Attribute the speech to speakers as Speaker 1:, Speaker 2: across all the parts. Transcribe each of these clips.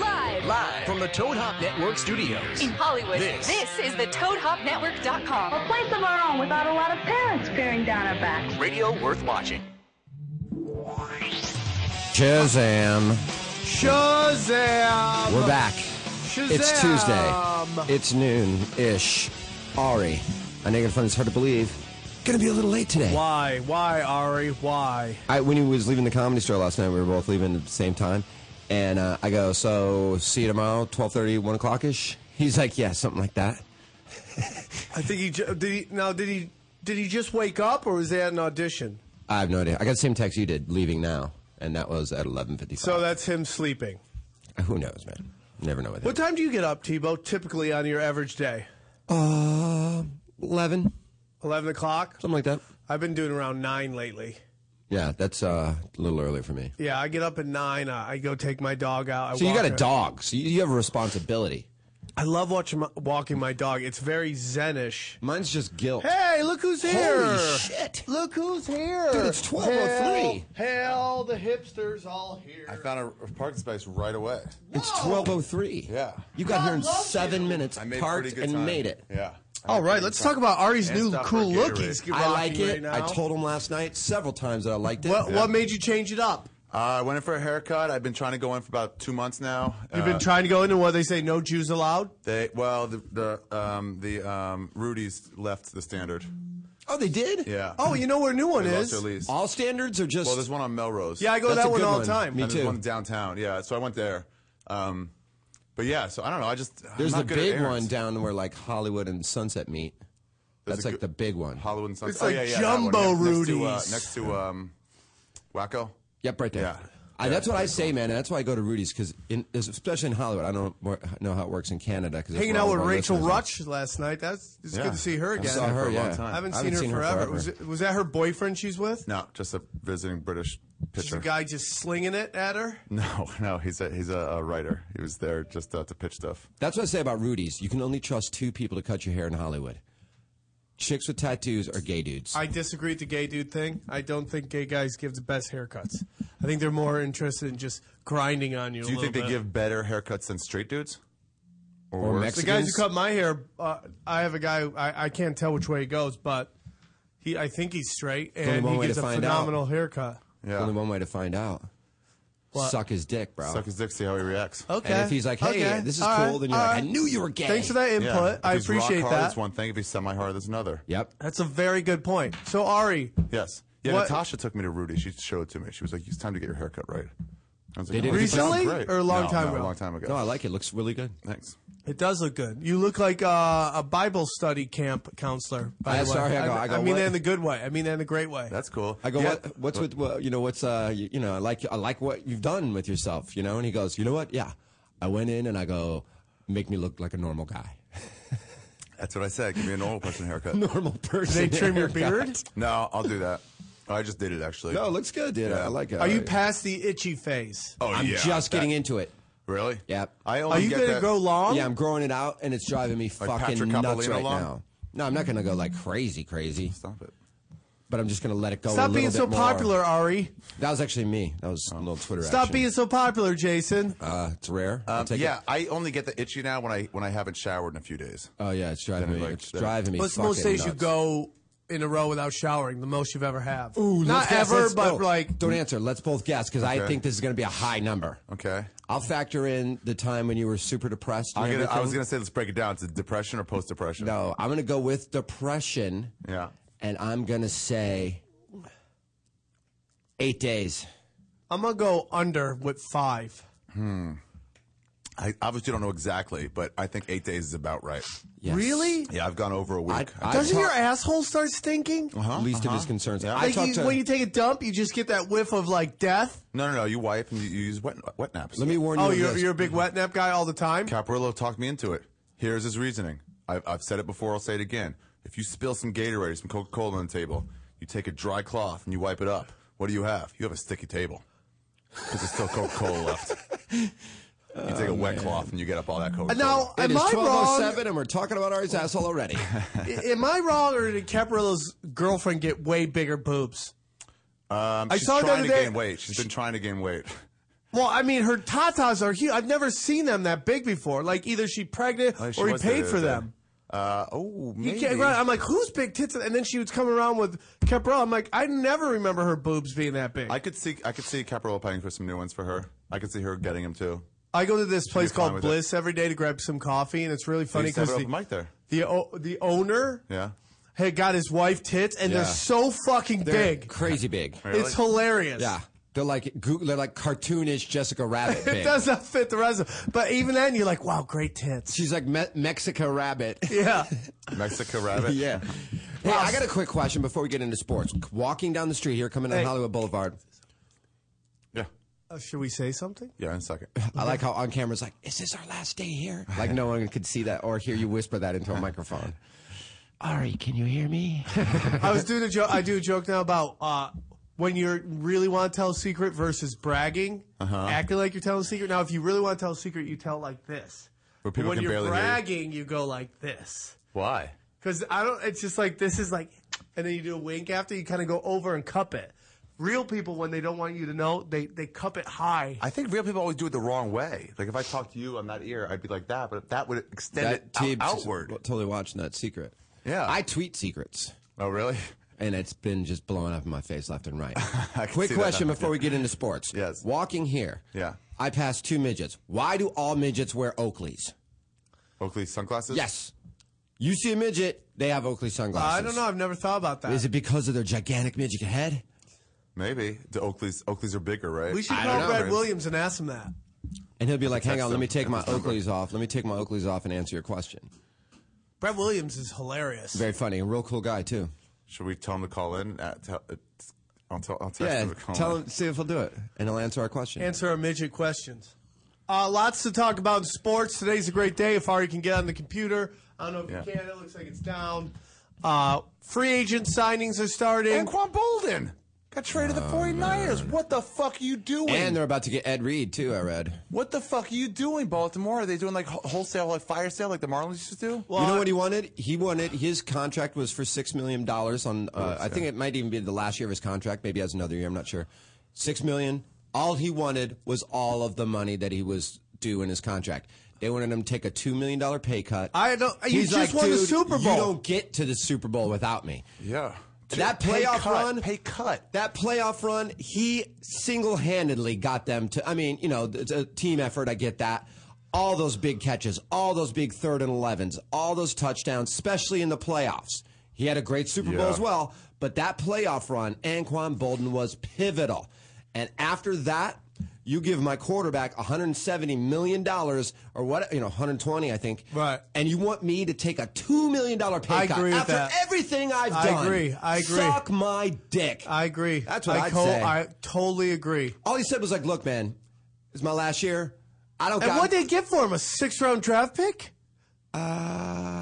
Speaker 1: Live from the Toad Hop Network studios.
Speaker 2: In Hollywood,
Speaker 1: This.
Speaker 2: this, is the ToadHopNetwork.com.
Speaker 3: A place of our own without a lot of parents peering down our backs.
Speaker 1: Radio worth watching.
Speaker 4: Shazam.
Speaker 5: Shazam!
Speaker 4: We're back. It's
Speaker 5: Shazam!
Speaker 4: Tuesday. It's noon ish. Ari, I know you're gonna find this hard to believe. Gonna be a little late today.
Speaker 5: Why? Why, Ari? Why?
Speaker 4: I, when he was leaving the comedy store last night, we were both leaving at the same time, and uh, I go, "So see you tomorrow, 12:30, 1 o'clock ish." He's like, "Yeah, something like that."
Speaker 5: I think he ju- did. He, now, did he? Did he just wake up, or was that an audition?
Speaker 4: I have no idea. I got the same text you did, leaving now, and that was at 11:55.
Speaker 5: So that's him sleeping.
Speaker 4: who knows, man? Never know with
Speaker 5: What
Speaker 4: him.
Speaker 5: time do you get up, Tebow? Typically on your average day,
Speaker 4: Uh, 11,
Speaker 5: eleven o'clock.
Speaker 4: something like that.
Speaker 5: I've been doing around nine lately.
Speaker 4: Yeah, that's uh, a little early for me.
Speaker 5: Yeah, I get up at nine. uh, I I go take my dog out. I
Speaker 4: So you
Speaker 5: walk
Speaker 4: got a
Speaker 5: her.
Speaker 4: dog, so you, you have a responsibility.
Speaker 5: I love watching my, walking my dog. It's very zenish.
Speaker 4: Mine's just guilt.
Speaker 5: Hey, look who's here!
Speaker 4: shit!
Speaker 5: Look who's here!
Speaker 4: Dude, it's 12:03.
Speaker 5: Hell, hell, the hipsters all here.
Speaker 6: I found a parking space right away.
Speaker 4: It's 12:03.
Speaker 6: Yeah.
Speaker 4: You got here in
Speaker 5: love
Speaker 4: seven
Speaker 5: you.
Speaker 4: minutes,
Speaker 6: I made
Speaker 4: parked
Speaker 6: pretty good
Speaker 4: and
Speaker 6: time.
Speaker 4: made it.
Speaker 6: Yeah.
Speaker 5: All right, let's talk about Ari's new
Speaker 6: stuff
Speaker 5: cool
Speaker 6: for
Speaker 5: look.
Speaker 6: Gatorade.
Speaker 5: He's
Speaker 4: I
Speaker 5: rocking
Speaker 4: like it.
Speaker 5: right now.
Speaker 4: I told him last night several times that I liked it.
Speaker 5: What, what made you change it up?
Speaker 6: Uh, I went in for a haircut. I've been trying to go in for about two months now.
Speaker 5: You've
Speaker 6: Uh,
Speaker 5: been trying to go into what they say no Jews allowed.
Speaker 6: They well, the the um, the um, Rudy's left the standard.
Speaker 4: oh, they did?
Speaker 6: Yeah.
Speaker 5: Oh, you know where a new one
Speaker 6: They lost
Speaker 5: is.
Speaker 6: their lease.
Speaker 4: All standards are just.
Speaker 6: Well, there's one on Melrose.
Speaker 5: Yeah, I go
Speaker 4: That's
Speaker 5: that
Speaker 4: a
Speaker 5: one
Speaker 4: good
Speaker 5: all
Speaker 4: one.
Speaker 5: the time.
Speaker 4: Me
Speaker 6: and
Speaker 4: too.
Speaker 6: There's one downtown. Yeah, so I went there. Um, but yeah, so I don't know. I just I'm
Speaker 4: There's
Speaker 6: not
Speaker 4: the
Speaker 6: good at
Speaker 4: big one
Speaker 6: errands.
Speaker 4: down where like Hollywood and Sunset meet.
Speaker 6: There's
Speaker 4: That's
Speaker 6: a
Speaker 4: like
Speaker 6: good-
Speaker 4: the big one.
Speaker 6: Hollywood and Sunset.
Speaker 5: It's like
Speaker 6: oh, yeah, yeah,
Speaker 5: Jumbo
Speaker 6: that one, yeah. Next to, uh,
Speaker 5: Rudy's.
Speaker 6: Next to, um, Wacko.
Speaker 4: Yep, right there.
Speaker 6: Yeah.
Speaker 4: I, that's what I say, man. And that's why I go to Rudy's because, especially in Hollywood, I don't more- know how it works in Canada. Cause that's
Speaker 5: Hanging
Speaker 4: where
Speaker 5: out
Speaker 4: all
Speaker 5: with
Speaker 4: of our
Speaker 5: Rachel
Speaker 4: listeners are.
Speaker 5: Rutch last night. That's it's
Speaker 6: Yeah.
Speaker 5: good to see her
Speaker 6: I
Speaker 5: again.
Speaker 4: saw her,
Speaker 6: for a long
Speaker 4: yeah.
Speaker 6: time.
Speaker 5: I haven't,
Speaker 4: I haven't
Speaker 5: seen, her
Speaker 4: seen her
Speaker 5: forever.
Speaker 4: forever.
Speaker 5: Was, it, was that her boyfriend she's with?
Speaker 6: No, just a visiting British
Speaker 5: Just a
Speaker 6: pitcher.
Speaker 5: guy just slinging it at her.
Speaker 6: No, no, he's a he's a, a writer. He was there just uh, to pitch stuff.
Speaker 4: That's what I say about Rudy's. You can only trust two people to cut your hair in Hollywood. Chicks with tattoos are gay dudes.
Speaker 5: I disagree with the gay dude thing. I don't think gay guys give the best haircuts. I think they're more interested in just grinding on you.
Speaker 6: Do
Speaker 5: a
Speaker 6: you
Speaker 5: little
Speaker 6: think they
Speaker 5: bit.
Speaker 6: give better haircuts than straight dudes?
Speaker 4: or
Speaker 6: worse.
Speaker 5: The
Speaker 4: Mexicans.
Speaker 5: guys who cut my hair, uh, I have a guy. I, I can't tell which way he goes, but he, I think he's straight, and
Speaker 4: one
Speaker 5: he
Speaker 4: way
Speaker 5: gets
Speaker 4: to
Speaker 5: a
Speaker 4: find
Speaker 5: phenomenal haircut.
Speaker 6: Yeah.
Speaker 4: Only one way to find out.
Speaker 5: What?
Speaker 4: Suck his dick, bro.
Speaker 6: Suck his dick, see how he reacts.
Speaker 5: Okay.
Speaker 4: And if he's like, hey,
Speaker 5: Okay.
Speaker 4: this is
Speaker 5: All
Speaker 4: cool,
Speaker 5: right.
Speaker 4: then you're
Speaker 5: All
Speaker 4: like, I
Speaker 5: right.
Speaker 4: knew you were gay.
Speaker 5: Thanks for that
Speaker 6: Yeah.
Speaker 5: input.
Speaker 6: If
Speaker 5: I
Speaker 6: he's rock
Speaker 5: appreciate
Speaker 6: hard,
Speaker 5: that.
Speaker 6: That's one thing. If he's semi hard, that's another.
Speaker 4: Yep.
Speaker 5: That's a very good point. So Ari,
Speaker 6: Yes. Yeah.
Speaker 5: What-
Speaker 6: Natasha took me to Rudy. She showed it to me. She was like, "It's time to get your haircut right." I was like,
Speaker 4: They did
Speaker 6: "Oh,
Speaker 4: it
Speaker 6: this sounds
Speaker 5: recently
Speaker 6: great."
Speaker 5: or a long
Speaker 6: No,
Speaker 5: time
Speaker 6: no,
Speaker 5: ago?
Speaker 6: A long time ago.
Speaker 4: No, I like it. Looks really good.
Speaker 6: Thanks.
Speaker 5: it does look good. You look like uh, a Bible study camp counselor. By
Speaker 4: I'm
Speaker 5: the way,
Speaker 4: sorry, I go- I go,
Speaker 5: mean
Speaker 4: what?
Speaker 5: that in the good way. I mean that in the great way.
Speaker 6: That's cool.
Speaker 4: I go,
Speaker 6: Yeah.
Speaker 4: what, what's with, what, you know, what's, uh, you, you know, I like, I like what you've done with yourself, you know? And he goes, you know what? Yeah. I went in and I go, make me look like a normal guy.
Speaker 6: That's what I said. Give me a normal person haircut. no.
Speaker 4: normal person.
Speaker 5: They trim your
Speaker 4: haircut.
Speaker 5: beard.
Speaker 6: I'll do that. I just did it actually.
Speaker 4: No, it looks good, dude. I like it.
Speaker 5: Are you past the itchy phase?
Speaker 6: Oh
Speaker 4: I'm
Speaker 6: yeah.
Speaker 4: just
Speaker 6: that-
Speaker 4: getting into it.
Speaker 6: Really?
Speaker 4: Yep.
Speaker 6: Oh, I only
Speaker 5: Are you
Speaker 6: get
Speaker 5: going to
Speaker 6: that-
Speaker 5: grow long?
Speaker 4: Yeah, I'm growing it out and it's driving me fucking
Speaker 6: Patrick
Speaker 4: nuts
Speaker 6: Capolino
Speaker 4: right
Speaker 6: long?
Speaker 4: now. No, I'm not going to go like crazy, crazy,
Speaker 6: Stop it.
Speaker 4: but I'm just going to let it go. a
Speaker 5: Stop
Speaker 4: little
Speaker 5: being
Speaker 4: bit
Speaker 5: so
Speaker 4: more.
Speaker 5: popular, Ari.
Speaker 4: That was actually me. That was a little Twitter.
Speaker 5: Stop
Speaker 4: action.
Speaker 5: being so popular, Jason.
Speaker 4: Uh, it's rare. I'll
Speaker 6: Um,
Speaker 4: take
Speaker 6: yeah,
Speaker 4: It.
Speaker 6: I only get the itchy now when I when I haven't showered in a few days.
Speaker 4: Oh yeah, it's driving
Speaker 6: Then
Speaker 4: me.
Speaker 6: it, like,
Speaker 4: it's
Speaker 6: then-
Speaker 4: driving me.
Speaker 5: What's the most
Speaker 4: fucking
Speaker 5: days you
Speaker 4: nuts.
Speaker 5: go in a row without showering? The most you've ever have?
Speaker 4: Ooh,
Speaker 5: Not
Speaker 4: let's guess,
Speaker 5: ever,
Speaker 4: let's-
Speaker 5: but
Speaker 4: no,
Speaker 5: like
Speaker 4: Don't answer. Let's both guess because I
Speaker 6: Okay.
Speaker 4: think this is going to be a high number.
Speaker 6: Okay.
Speaker 4: I'll factor in the time when you were super depressed. and
Speaker 6: I'm gonna, I
Speaker 4: everything.
Speaker 6: was gonna say let's break it down. It's depression or post depression.
Speaker 4: No, I'm going to go with depression.
Speaker 6: Yeah.
Speaker 4: and I'm gonna say eight days.
Speaker 5: I'm gonna go under with five.
Speaker 6: I obviously don't know exactly, but I think eight days is about right.
Speaker 4: Yes.
Speaker 5: Really?
Speaker 6: Yeah, I've gone over a week.
Speaker 4: I-
Speaker 6: I-
Speaker 5: Doesn't
Speaker 4: talk-
Speaker 5: your asshole start stinking?
Speaker 6: Uh-huh.
Speaker 4: Least of his concerns.
Speaker 6: Yeah.
Speaker 4: I
Speaker 5: Uh-huh. Like
Speaker 4: talked
Speaker 5: you-
Speaker 4: to.
Speaker 5: when you take a dump, you just get that whiff of like death.
Speaker 6: no, no, no. You wipe and you, you use wet wet naps.
Speaker 4: let me warn you.
Speaker 5: Oh,
Speaker 4: of
Speaker 5: you're,
Speaker 4: this.
Speaker 5: you're a big wet nap guy all the time.
Speaker 6: Caparillo talked me into it. Here's his reasoning. I've, I've said it before. I'll say it again. If you spill some Gatorade, some Coca Cola on the table, you take a dry cloth and you wipe it up. What do you have? You have a sticky table because there's still Coca Cola left. You take a wet cloth and you get up all that Coca Cola.
Speaker 5: Oh, Now,
Speaker 4: It is
Speaker 5: am I wrong?
Speaker 4: 1207, and we're talking about Ari's asshole already.
Speaker 5: am I wrong, or did Caparillo's girlfriend get way bigger boobs?
Speaker 6: um,
Speaker 5: I
Speaker 6: she's
Speaker 5: saw the
Speaker 6: Um, trying
Speaker 5: other
Speaker 6: to
Speaker 5: day-
Speaker 6: gain weight. She's been trying to gain weight.
Speaker 5: Well, I mean, her tatas are huge. I've never seen them that big before. Like either she pregnant
Speaker 6: Like she
Speaker 5: or he
Speaker 6: was there
Speaker 5: paid
Speaker 6: the
Speaker 5: for
Speaker 6: other day.
Speaker 5: them.
Speaker 6: Uh, oh,
Speaker 5: You
Speaker 6: maybe.
Speaker 5: can't, right, I'm like, who's big tits? And then she would come around with Caprella. I'm like, I never remember her boobs being that big.
Speaker 6: I
Speaker 5: I,
Speaker 6: could see I could see Caparella paying for some new ones for her. I could see her getting them too.
Speaker 5: go to this place
Speaker 6: You're fine
Speaker 5: called
Speaker 6: with it.
Speaker 5: Bliss every day to grab some coffee, and it's really
Speaker 6: They
Speaker 5: funny
Speaker 6: used to have
Speaker 5: because
Speaker 6: an
Speaker 5: the,
Speaker 6: open mic there.
Speaker 5: the, o- the owner
Speaker 6: Yeah.
Speaker 5: had got his wife tits, and
Speaker 4: Yeah.
Speaker 5: they're so fucking
Speaker 4: They're
Speaker 5: big.
Speaker 4: crazy big.
Speaker 5: It's hilarious.
Speaker 4: Yeah, they're like goo- they're like cartoonish Jessica Rabbit.
Speaker 5: It
Speaker 4: Big.
Speaker 5: does not fit the rest of But even then, you're like, wow, great tits.
Speaker 4: She's like Me- Mexico Rabbit.
Speaker 5: Yeah.
Speaker 6: Mexico Rabbit.
Speaker 4: yeah. Hey, I got a quick question before we get into sports. Walking down the street here, coming down
Speaker 5: Hey.
Speaker 4: Hollywood Boulevard,
Speaker 6: Yeah.
Speaker 5: Uh, should we say something?
Speaker 6: Yeah, in a second.
Speaker 4: I like how on camera's like, "Is this our last day here?" Like no one could see that or hear you whisper that into a microphone. Ari, can you hear me?
Speaker 5: I was doing a joke. I do a joke now about uh, when you really want to tell a secret versus bragging,
Speaker 6: Uh-huh.
Speaker 5: acting like you're telling a secret. Now, if you really want to tell a secret, you tell like this.
Speaker 6: Where people
Speaker 5: when
Speaker 6: can
Speaker 5: you're
Speaker 6: barely hear you.
Speaker 5: bragging, you go like this.
Speaker 6: Why?
Speaker 5: Because I don't. It's just like this is like, and then you do a wink after. You kind of go over and cup it. Real people, when they don't want you to know, they they cup it high.
Speaker 6: I think real people always do it the wrong way. Like if I talked to you on that ear, I'd be like that, but that would extend it out-
Speaker 4: Teebs is
Speaker 6: outward.
Speaker 4: Totally watching that secret.
Speaker 6: Yeah.
Speaker 4: I tweet secrets.
Speaker 6: Oh, really?
Speaker 4: and it's been just blowing up in my face left and right.
Speaker 6: I can
Speaker 4: Quick
Speaker 6: see
Speaker 4: question
Speaker 6: that happening.
Speaker 4: before we get into sports.
Speaker 6: Yes.
Speaker 4: Walking here.
Speaker 6: Yeah.
Speaker 4: I passed two midgets. Why do all midgets wear Oakleys?
Speaker 6: Oakley sunglasses.
Speaker 4: Yes. You see a midget, they have Oakley sunglasses.
Speaker 5: I don't know. I've never thought about that.
Speaker 4: Is it because of their gigantic midget head?
Speaker 6: Maybe the Oakleys. Oakleys are bigger, right?
Speaker 5: we should
Speaker 4: I
Speaker 5: call
Speaker 4: don't know,
Speaker 5: Brad
Speaker 6: man.
Speaker 5: Williams and ask him that.
Speaker 4: And he'll be like, hang on, let me
Speaker 6: them
Speaker 4: take my
Speaker 6: at this number.
Speaker 4: Oakleys off. Let me take my Oakleys off and answer your question.
Speaker 5: Brad Williams is hilarious.
Speaker 4: Very funny and real cool guy, too.
Speaker 6: Should we tell him to call in? Uh, tell, uh, I'll, tell, I'll text
Speaker 4: Yeah,
Speaker 6: him to call
Speaker 4: tell
Speaker 6: in.
Speaker 4: him, see if he'll do it, and he'll answer our question.
Speaker 5: answer our midget questions. Uh, lots to talk about in sports. Today's a great day. If Ari can get on the computer, I don't know if you
Speaker 6: Yeah.
Speaker 5: can. It looks like it's down. Uh, free agent signings are starting.
Speaker 6: Anquan Bolden got traded to the 49ers. What the fuck are you doing?
Speaker 4: and they're about to get Ed Reed, too, I read.
Speaker 6: what the fuck are you doing, Baltimore? Are they doing like wh- wholesale, like fire sale, like the Marlins used to do?
Speaker 4: you know what he wanted? He wanted his contract was for six million dollars on. Uh, I think it might even be the last year of his contract. Maybe has another year. I'm not sure. Six million. All he wanted was all of the money that he was due in his contract. They wanted him to take a two million dollar pay cut.
Speaker 5: I don't- you
Speaker 4: He's
Speaker 5: just
Speaker 4: like,
Speaker 5: won the
Speaker 4: "Dude,
Speaker 5: Super
Speaker 4: You
Speaker 5: Bowl."
Speaker 4: don't get to the Super Bowl without me.
Speaker 6: yeah.
Speaker 4: That
Speaker 6: Pay
Speaker 4: playoff
Speaker 6: cut,
Speaker 4: run-
Speaker 6: Pay cut.
Speaker 4: That playoff run, he single handedly got them to. I mean, you know, it's a team effort. I get that. All those big catches, all those big third and 11s, all those touchdowns, especially in the playoffs. He had a great Super Bowl
Speaker 6: Yeah.
Speaker 4: as well, but that playoff run, Anquan Bolden was pivotal. And after that, you give my quarterback 170 million dollars or what, you know, 120, I think.
Speaker 5: Right.
Speaker 4: And you want me to take a 2 million dollar pay
Speaker 5: I
Speaker 4: cut
Speaker 5: agree with
Speaker 4: after
Speaker 5: that.
Speaker 4: everything I've
Speaker 5: I
Speaker 4: done.
Speaker 5: agree. I agree.
Speaker 4: Suck my dick.
Speaker 5: I agree.
Speaker 4: That's what
Speaker 5: I
Speaker 4: I'd say.
Speaker 5: I totally agree.
Speaker 4: All he said was like, "Look, man, it's my last year. I don't."
Speaker 5: And
Speaker 4: got,
Speaker 5: what they get for him? A six round draft pick?
Speaker 4: Uh,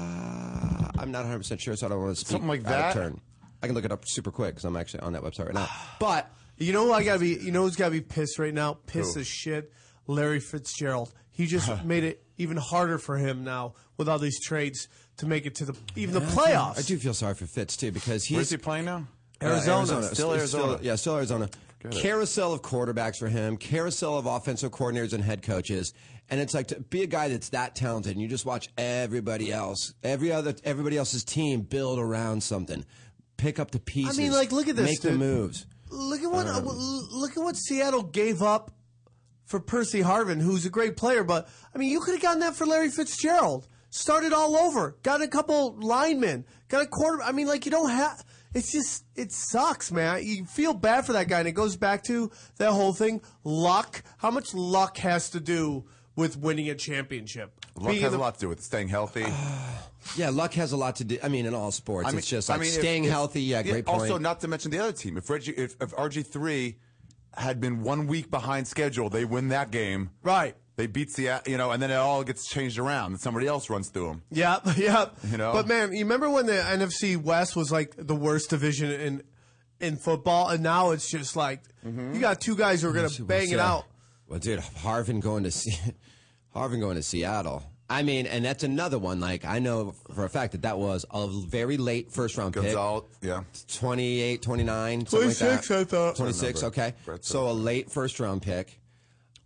Speaker 4: I'm not 100 percent sure, so I don't want to speak
Speaker 6: Something like
Speaker 4: out of
Speaker 6: that?
Speaker 4: turn. I can look it up super quick because I'm actually on that website right now. But
Speaker 5: You know who I gotta be. You know who's gotta be pissed right now? Piss as shit. Larry Fitzgerald. He just made it even harder for him now with all these trades to make it to the even the playoffs.
Speaker 4: I do feel sorry for Fitz too because he's
Speaker 6: Where's he playing now?
Speaker 5: Arizona.
Speaker 6: Still
Speaker 4: It's
Speaker 6: Arizona.
Speaker 4: yeah, still Arizona. Carousel of quarterbacks for him, carousel of offensive coordinators and head coaches, and it's like to be a guy that's that talented. and You just watch everybody else, every other everybody else's team build around something, pick up the pieces.
Speaker 5: like, look at this,
Speaker 4: make the
Speaker 5: dude.
Speaker 4: moves.
Speaker 5: Look at what
Speaker 6: Um,
Speaker 5: uh, look at what Seattle gave up for Percy Harvin, who's a great player. But I mean, you could have gotten that for Larry Fitzgerald. Started all over. Got a couple linemen. Got a quarter. I mean, like you don't have. It's just it sucks, man. You feel bad for that guy, and it goes back to that whole thing. Luck. How much luck has to do with winning a championship?
Speaker 6: Luck
Speaker 5: Being
Speaker 6: has
Speaker 5: the-
Speaker 6: a lot to do with it. Staying healthy.
Speaker 4: Yeah, luck has a lot to do. I mean, in all sports, Ah, it's just like
Speaker 6: if-
Speaker 4: staying
Speaker 6: if-
Speaker 4: healthy. Yeah, great point.
Speaker 6: Also, not to mention the other team. If Reggie, if, if RG three had been one week behind schedule, they win that game.
Speaker 5: Right.
Speaker 6: They beat Seattle, you know, and then it all gets changed around, and somebody else runs through them.
Speaker 5: Yep, yep.
Speaker 6: You know?
Speaker 5: But man, you remember when the NFC West was like the worst division in in football, and now it's just like
Speaker 4: Mm-hmm.
Speaker 5: you got two guys who are gonna bang it
Speaker 4: Yeah.
Speaker 5: out.
Speaker 4: Well, dude, Harvin going to see Harvin going to Seattle. I mean, and that's another one. Like I know for a fact that that was a very late first round pick.
Speaker 6: Gonzalez, yeah.
Speaker 4: 28, 29, something like that.
Speaker 5: 26, I thought.
Speaker 4: 26, okay.
Speaker 6: Brett said
Speaker 4: So a late first round pick.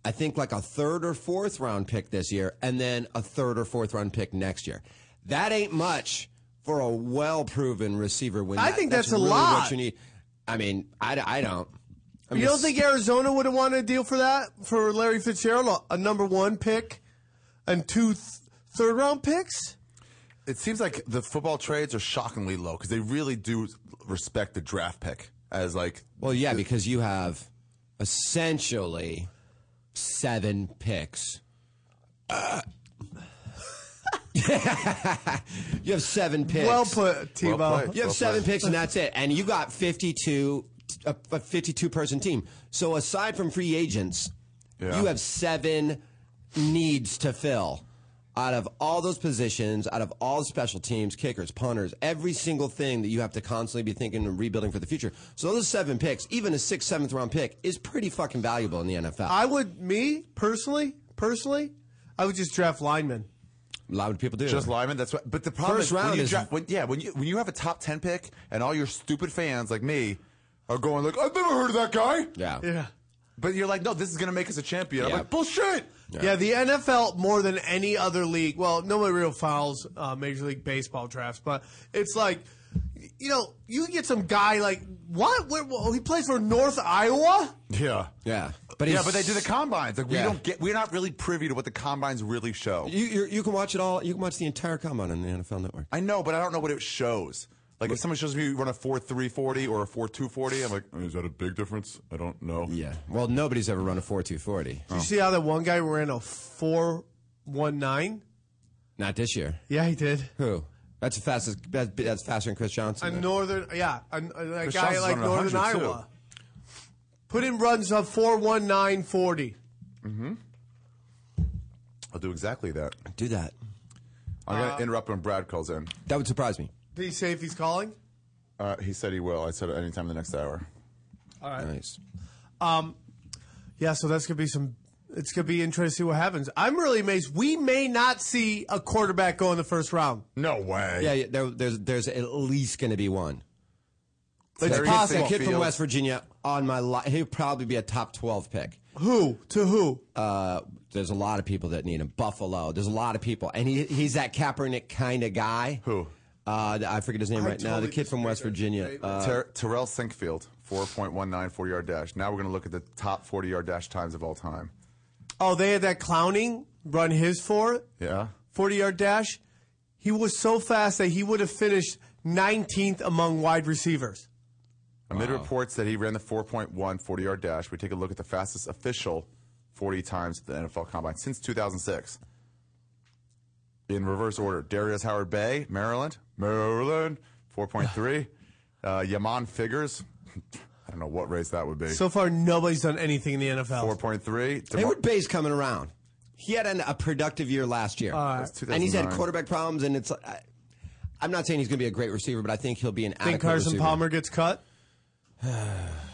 Speaker 4: I think like a third or fourth round pick this year, and then a third or fourth round pick next year. That ain't much for a well proven receiver. When
Speaker 5: I
Speaker 4: that-
Speaker 5: think
Speaker 4: that's,
Speaker 5: that's a
Speaker 4: really
Speaker 5: lot.
Speaker 4: What you need. I mean, I, I don't. I
Speaker 5: You
Speaker 4: mean,
Speaker 5: don't think Arizona would have wanted a deal for that for Larry Fitzgerald, a a number one pick and two th- third round picks?
Speaker 6: It seems like the football trades are shockingly low because they really do respect the draft pick as like
Speaker 4: Well, yeah, because you have essentially seven picks.
Speaker 5: Uh.
Speaker 4: you have seven picks.
Speaker 5: Well put, Tebow.
Speaker 6: Well played.
Speaker 4: You have
Speaker 6: Well
Speaker 4: seven
Speaker 6: played.
Speaker 4: picks and that's it. And you got 52, a a 52 person team. So aside from free agents,
Speaker 6: Yeah.
Speaker 4: you have seven needs to fill out of all those positions, out of all the special teams, kickers, punters, every single thing that you have to constantly be thinking and rebuilding for the future. So those seven picks, even a sixth, seventh round pick, is pretty fucking valuable in the NFL.
Speaker 5: I would, me personally, personally, I would just draft linemen.
Speaker 4: a lot of people do.
Speaker 6: Just linemen. That's what. But the problem
Speaker 4: First
Speaker 6: is when
Speaker 4: round
Speaker 6: you
Speaker 4: is-
Speaker 6: draft- when- yeah. When you when you have a top ten pick and all your stupid fans like me are going like I've never heard of that guy.
Speaker 4: yeah.
Speaker 6: But you're like, no, this is gonna make us a champion.
Speaker 4: Yeah.
Speaker 6: I'm like, bullshit.
Speaker 5: Yeah, the NFL more than any other league. Well, nobody real fouls uh, Major League Baseball drafts, but it's like, you know, you get some guy like what? Where, well, he plays for North Iowa.
Speaker 6: Yeah.
Speaker 4: Yeah.
Speaker 6: But yeah,
Speaker 4: he's-
Speaker 6: but they do the combines. Like we
Speaker 4: Yeah.
Speaker 6: don't get. We're not really privy to what the combines really show.
Speaker 4: You, you, you can watch it all. You can watch the entire combine on the NFL Network.
Speaker 6: I know, but I don't know what it shows. Like if someone shows me you run a four three forty or a four two forty, I'm like, is that a big difference? I don't know.
Speaker 4: Yeah. Well, nobody's ever run a 4 240.
Speaker 5: Did you see how that one guy ran a four one nine?
Speaker 4: Not this year.
Speaker 5: Yeah, he did.
Speaker 4: Who? That's the fastest. That's, that's faster than Chris
Speaker 5: A
Speaker 4: Johnson.
Speaker 5: northern, yeah, a, a, a guy
Speaker 6: Johnson's
Speaker 5: like
Speaker 6: running
Speaker 5: Northern
Speaker 6: 100 too.
Speaker 5: Iowa. Put in runs of four one nine forty.
Speaker 6: I'll do exactly that.
Speaker 4: Do that.
Speaker 6: I'm
Speaker 4: Uh,
Speaker 6: gonna interrupt when Brad calls in.
Speaker 4: That would surprise me.
Speaker 5: Did he say if he's calling?
Speaker 6: Uh, he said he will. I said anytime the next hour.
Speaker 4: Nice.
Speaker 5: Um, Yeah, so that's gonna be some. It's gonna be interesting to see what happens. I'm really amazed. We may not see a quarterback go in the first round.
Speaker 6: No way.
Speaker 4: Yeah, yeah there, there's there's at least going to be one.
Speaker 5: It's
Speaker 6: Terry
Speaker 4: Possible.
Speaker 5: possible.
Speaker 4: That kid from
Speaker 6: Fields.
Speaker 4: West Virginia on my li He'll probably be a top twelve pick.
Speaker 5: Who to who?
Speaker 4: Uh, there's a lot of people that need him. Buffalo. There's a lot of people, and he he's that Kaepernick kind of guy.
Speaker 6: Who?
Speaker 4: Uh, I forget his name right now. The
Speaker 5: totally
Speaker 4: kid from West Virginia. Uh,
Speaker 6: Ter- Terrell Sinkfield, 4.19 40 yard dash. Now we're going to look at the top 40 yard dash times of all time.
Speaker 5: Oh, they had that clowning run his four
Speaker 6: Yeah?
Speaker 5: 40 yard dash. He was so fast that he would have finished 19th among wide receivers.
Speaker 6: Amid reports that he ran the 4.1 40 yard dash, we take a look at the fastest official 40 times at the NFL Combine since 2006. In reverse order Darius Howard Bay, Maryland. Maryland, 4.3. uh, Yaman Figures. I don't know what race that would be.
Speaker 5: So far, nobody's done anything in the NFL.
Speaker 6: 4.3. Demar-
Speaker 4: Hayward Bay's coming around. He had an, a productive year last year,
Speaker 6: That's
Speaker 4: Uh, and he's had
Speaker 6: 2009.
Speaker 4: quarterback problems. And it's I, I'm not saying he's going to be a great receiver, but I think he'll be an
Speaker 5: Think
Speaker 4: adequate
Speaker 5: Carson
Speaker 4: receiver.
Speaker 5: Palmer gets cut?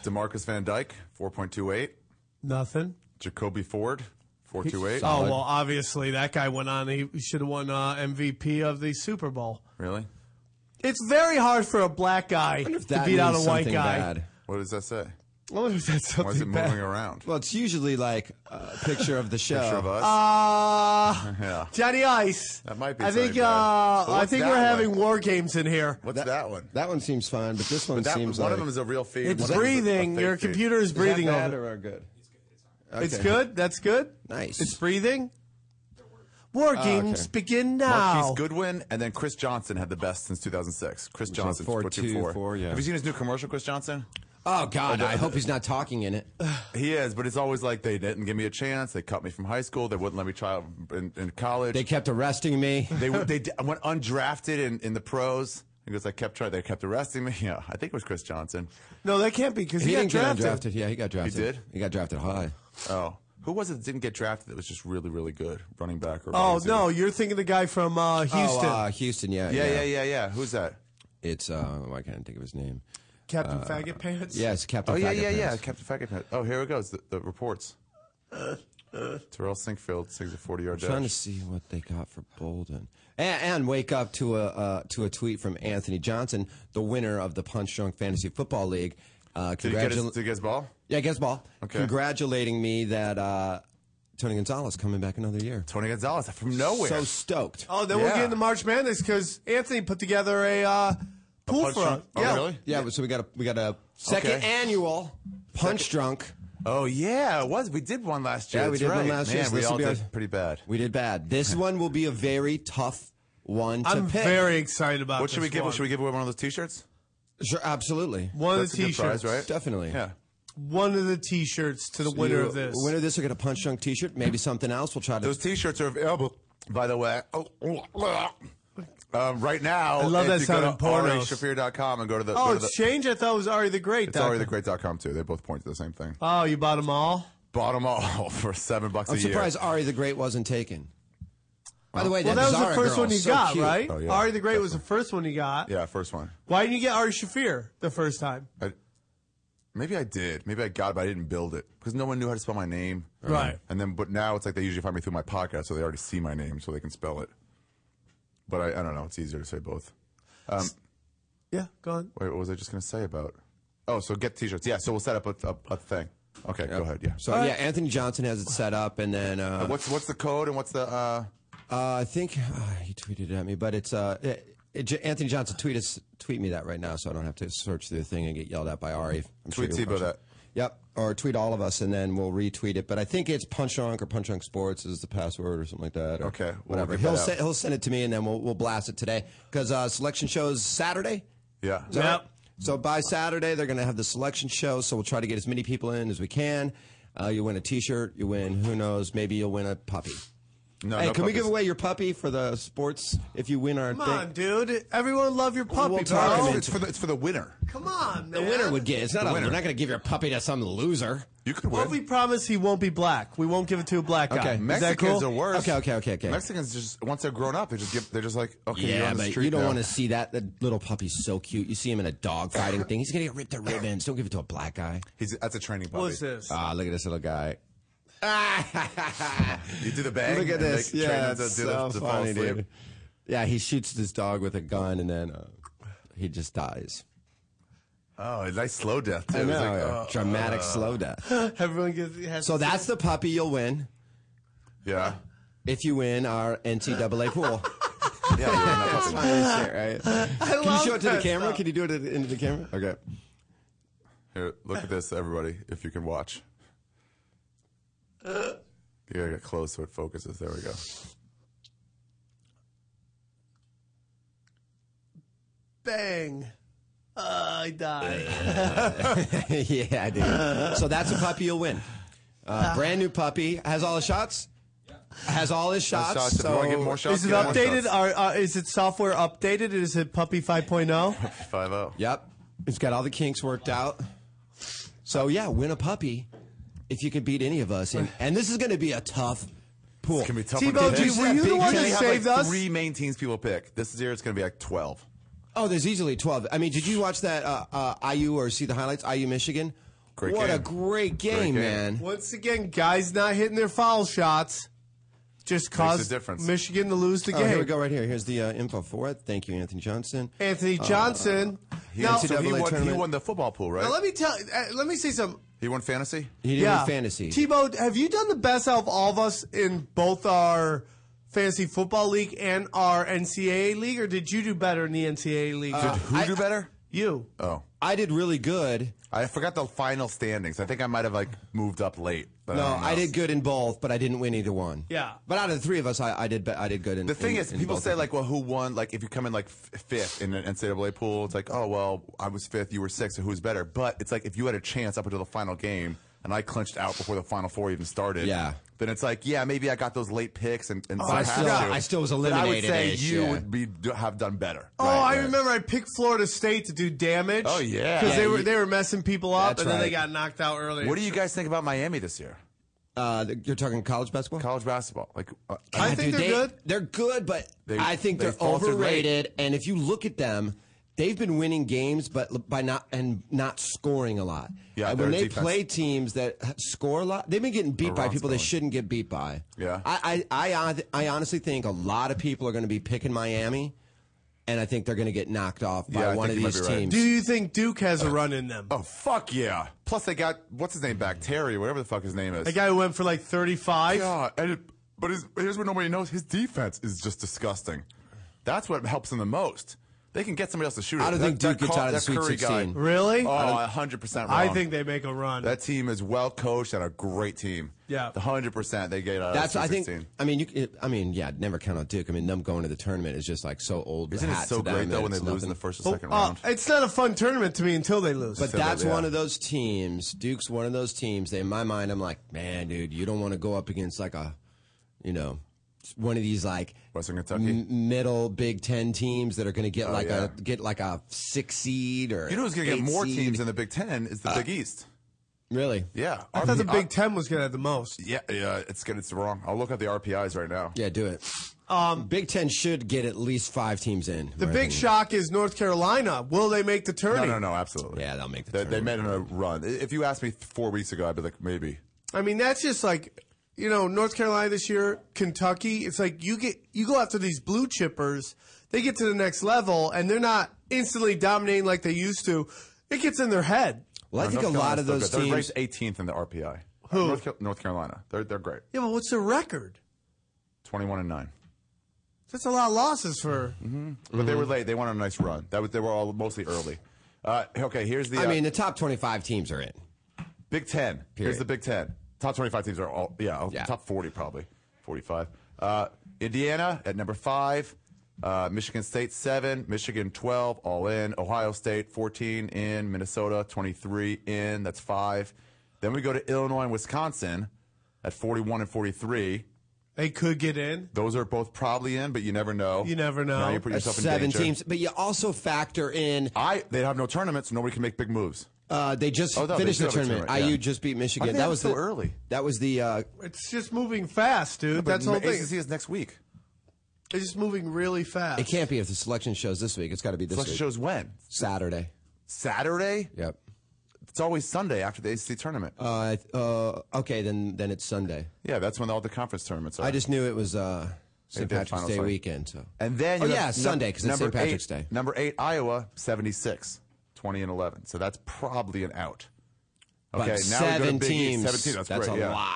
Speaker 6: Demarcus Van Dyke, 4.28.
Speaker 5: Nothing.
Speaker 6: Jacoby Ford, 4.28.
Speaker 5: Oh, well, obviously, that guy went on. He should have won uh, MVP of the Super Bowl.
Speaker 6: Really?
Speaker 5: It's very hard for a black guy
Speaker 4: wonder if
Speaker 5: to
Speaker 4: that
Speaker 5: beat out a
Speaker 4: means
Speaker 5: white
Speaker 4: something
Speaker 5: guy.
Speaker 4: bad.
Speaker 6: What does that say?
Speaker 5: I wonder if that's
Speaker 6: Why is it
Speaker 5: something bad.
Speaker 6: moving around?
Speaker 4: Well, it's usually like a picture of the show.
Speaker 6: Picture of us?
Speaker 5: Uh,
Speaker 6: yeah.
Speaker 5: Johnny Ice.
Speaker 6: That might be
Speaker 5: I think
Speaker 6: something
Speaker 5: uh,
Speaker 6: bad. But
Speaker 5: I
Speaker 6: what's
Speaker 5: think
Speaker 6: that
Speaker 5: we're
Speaker 6: one?
Speaker 5: having war games in here.
Speaker 6: What's that, one?
Speaker 4: That one seems fine, but this one
Speaker 6: But that, one
Speaker 4: seems
Speaker 6: of
Speaker 4: like
Speaker 6: them is a real feed.
Speaker 5: It's
Speaker 6: one of them is a- a
Speaker 5: breathing.
Speaker 6: fake
Speaker 5: Your
Speaker 6: feed.
Speaker 5: computer is
Speaker 4: Is that
Speaker 5: breathing
Speaker 4: bad
Speaker 5: over.
Speaker 4: or good.
Speaker 5: it. It's
Speaker 4: Okay.
Speaker 5: good. That's good.
Speaker 4: Nice.
Speaker 5: It's breathing. War games begin now.
Speaker 6: Marquise Goodwin and then Chris Johnson had the best since 2006. Chris Johnson,
Speaker 4: four,
Speaker 6: 4.24.
Speaker 4: two, four, yeah.
Speaker 6: Have you seen his new commercial, Chris Johnson?
Speaker 4: oh God, I hope he's not talking in it.
Speaker 6: He is, but it's always like they didn't give me a chance. They cut me from high school. They wouldn't let me try out in, in college.
Speaker 4: They kept arresting me.
Speaker 6: They went, they d- I went undrafted in, in the pros because I kept trying. They kept arresting me. Yeah, I think it was Chris Johnson.
Speaker 5: no, that can't be because
Speaker 4: He,
Speaker 5: he, got
Speaker 4: didn't
Speaker 5: drafted.
Speaker 4: get undrafted. Yeah, he got drafted.
Speaker 6: did?
Speaker 4: He got drafted high.
Speaker 6: Oh, who was it that didn't get drafted that was just really really good running back or?
Speaker 5: Oh
Speaker 6: wide
Speaker 5: no,
Speaker 6: receiver?
Speaker 5: you're thinking the guy from uh, Houston,
Speaker 4: Oh, uh, Houston. Yeah,
Speaker 6: Yeah, yeah, yeah, yeah. Who's that?
Speaker 4: It's uh, why can't I think of his name?
Speaker 5: Captain Faggot Pants.
Speaker 4: Yes, Captain.
Speaker 6: Oh yeah,
Speaker 4: Faggot
Speaker 6: yeah, yeah.
Speaker 4: Pants.
Speaker 6: Captain Faggot Pants. Oh, here it goes. The, the reports. Terrell Sinkfield sings a 40-yard
Speaker 4: Trying to
Speaker 6: dash.
Speaker 4: see what they got for Bolden, and, and wake up to a uh, to a tweet from Anthony Johnson, the winner of the Punch Drunk Fantasy Football League. Uh,
Speaker 6: Did he, get his,
Speaker 4: congratulations.
Speaker 6: did he get his ball?
Speaker 4: Yeah, guess ball.
Speaker 6: Okay.
Speaker 4: Congratulating me that uh, Tony Gonzalez coming back another year.
Speaker 6: Tony Gonzalez from nowhere.
Speaker 4: So stoked.
Speaker 5: Oh, then we'll
Speaker 6: Yeah.
Speaker 5: get into March Madness because Anthony put together a uh, pool
Speaker 6: punch
Speaker 5: for us.
Speaker 6: drunk- oh,
Speaker 5: yeah.
Speaker 6: really?
Speaker 4: Yeah, so we got a we got a second
Speaker 6: Okay.
Speaker 4: annual punch drunk.
Speaker 6: oh yeah, it was. We did one last year.
Speaker 4: Yeah, we
Speaker 6: That's
Speaker 4: did one
Speaker 6: right.
Speaker 4: last year,
Speaker 6: Man,
Speaker 4: so
Speaker 6: we
Speaker 4: this
Speaker 6: all
Speaker 4: will be our-
Speaker 6: did pretty bad.
Speaker 4: We did bad. This one will be a very tough one to
Speaker 5: I'm
Speaker 4: pick.
Speaker 5: very excited about.
Speaker 6: What should
Speaker 5: this
Speaker 6: we give?
Speaker 5: One.
Speaker 6: Should we give away one of those T-shirts?
Speaker 4: sure, absolutely.
Speaker 5: One of
Speaker 6: That's
Speaker 5: the
Speaker 6: a good prize,
Speaker 5: t-shirts,
Speaker 6: right?
Speaker 4: Definitely.
Speaker 6: Yeah.
Speaker 5: One of the t-shirts to the winner
Speaker 4: You-
Speaker 5: of this.
Speaker 4: Winner of this will get a punch drunk T-shirt. Maybe something else. We'll try to.
Speaker 6: Those T-shirts are available, by the way. Oh, uh, right now,
Speaker 5: I love that
Speaker 6: if you go
Speaker 5: sound
Speaker 6: to
Speaker 5: in pornos.
Speaker 6: ariShafir.com and go to the.
Speaker 5: oh,
Speaker 6: go to the-
Speaker 5: it's change. I thought it was Ari the Great.
Speaker 6: It's
Speaker 5: Doc.
Speaker 6: alreadythegreat.com too. They both point to the same thing.
Speaker 5: Oh, you bought them all.
Speaker 6: Bought them all for seven bucks a
Speaker 4: I'm
Speaker 6: year.
Speaker 4: surprised Ari the Great wasn't taken. By the way,
Speaker 5: Well, that was the
Speaker 4: Zara
Speaker 5: first
Speaker 4: girl,
Speaker 5: one you
Speaker 4: so
Speaker 5: got,
Speaker 4: cute.
Speaker 5: right?
Speaker 6: Oh, yeah,
Speaker 5: Ari the Great was the first one you got.
Speaker 6: Yeah, first one.
Speaker 5: Why didn't you get Ari Shafir the first time?
Speaker 6: I, maybe I did. Maybe I got it, but I didn't build it because no one knew how to spell my name.
Speaker 5: Right.
Speaker 6: And then, but now it's like they usually find me through my podcast, so they already see my name, so they can spell it. But I, I don't know. It's easier to say both. Um,
Speaker 5: Yeah, go on.
Speaker 6: wait, what was I just going to say about? Oh, so get t-shirts. Yeah, so we'll set up a, a, a thing. Okay, go ahead. Yeah.
Speaker 4: So yeah, Anthony Johnson has it set up, and then uh,
Speaker 6: what's what's the code and what's the? Uh,
Speaker 4: uh, I think uh, he tweeted at me, but it's uh, it, it, J- Anthony Johnson tweet us tweet me that right now, so I don't have to search through the thing and get yelled at by Ari. I'm
Speaker 6: Tweet
Speaker 4: you'll
Speaker 6: Tebow
Speaker 4: punch it. Yep, or tweet all of us, and then we'll retweet it. But I think it's Punch Drunk or Punch Drunk Sports is the password or something like that. or
Speaker 6: Okay, well, we'll
Speaker 4: whatever.
Speaker 6: get
Speaker 4: he'll
Speaker 6: that out.
Speaker 4: se- he'll send it to me, and then we'll we'll blast it today because uh, selection shows Saturday.
Speaker 6: yeah.
Speaker 4: Is that
Speaker 5: Yep.
Speaker 4: right? So by Saturday, they're going to have the selection show. So we'll try to get as many people in as we can. Uh, you win a T-shirt. You win. Who knows? Maybe you'll win a puppy.
Speaker 6: No,
Speaker 4: hey,
Speaker 6: no
Speaker 4: can we
Speaker 6: puppies.
Speaker 4: give away your puppy for the sports if you win our
Speaker 5: Come
Speaker 4: thing?
Speaker 5: on, dude. Everyone love your puppy,
Speaker 4: We'll
Speaker 5: bro.
Speaker 4: talk
Speaker 6: No,
Speaker 4: him
Speaker 6: it's for the it's for the winner.
Speaker 5: Come on,
Speaker 4: The
Speaker 5: man.
Speaker 4: winner would get. It's not. A,
Speaker 6: winner.
Speaker 4: we're not going to give your puppy to some loser.
Speaker 6: You could
Speaker 5: What
Speaker 6: win.
Speaker 5: we promise, he won't be black. We won't give it to a black guy.
Speaker 4: Okay.
Speaker 5: Is that
Speaker 6: Mexicans
Speaker 5: cool?
Speaker 6: are worse.
Speaker 4: Okay, okay, okay, okay.
Speaker 6: Mexicans just once they're grown up, they just give. They're just like, okay, you're
Speaker 4: yeah,
Speaker 6: on the
Speaker 4: but
Speaker 6: street
Speaker 4: you don't
Speaker 6: now.
Speaker 4: want to see that. That little puppy's so cute. You see him in a dog fighting thing. He's going to get ripped to ribbons. Don't give it to a black guy.
Speaker 6: He's that's a training puppy.
Speaker 5: What is this?
Speaker 4: Ah, look at this little guy.
Speaker 6: You do the bang.
Speaker 4: Look at
Speaker 6: and they
Speaker 4: this.
Speaker 6: train
Speaker 4: Yeah,
Speaker 6: him to
Speaker 4: it's
Speaker 6: do the-
Speaker 4: so
Speaker 6: to fall
Speaker 4: funny,
Speaker 6: asleep.
Speaker 4: dude. Yeah, he shoots this dog with a gun, and then uh, he just dies.
Speaker 6: Oh, a nice slow death too. It's
Speaker 4: I know,
Speaker 6: like,
Speaker 4: yeah.
Speaker 6: uh,
Speaker 4: Dramatic slow death.
Speaker 5: Everyone gets. Has
Speaker 4: So that's the puppy you'll win
Speaker 6: uh, yeah,
Speaker 4: if you win our NCAA pool.
Speaker 6: yeah. you know, that's fine.
Speaker 4: right? Can you
Speaker 5: love
Speaker 4: show it to the
Speaker 5: that
Speaker 4: camera? Can you do it into the camera?
Speaker 6: Okay. Here, look at this, everybody, if you can watch. You gotta get close so it focuses. There we go.
Speaker 5: bang. Uh, I die.
Speaker 4: yeah, I do. So that's a puppy you'll win. Uh, brand new puppy has all the shots. Has all his shots.
Speaker 6: Shots, if you
Speaker 4: so
Speaker 6: wanna get more shots,
Speaker 5: Is it
Speaker 6: get more
Speaker 5: updated?
Speaker 6: shots.
Speaker 5: Are, uh, is it software updated? Is it Puppy oh? 5.0?
Speaker 6: Five zero.
Speaker 4: Yep. It's got all the kinks worked out. So yeah, win a puppy if you can beat any of us. And, and this is going to be a tough pool.
Speaker 6: Can be tough.
Speaker 5: Tebow,
Speaker 6: on the
Speaker 5: do you-
Speaker 6: picks.
Speaker 5: were you the
Speaker 6: They
Speaker 5: one that
Speaker 6: usually oh. have,
Speaker 5: saved
Speaker 6: like
Speaker 5: us?
Speaker 6: Three main teams people pick. This year it's gonna be like twelve.
Speaker 4: oh, there's easily 12. I mean, did you watch that uh, uh, IU or see the highlights? IU Michigan.
Speaker 6: Great
Speaker 4: what a
Speaker 6: game.
Speaker 4: great game,
Speaker 6: game.
Speaker 4: man.
Speaker 5: Once again, guys not hitting their foul shots just caused
Speaker 6: difference.
Speaker 5: Michigan to lose the
Speaker 4: Oh,
Speaker 5: game.
Speaker 4: here we go right here. Here's the uh, info for it. Thank you, Anthony Johnson.
Speaker 5: Anthony Johnson. now,
Speaker 4: NCAA
Speaker 6: So he won, he
Speaker 4: tournament.
Speaker 6: won the football pool, right?
Speaker 5: now let me tell. Uh, let me say something.
Speaker 6: he won fantasy.
Speaker 4: He did
Speaker 5: yeah,
Speaker 4: fantasy.
Speaker 5: Tebow, have you done the best out of all of us in both our fantasy football league and our NCAA league, or did you do better in the NCAA league?
Speaker 6: Did who
Speaker 4: Uh, I-
Speaker 6: do better?
Speaker 5: you.
Speaker 6: Oh,
Speaker 4: I did really good.
Speaker 6: I forgot the final standings. I think I might have like moved up late. but
Speaker 4: No,
Speaker 6: don't know.
Speaker 4: I did good in both, but I didn't win either one.
Speaker 5: Yeah.
Speaker 4: But out of the three of us, I, I did. Be- I did good in.
Speaker 6: The thing
Speaker 4: in-
Speaker 6: is,
Speaker 4: in
Speaker 6: people
Speaker 4: both
Speaker 6: say
Speaker 4: of them.
Speaker 6: like, "Well, who won?" Like, if you come in like f- fifth in an NCAA pool, it's like, "Oh, well, I was fifth, you were sixth, so who's better?" But it's like if you had a chance up until the final game, and I clinched out before the final four even started.
Speaker 4: Yeah. Oh,
Speaker 6: Then it's like, yeah, maybe I got those late picks, and, and so
Speaker 4: I
Speaker 6: had
Speaker 4: still-
Speaker 6: to.
Speaker 4: I still was
Speaker 6: But I would
Speaker 4: eliminated
Speaker 6: say
Speaker 4: ish,
Speaker 6: you
Speaker 4: yeah.
Speaker 6: would be do- have done better.
Speaker 5: Oh,
Speaker 6: Right,
Speaker 5: I
Speaker 6: right.
Speaker 5: remember I picked Florida State to do damage.
Speaker 6: Oh, yeah.
Speaker 5: because
Speaker 6: Yeah,
Speaker 5: they were
Speaker 4: you-
Speaker 5: they were messing people up,
Speaker 4: That's
Speaker 5: and then they
Speaker 4: right.
Speaker 5: got knocked out early.
Speaker 6: What do you guys think about Miami this year?
Speaker 4: uh, you're talking college basketball.
Speaker 6: College basketball, like, uh,
Speaker 5: I
Speaker 4: Yeah,
Speaker 5: think
Speaker 4: dude,
Speaker 5: they're
Speaker 4: they-
Speaker 5: good.
Speaker 4: They're good, but
Speaker 6: They-
Speaker 4: I think
Speaker 6: they
Speaker 4: they are
Speaker 6: faltered late.
Speaker 4: overrated. And if you look at them, they've been winning games, but l- by not and not scoring a lot.
Speaker 6: Yeah,
Speaker 4: and when
Speaker 6: their
Speaker 4: they
Speaker 6: defense-
Speaker 4: play teams that h- score a lot, they've been getting beat by
Speaker 6: Iran's
Speaker 4: people they
Speaker 6: going.
Speaker 4: shouldn't get beat by.
Speaker 6: Yeah.
Speaker 4: I I I, hon- I honestly think a lot of people are going to be picking Miami. and I think they're going to get knocked off by
Speaker 6: Yeah, I
Speaker 4: one of
Speaker 6: think you might
Speaker 4: these
Speaker 6: be right.
Speaker 4: teams.
Speaker 5: Do you think Duke has a run in them?
Speaker 6: Oh fuck yeah! Plus they got what's his name back, Terry, whatever the fuck his name is.
Speaker 5: The guy who went for like 35.
Speaker 6: Yeah, and it, but his, here's what nobody knows: his defense is just disgusting. That's what helps him the most. They can get somebody else to shoot it.
Speaker 4: I don't
Speaker 6: That-
Speaker 4: think
Speaker 6: that
Speaker 4: Duke gets
Speaker 6: Car-
Speaker 4: out of the
Speaker 6: that
Speaker 4: Sweet
Speaker 6: Curry
Speaker 4: 16.
Speaker 6: Guy,
Speaker 5: Really?
Speaker 6: Oh, 100 percent.
Speaker 5: I think they make a run.
Speaker 6: that team is well coached and a great team.
Speaker 5: Yeah.
Speaker 6: 100 percent. They get out.
Speaker 4: That's
Speaker 6: of
Speaker 4: I
Speaker 6: the Sweet
Speaker 4: think.
Speaker 6: 16.
Speaker 4: I mean, you, it- I mean, yeah, never count on Duke. I mean, them going to the tournament is just like so old.
Speaker 6: Isn't
Speaker 4: hat
Speaker 6: it so
Speaker 4: to them
Speaker 6: great though
Speaker 4: that
Speaker 6: when they
Speaker 4: it's
Speaker 6: lose
Speaker 4: nothing.
Speaker 6: in the first or
Speaker 5: Oh,
Speaker 6: second
Speaker 5: uh,
Speaker 6: round?
Speaker 5: it's not a fun tournament to me until they lose.
Speaker 4: But
Speaker 6: So
Speaker 4: that's
Speaker 6: that- yeah.
Speaker 4: one of those teams. Duke's one of those teams. That in my mind, I'm like, man, dude, you don't want to go up against like a, you know, one of these like
Speaker 6: Western Kentucky. Oh,
Speaker 4: m- middle Big Ten teams that are going to get like
Speaker 6: yeah.
Speaker 4: a get like a six seed or
Speaker 6: You know who's going to get
Speaker 4: eight
Speaker 6: more
Speaker 4: seed.
Speaker 6: teams in the Big Ten is
Speaker 4: Uh,
Speaker 6: the Big East.
Speaker 4: Really?
Speaker 6: Yeah,
Speaker 5: I thought the
Speaker 6: RP
Speaker 5: Big Ten was going to have the most.
Speaker 6: Yeah, yeah, it's good. It's wrong. I'll look at the RPIs right now.
Speaker 4: Yeah, do it. Um, Big Ten should get at least five teams in.
Speaker 5: The big shock is North Carolina. Will they make the
Speaker 6: No,
Speaker 5: tourney?
Speaker 6: no, no, absolutely.
Speaker 4: Yeah, they'll make the
Speaker 6: They, they made
Speaker 4: tournament.
Speaker 6: it a run. I- If you asked me th- four weeks ago, I'd be like, maybe.
Speaker 5: I mean, that's just like you know North Carolina this year, Kentucky. It's like you get you go after these blue chippers. They get to the next level, and they're not instantly dominating like they used to. It gets in their head.
Speaker 4: Well, I
Speaker 6: No,
Speaker 4: think a
Speaker 6: North
Speaker 4: lot
Speaker 6: Carolina's
Speaker 4: of
Speaker 6: still
Speaker 4: those
Speaker 6: good. They're
Speaker 4: teams.
Speaker 6: ranked 18th in the RPI. Who? North, Ca- North Carolina. They're they're great.
Speaker 5: Yeah, but what's their record?
Speaker 6: 21 and nine.
Speaker 5: That's a lot of losses for.
Speaker 6: But
Speaker 4: Mm-hmm.
Speaker 6: they were late. They went on a nice run. That was they were all mostly early. Uh, okay, here's the.
Speaker 4: I
Speaker 6: uh,
Speaker 4: mean, the top 25 teams are in.
Speaker 6: Big Ten. Here's
Speaker 4: Period.
Speaker 6: the Big Ten. Top 25 teams are all, yeah, all-
Speaker 4: Yeah.
Speaker 6: top 40 probably, 45. Uh, Indiana at number five. Uh, Michigan State seven, Michigan twelve, all in. Ohio State fourteen in, Minnesota twenty three in. That's five. Then we go to Illinois and Wisconsin at forty one and forty three.
Speaker 5: They could get in.
Speaker 6: Those are both probably in, but you never know.
Speaker 5: You never know.
Speaker 6: Now you put
Speaker 4: That's
Speaker 6: yourself in
Speaker 4: seven
Speaker 6: danger.
Speaker 4: teams, but you also factor in
Speaker 6: I they have no tournament, so nobody can make big moves.
Speaker 4: uh, they just
Speaker 6: Oh, no, they
Speaker 4: finished
Speaker 6: do
Speaker 4: the
Speaker 6: have a
Speaker 4: tournament.
Speaker 6: tournament, yeah.
Speaker 4: IU just beat Michigan.
Speaker 6: they
Speaker 4: that
Speaker 6: have it
Speaker 4: was
Speaker 6: so
Speaker 4: the,
Speaker 6: early?
Speaker 4: That was the uh,
Speaker 5: It's just moving fast, dude. That's the whole
Speaker 6: But
Speaker 5: thing.
Speaker 6: ACC is next week.
Speaker 5: It's just moving really fast.
Speaker 4: It can't be if the selection shows this week. It's got to be this
Speaker 6: Selection
Speaker 4: week.
Speaker 6: shows when
Speaker 4: Saturday.
Speaker 6: Saturday.
Speaker 4: Yep.
Speaker 6: It's always Sunday after the ACC tournament.
Speaker 4: Uh, th- uh, okay, then then it's Sunday.
Speaker 6: yeah, that's when all the conference tournaments are.
Speaker 4: I just knew it was uh, St.
Speaker 6: did
Speaker 4: Patrick's
Speaker 6: finals
Speaker 4: Day
Speaker 6: night.
Speaker 4: weekend. So.
Speaker 6: and then
Speaker 4: oh
Speaker 6: you have
Speaker 4: yeah,
Speaker 6: num-
Speaker 4: Sunday because it's
Speaker 6: number
Speaker 4: St. Patrick's
Speaker 6: eight-
Speaker 4: Day.
Speaker 6: Number eight, Iowa, 76, 20 and 11. So that's probably an out.
Speaker 4: But
Speaker 6: Okay, now we go to
Speaker 4: seven
Speaker 6: Big East.
Speaker 4: teams.
Speaker 6: 17, that's
Speaker 4: a
Speaker 6: great, yeah. Uh,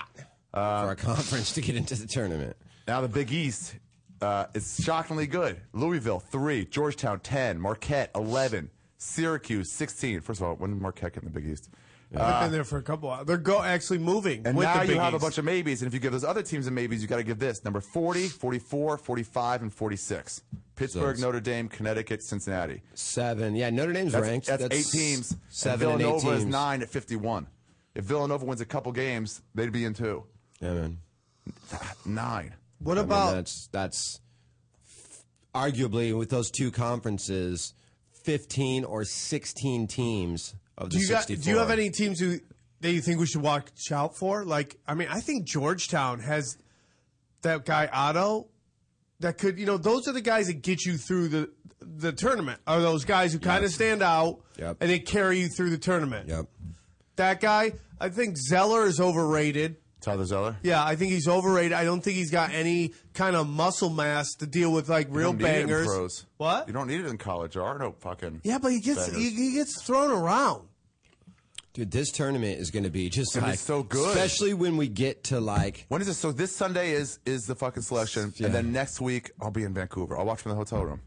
Speaker 4: lot for a conference to get into the tournament.
Speaker 6: Now the Big East uh, is shockingly good. Louisville three, Georgetown ten, Marquette eleven, Syracuse sixteen. First of all, when did Marquette get in the Big East?
Speaker 5: They've been there for a couple. Of, they're go actually moving.
Speaker 6: And
Speaker 5: with
Speaker 6: now
Speaker 5: the
Speaker 6: you
Speaker 5: Big
Speaker 6: have a
Speaker 5: East.
Speaker 6: bunch of maybes, and if you give those other teams a maybes, you got to give this number 40, 44, 45, and 46. Pittsburgh,
Speaker 4: it's-
Speaker 6: Notre Dame, Connecticut, Cincinnati.
Speaker 4: Seven. Yeah, Notre Dame's
Speaker 6: That's,
Speaker 4: ranked.
Speaker 6: that's eight teams.
Speaker 4: Seven
Speaker 6: and
Speaker 4: and,
Speaker 6: Villanova
Speaker 4: eight teams.
Speaker 6: is nine at 51. If Villanova wins a couple games, they'd be in two.
Speaker 4: Yeah, man.
Speaker 6: Nine.
Speaker 5: What
Speaker 4: I mean,
Speaker 5: about
Speaker 4: that's that's arguably with those two conferences, fifteen or sixteen teams of the
Speaker 5: do you got,
Speaker 4: sixty-four.
Speaker 5: do you have any teams who that you think we should watch out for? Like, I mean, I think Georgetown has that guy Otto that could. You know, those are the guys that get you through the the tournament. Are those guys who kind of stand out
Speaker 4: Yep.
Speaker 5: and they carry you through the tournament?
Speaker 4: Yep.
Speaker 5: That guy, I think Zeller is overrated.
Speaker 6: Tyler Zeller?
Speaker 5: Yeah, I think he's overrated. I don't think he's got any kind of muscle mass to deal with like
Speaker 6: You
Speaker 5: real
Speaker 6: don't need it in
Speaker 5: bangers.
Speaker 6: pros.
Speaker 5: What?
Speaker 6: You don't need it in college. There are no fucking.
Speaker 5: Yeah, but he gets
Speaker 6: bangers.
Speaker 5: he, he gets thrown around.
Speaker 4: Dude, this tournament is going to be just
Speaker 6: gonna be
Speaker 4: like
Speaker 6: so good.
Speaker 4: especially when we get to like
Speaker 6: When is it? So this Sunday is is the fucking selection,
Speaker 4: Yeah.
Speaker 6: and then next week I'll be in Vancouver. I'll watch from the hotel room.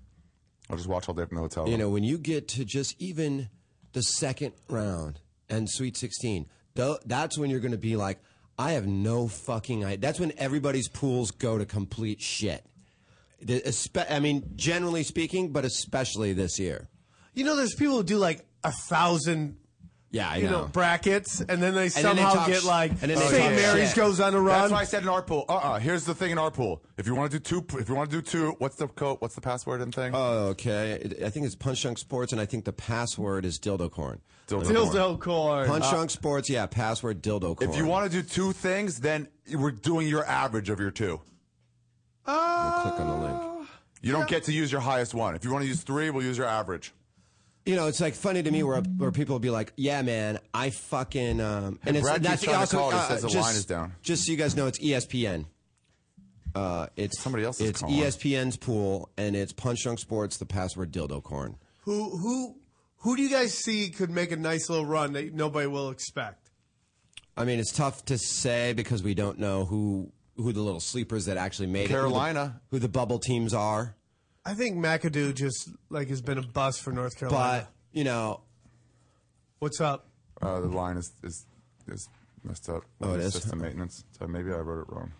Speaker 6: I'll just watch all day from the hotel room.
Speaker 4: you know when you get to just even the second round and Sweet Sixteen. tho- That's when you're going to be like, I have no fucking idea. That's when everybody's pools go to complete shit. The, espe- I mean, generally speaking, but especially this year.
Speaker 5: You know, there's people who do like a thousand
Speaker 4: Yeah, I
Speaker 5: you know, brackets, and then they
Speaker 4: then they
Speaker 5: somehow
Speaker 4: talk
Speaker 5: get
Speaker 4: sh-
Speaker 5: like
Speaker 4: and then they
Speaker 5: St.
Speaker 4: talk
Speaker 5: Mary's
Speaker 4: shit.
Speaker 5: goes on a
Speaker 6: That's
Speaker 5: run.
Speaker 6: why I said in our pool. Uh uh Here's the thing in our pool. If you want to do two, if you want to do two, what's the code? What's the password and thing?
Speaker 4: Uh, Okay, It- I think it's Punch Junk Sports, and I think the password is dildo corn.
Speaker 5: Dildo corn.
Speaker 4: Punch Junk Sports, yeah, password dildo corn.
Speaker 6: Uh, If you want to do two things, then we're doing your average of your two.
Speaker 4: to click on the link.
Speaker 6: You don't get to use your highest one. If you want to use three, we'll use your average.
Speaker 4: You know, it's like funny to me where where people will be like, "Yeah, man, I fucking," um, and it's
Speaker 6: Brad keeps
Speaker 4: that's
Speaker 6: trying to
Speaker 4: also
Speaker 6: call, he
Speaker 4: uh,
Speaker 6: says the
Speaker 4: just,
Speaker 6: line is down.
Speaker 4: Just so you guys know, it's ESPN. Uh, it's
Speaker 6: Somebody else is
Speaker 4: It's E
Speaker 6: calling.
Speaker 4: ESPN's pool, and it's Punch Drunk Sports. The password dildo corn.
Speaker 5: Who who who do you guys see could make a nice little run that nobody will expect?
Speaker 4: I mean, it's tough to say because we don't know who who the little sleepers that actually made
Speaker 6: Carolina.
Speaker 4: it, who the, who the bubble teams are.
Speaker 5: I think McAdoo just like has been a bust for North Carolina.
Speaker 4: But you know,
Speaker 5: What's up?
Speaker 6: Uh, the line is is is messed up.
Speaker 4: Oh, it
Speaker 6: it's
Speaker 4: is?
Speaker 6: Just the maintenance. So maybe I wrote it wrong.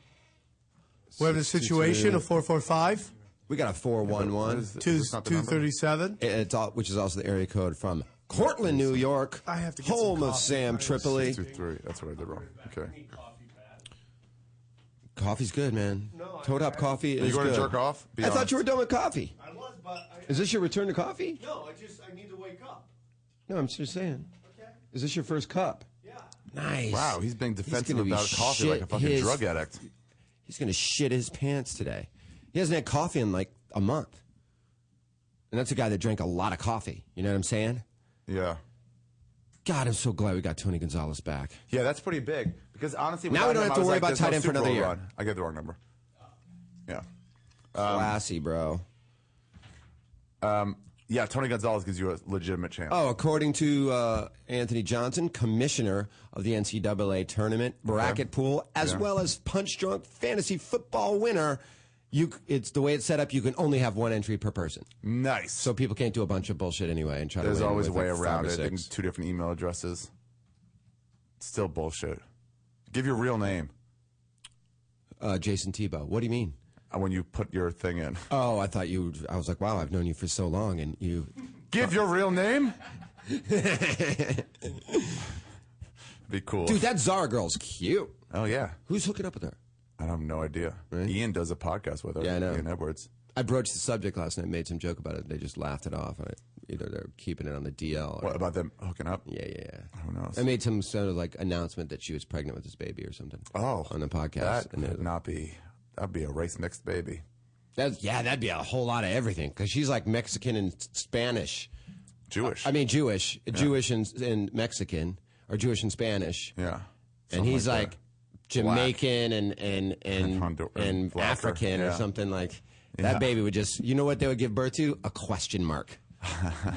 Speaker 5: We have a situation of four four five
Speaker 4: we got a four one
Speaker 6: What
Speaker 4: one.
Speaker 6: is-
Speaker 5: two
Speaker 6: is this not the
Speaker 5: two
Speaker 6: number?
Speaker 5: thirty seven.
Speaker 4: It's all, which is also the area code from Cortland, New York.
Speaker 5: I have to get some
Speaker 4: home of
Speaker 5: coffee.
Speaker 4: Sam Tripoli.
Speaker 6: Two three. That's what I did wrong. Okay.
Speaker 4: Coffee's good, man. Toad Hop coffee
Speaker 6: you
Speaker 4: is
Speaker 6: going to
Speaker 4: good.
Speaker 6: jerk off? Be
Speaker 4: I thought
Speaker 6: honest.
Speaker 4: you were done with coffee.
Speaker 5: I was, but I,
Speaker 4: Is this your return to coffee?
Speaker 5: no, I just I need to wake up.
Speaker 4: No, I'm just saying. Is this your first cup? Yeah. Nice.
Speaker 6: Wow, he's being defensive
Speaker 4: gonna be
Speaker 6: about coffee like a
Speaker 4: shit
Speaker 6: fucking
Speaker 4: his-
Speaker 6: drug addict.
Speaker 4: He's gonna shit his pants today. He hasn't had coffee in like a month, and that's a guy that drank a lot of coffee. You know what I'm saying?
Speaker 6: Yeah.
Speaker 4: God, I'm so glad we got Tony Gonzalez back.
Speaker 6: Yeah, that's pretty big. Because honestly,
Speaker 4: Now we
Speaker 6: without
Speaker 4: don't
Speaker 6: him,
Speaker 4: have
Speaker 6: I
Speaker 4: to
Speaker 6: was
Speaker 4: worry
Speaker 6: like,
Speaker 4: about
Speaker 6: there's
Speaker 4: tight
Speaker 6: no
Speaker 4: end for
Speaker 6: Super
Speaker 4: another
Speaker 6: Bowl
Speaker 4: year.
Speaker 6: run. I get the wrong number. Yeah. Um,
Speaker 4: Classy, bro.
Speaker 6: Yeah, Tony Gonzalez gives you a legitimate chance.
Speaker 4: Oh, according to uh, Anthony Johnson, commissioner of the NCAA tournament bracket pool, as
Speaker 6: Yeah.
Speaker 4: well as punch drunk fantasy football winner, you c- it's the way it's set up. You can only have one entry per person,
Speaker 6: nice.
Speaker 4: so people can't do a bunch of bullshit anyway and try
Speaker 6: There's
Speaker 4: to. win
Speaker 6: always a
Speaker 4: with,
Speaker 6: way
Speaker 4: like, five
Speaker 6: around
Speaker 4: or
Speaker 6: it. They can-
Speaker 4: six.
Speaker 6: Two different email addresses. Still bullshit. Give your real name
Speaker 4: Uh, Jason Tebow. What do you mean?
Speaker 6: uh, when you put your thing in.
Speaker 4: Oh, I thought you. I was like, wow, I've known you for so long, and you.
Speaker 6: Give your real name. Be cool.
Speaker 4: Dude, that Zara girl's cute.
Speaker 6: oh yeah,
Speaker 4: Who's hooking up with her?
Speaker 6: I have no idea. Ian does a podcast with her.
Speaker 4: Yeah, I know.
Speaker 6: Ian Edwards.
Speaker 4: I broached the subject last night, made some joke about it. They just laughed it off. I, either they're keeping it on the DL. Or,
Speaker 6: What about them hooking up?
Speaker 4: Yeah, yeah, yeah.
Speaker 6: Who knows?
Speaker 4: I made some sort of like announcement that she was pregnant with this baby or something.
Speaker 6: Oh,
Speaker 4: on the podcast.
Speaker 6: That
Speaker 4: And
Speaker 6: would
Speaker 4: it-
Speaker 6: not be. That'd be a race mixed baby.
Speaker 4: that's- yeah, that'd be a whole lot of everything because she's like Mexican and S- Spanish.
Speaker 6: Jewish.
Speaker 4: I mean, Jewish, Jewish and, and Mexican, or Jewish and Spanish.
Speaker 6: yeah.
Speaker 4: and
Speaker 6: Something
Speaker 4: he's like,
Speaker 6: that.
Speaker 4: Jamaican and and and
Speaker 6: And Hondur-
Speaker 4: and
Speaker 6: and blacker,
Speaker 4: African or
Speaker 6: yeah.
Speaker 4: something like.
Speaker 6: Yeah.
Speaker 4: That baby would just, you know what they would give birth to? A question mark.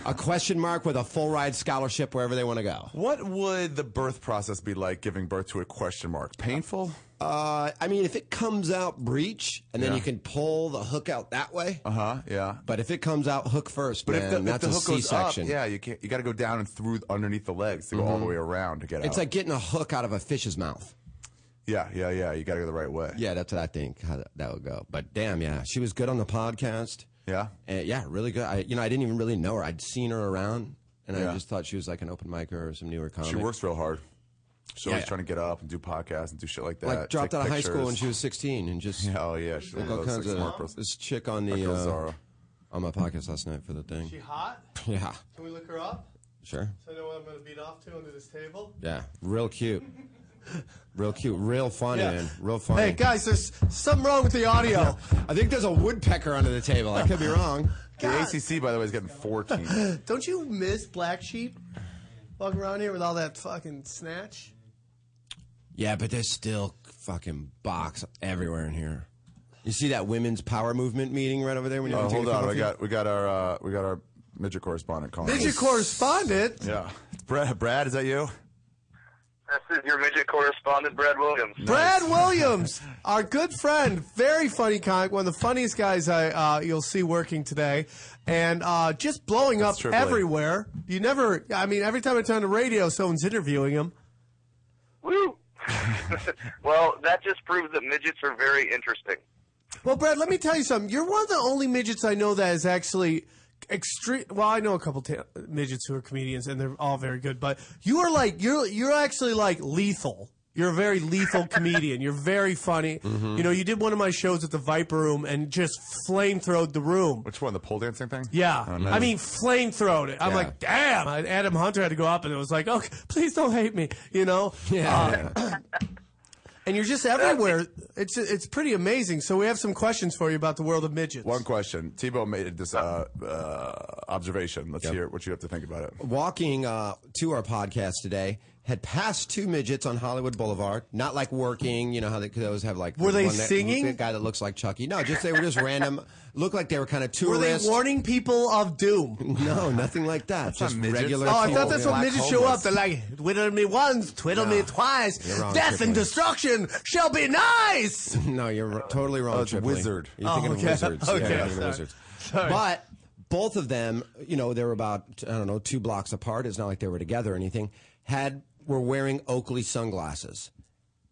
Speaker 4: a question mark with a full ride scholarship wherever they want to go.
Speaker 6: What would the birth process be like giving birth to a question mark? Painful?
Speaker 4: Uh, I mean, if it comes out breech and then
Speaker 6: Yeah.
Speaker 4: you can pull the hook out that way.
Speaker 6: Uh huh. Yeah.
Speaker 4: But if it comes out hook first,
Speaker 6: But
Speaker 4: man,
Speaker 6: if, the, if
Speaker 4: that's
Speaker 6: the
Speaker 4: a
Speaker 6: hook goes
Speaker 4: C-section.
Speaker 6: up, yeah, you can't. You got to go down and through underneath the legs to go all the way around to get out.
Speaker 4: It's like getting a hook out of a fish's mouth.
Speaker 6: yeah, yeah, yeah. You got to go the right way.
Speaker 4: Yeah, that's what I think how that, that would go. But damn, yeah, she was good on the podcast.
Speaker 6: Yeah?
Speaker 4: Uh, yeah, really good. I, you know, I didn't even really know her. I'd seen her around, and
Speaker 6: Yeah.
Speaker 4: I just thought she was like an open micer or some newer comic.
Speaker 6: She works real hard. She's always
Speaker 4: Yeah.
Speaker 6: trying to get up and do podcasts and do shit like that.
Speaker 4: like dropped
Speaker 6: take
Speaker 4: out of high school
Speaker 6: pictures.
Speaker 4: when she was sixteen, and just
Speaker 6: Oh yeah, she's one
Speaker 4: like, all
Speaker 6: of those
Speaker 4: kinds
Speaker 6: like, smart
Speaker 4: of
Speaker 6: person.
Speaker 4: this chick on the
Speaker 6: Girl
Speaker 4: uh,
Speaker 6: Zara.
Speaker 4: on my podcast last night for the thing.
Speaker 5: She hot?
Speaker 4: Yeah,
Speaker 5: Can we look her up?
Speaker 4: sure.
Speaker 5: So I know what I'm going to beat off to under this table.
Speaker 4: Yeah, real cute, real cute, real funny,
Speaker 5: Yeah.
Speaker 4: man, real funny.
Speaker 5: Hey guys, there's something wrong with the audio.
Speaker 4: I think there's a woodpecker under the table. I could be wrong.
Speaker 6: The ACC, by the way, is getting 14.
Speaker 5: Don't you miss Black Sheep? Walking around here with all that fucking snatch.
Speaker 4: Yeah, but there's still fucking box everywhere in here. You see that women's power movement meeting right over there when you
Speaker 6: Uh,
Speaker 4: want to
Speaker 6: hold
Speaker 4: take a
Speaker 6: on, we
Speaker 4: coffee?
Speaker 6: got we got our uh, we got our midget correspondent calling.
Speaker 5: Did your correspondent?
Speaker 6: Yeah, It's Brad. Brad, is that you?
Speaker 7: This is your midget correspondent, Brad Williams.
Speaker 5: Brad Williams, our good friend, very funny comic, one of the funniest guys I uh, you'll see working today, and uh, just blowing
Speaker 6: That's
Speaker 5: up
Speaker 6: Triple A.
Speaker 5: everywhere. You never, I mean, every time I turn on the radio, someone's interviewing him.
Speaker 7: Woo! well, that just proves that midgets are very interesting.
Speaker 5: Well, Brad, let me tell you something. You're one of the only midgets I know that is actually extreme. Well, I know a couple ta- midgets who are comedians, and they're all very good. But you are like you're you're actually like lethal. You're a very lethal comedian. You're very funny. You know, you did one of my shows at the Viper Room and just flamethrowed the room.
Speaker 6: Which one? The pole dancing thing?
Speaker 5: Yeah,
Speaker 6: Oh, nice.
Speaker 5: I mean, flamethrowed it. I'm like, damn. And Adam Hunter had to go up, and it was like, okay, please don't hate me, you know.
Speaker 4: Yeah.
Speaker 5: Uh, and you're just everywhere. It's it's pretty amazing. So we have some questions for you about the world of midgets.
Speaker 6: One question. Tebow made this uh, uh, observation. Let's
Speaker 4: Yep.
Speaker 6: Oh! hear what you have to think about it.
Speaker 4: walking uh, to our podcast today, had passed two midgets on Hollywood Boulevard. Not like working, you know how they could always have like.
Speaker 5: Were they
Speaker 4: one that-
Speaker 5: singing?
Speaker 4: The guy that looks like Chucky. No, just they were just random. Looked like they were kind of
Speaker 5: Were they
Speaker 4: tourists.
Speaker 5: warning people of doom?
Speaker 4: No, nothing like that.
Speaker 6: not
Speaker 4: just
Speaker 6: midgets.
Speaker 4: regular.
Speaker 5: Oh, I
Speaker 4: people,
Speaker 5: thought that's
Speaker 4: you know.
Speaker 5: what
Speaker 6: Black
Speaker 5: midgets show
Speaker 6: homeless.
Speaker 5: up. They're like, twiddle me once, twiddle me twice.
Speaker 4: wrong,
Speaker 5: Death and
Speaker 4: Tripoli.
Speaker 5: destruction shall be nice.
Speaker 4: No, you're r- totally wrong.
Speaker 6: Oh, it's
Speaker 4: Tripoli.
Speaker 6: wizard.
Speaker 4: You're thinking
Speaker 5: Oh, okay.
Speaker 4: of wizards. Yeah,
Speaker 5: Okay,
Speaker 4: you're thinking of
Speaker 5: sorry.
Speaker 4: wizards. But both of them, you know, they were about I don't know two blocks apart. It's not like they were together or anything. Had were wearing Oakley sunglasses,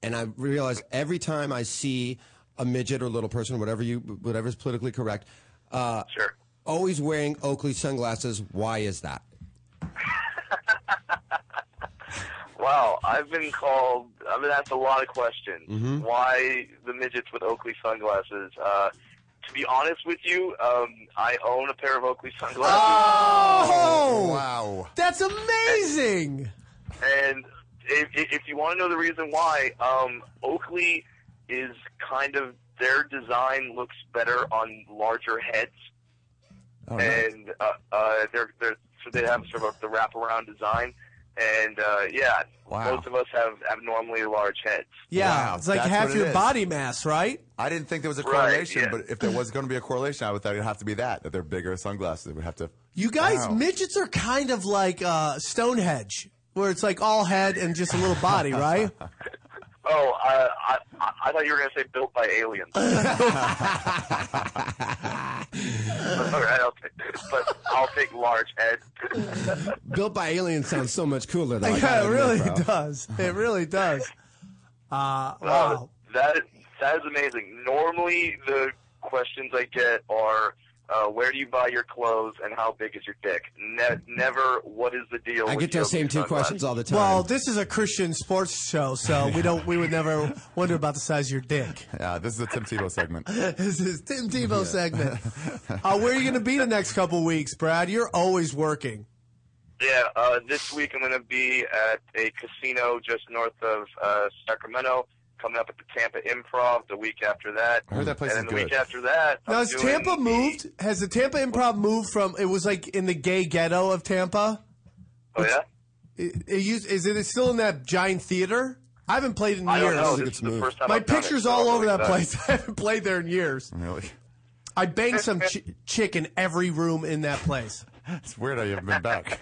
Speaker 4: and I realized every time I see a midget or little person, whatever you, whatever's politically correct, uh,
Speaker 7: Sure.
Speaker 4: always wearing Oakley sunglasses. Why is that?
Speaker 7: Wow, I've been called. I've been asked a lot of questions.
Speaker 6: Mm-hmm.
Speaker 7: Why the midgets with Oakley sunglasses? Uh, to be honest with you, um, I own a pair of Oakley
Speaker 6: Ah!
Speaker 7: sunglasses,
Speaker 5: Oh,
Speaker 6: Wow.
Speaker 5: that's amazing.
Speaker 7: and if, if if you want to know the reason why, um, Oakley is kind of their design looks better on larger heads, and uh, uh, they're they're so they have sort of the wraparound design, and uh, yeah,
Speaker 6: Wow.
Speaker 7: most of us have abnormally large heads.
Speaker 5: Yeah,
Speaker 6: Wow,
Speaker 5: it's like
Speaker 6: that's
Speaker 5: half
Speaker 6: what it
Speaker 5: your
Speaker 6: is.
Speaker 5: body mass, right?
Speaker 6: I didn't think there was a
Speaker 7: Right,
Speaker 6: correlation,
Speaker 7: yeah.
Speaker 6: but if there was going to be a correlation, I would thought it'd have to be that that they're bigger sunglasses. It would have to.
Speaker 5: You guys,
Speaker 6: Wow.
Speaker 5: midgets are kind of like uh, Stonehenge, where it's like all head and just a little body, right?
Speaker 7: Oh, uh, I, I I thought you were gonna say built by aliens. All right, I'll take, but I'll take large head.
Speaker 4: Built by aliens sounds so much cooler though. I
Speaker 5: yeah,
Speaker 4: gotta
Speaker 5: it
Speaker 4: admit,
Speaker 5: really
Speaker 4: bro.
Speaker 5: does. It really does. Uh,
Speaker 7: Uh,
Speaker 5: wow.
Speaker 7: that is, that is amazing. Normally, the questions I get are. Uh, where do you buy your clothes and how big is your dick? Ne- never. What is the deal?
Speaker 4: I
Speaker 7: with
Speaker 4: get those
Speaker 7: Yogi
Speaker 4: same two
Speaker 7: sunglasses?
Speaker 4: questions all the time.
Speaker 5: Well, this is a Christian sports show, so we don't we would never wonder about the size of your dick.
Speaker 6: Yeah, this is a Tim Tebow segment.
Speaker 5: This is Tim Tebow segment. Uh, where are you going to be the next couple weeks, Brad? You're always working.
Speaker 7: Yeah, uh, this week I'm going to be at a casino just north of uh, Sacramento. Coming up at the Tampa Improv the week after that.
Speaker 6: heard that place is
Speaker 7: and then the
Speaker 6: good.
Speaker 7: week after that.
Speaker 5: Now,
Speaker 7: I'm
Speaker 5: has
Speaker 7: doing
Speaker 5: Tampa
Speaker 7: the-
Speaker 5: moved? Has the Tampa Improv moved from? It was like in the gay ghetto of Tampa.
Speaker 7: Oh yeah.
Speaker 5: It, it used, is it still in that giant theater? I haven't played in
Speaker 7: I
Speaker 5: years.
Speaker 7: don't know.
Speaker 4: think
Speaker 7: This
Speaker 4: it's
Speaker 7: is the
Speaker 4: moved.
Speaker 7: first time
Speaker 5: My
Speaker 7: I've done it,
Speaker 5: picture's
Speaker 7: so
Speaker 5: all
Speaker 7: I'm
Speaker 5: over
Speaker 7: really
Speaker 5: that
Speaker 7: excited.
Speaker 5: place. I haven't played there in years.
Speaker 6: Really?
Speaker 5: I banged some ch- chick in every room in that place.
Speaker 6: It's weird how you haven't been back.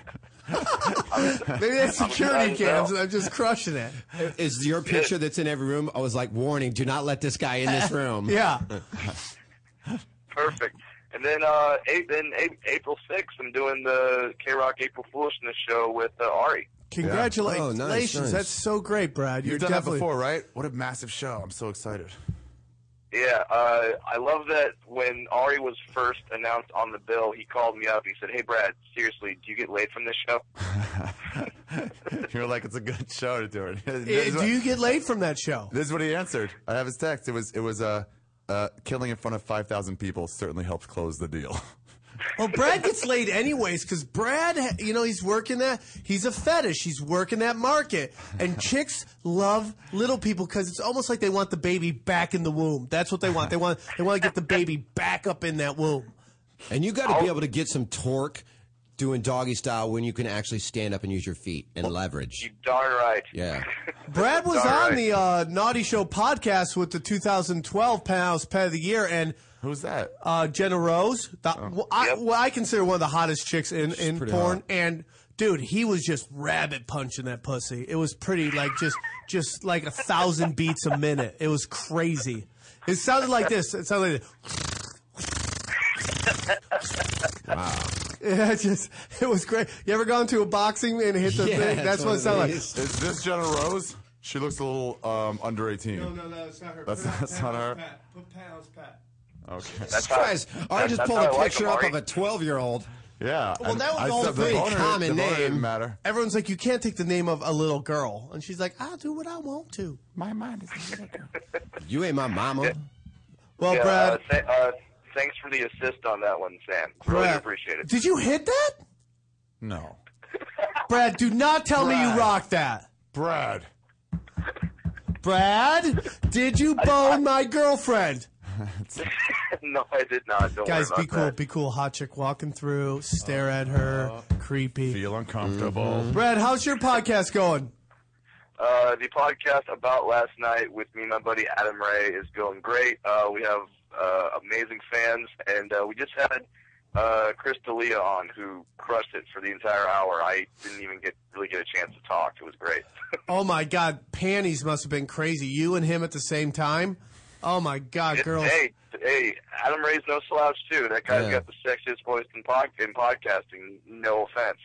Speaker 5: Maybe that's
Speaker 7: I'm
Speaker 5: security
Speaker 7: excited now.
Speaker 5: cams, and I'm just crushing it.
Speaker 4: is your picture that's in every room? I was like, warning: do not let this guy in this room.
Speaker 5: Yeah.
Speaker 7: Perfect. And then uh, eight, then eight, April sixth, I'm doing the K Rock April Foolishness show with uh, Ari.
Speaker 5: Congratulations.
Speaker 4: Oh, nice, nice.
Speaker 5: That's so great, Brad. You're
Speaker 6: You've done
Speaker 5: definitely
Speaker 6: that before, right? What a massive show! I'm so excited.
Speaker 7: Yeah, uh, I love that when Ari was first announced on the bill, he called me up. He said, "Hey, Brad, seriously, do you get laid from this show?"
Speaker 6: You're like, it's a good show to do it.
Speaker 5: Eh,
Speaker 6: This is
Speaker 5: do
Speaker 6: what-
Speaker 5: you get laid from that show?
Speaker 6: This is what he answered. I have his text. It was it was uh, uh, killing in front of five thousand people certainly helped close the deal.
Speaker 5: Well, Brad gets laid anyways because Brad, ha- you know, he's working that. He's a fetish. He's working that market, and chicks love little people because it's almost like they want the baby back in the womb. That's what they want. They want they want to get the baby back up in that womb.
Speaker 4: And you got to be able to get some torque doing doggy style when you can actually stand up and use your feet and leverage.
Speaker 7: You darn right.
Speaker 4: Yeah.
Speaker 5: Brad was
Speaker 7: All
Speaker 5: on
Speaker 7: right.
Speaker 5: the uh, Naughty Show podcast with the 2012 Penthouse Pet of the Year, and
Speaker 6: Who's that?
Speaker 5: uh, Jenna Rose. The, well, I,
Speaker 7: Yep.
Speaker 5: well, I consider one of the hottest chicks in, in
Speaker 4: pretty
Speaker 5: porn.
Speaker 4: hot.
Speaker 5: And dude, he was just rabbit punching that pussy. It was pretty like just just like a thousand beats a minute. It was crazy. It sounded like this. It sounded like this. Wow. Yeah, it just it was great. You ever gone to a boxing and hit the
Speaker 4: Yeah,
Speaker 5: thing?
Speaker 4: that's
Speaker 5: That's
Speaker 4: what
Speaker 5: what it
Speaker 4: it
Speaker 5: sounded like.
Speaker 4: is.
Speaker 6: Is this Jenna Rose? She looks a little um, under eighteen.
Speaker 5: that's not her.
Speaker 6: That's- Put that's not Penthouse her.
Speaker 5: Put pounds, Pat.
Speaker 6: Okay.
Speaker 7: That's how-
Speaker 4: Guys, I
Speaker 7: that's-
Speaker 4: just
Speaker 7: that's
Speaker 4: pulled
Speaker 7: how I
Speaker 4: a
Speaker 7: like 'em,
Speaker 4: picture up
Speaker 7: Ari.
Speaker 4: of a 12 year old.
Speaker 6: Yeah.
Speaker 5: Well,
Speaker 6: and
Speaker 5: that was
Speaker 6: I
Speaker 5: all
Speaker 6: said the
Speaker 5: pretty
Speaker 6: boner-
Speaker 4: common
Speaker 6: the boner
Speaker 4: name.
Speaker 6: Didn't matter.
Speaker 5: Everyone's like, you can't take the name of a little girl, and she's like, I'll do what I want to.
Speaker 6: My mind is.
Speaker 4: You ain't my mama.
Speaker 5: Well,
Speaker 7: Yeah,
Speaker 5: Brad,
Speaker 7: Uh, th- uh, thanks for the assist on that one, Sam. Really
Speaker 5: Brad,
Speaker 7: appreciate it.
Speaker 5: Did you hit that,
Speaker 6: No.
Speaker 5: Brad? Do not tell me
Speaker 6: Brad.
Speaker 5: you rocked that,
Speaker 6: Brad.
Speaker 5: Brad. Did you bone my girlfriend?
Speaker 7: no, I did not. Don't
Speaker 5: Guys, be
Speaker 7: worry about
Speaker 5: cool,
Speaker 7: that. Uh,
Speaker 5: be cool. Hot chick walking through, stare at her, creepy.
Speaker 6: Feel uncomfortable.
Speaker 5: Mm-hmm. Brad, how's your podcast going?
Speaker 7: Uh, the podcast about last night with me and my buddy Adam Ray is going great. Uh, we have uh, amazing fans, and uh, we just had uh, Chris D'Elia on, who crushed it for the entire hour. I didn't even get really get a chance to talk. It was great.
Speaker 5: Oh my God, panties must have been crazy. You and him at the same time. Oh my God, girls.
Speaker 7: Hey, hey, Adam Ray's no slouch too. That guy's
Speaker 4: Yeah.
Speaker 7: got the sexiest voice in, pod- in podcasting. No offense.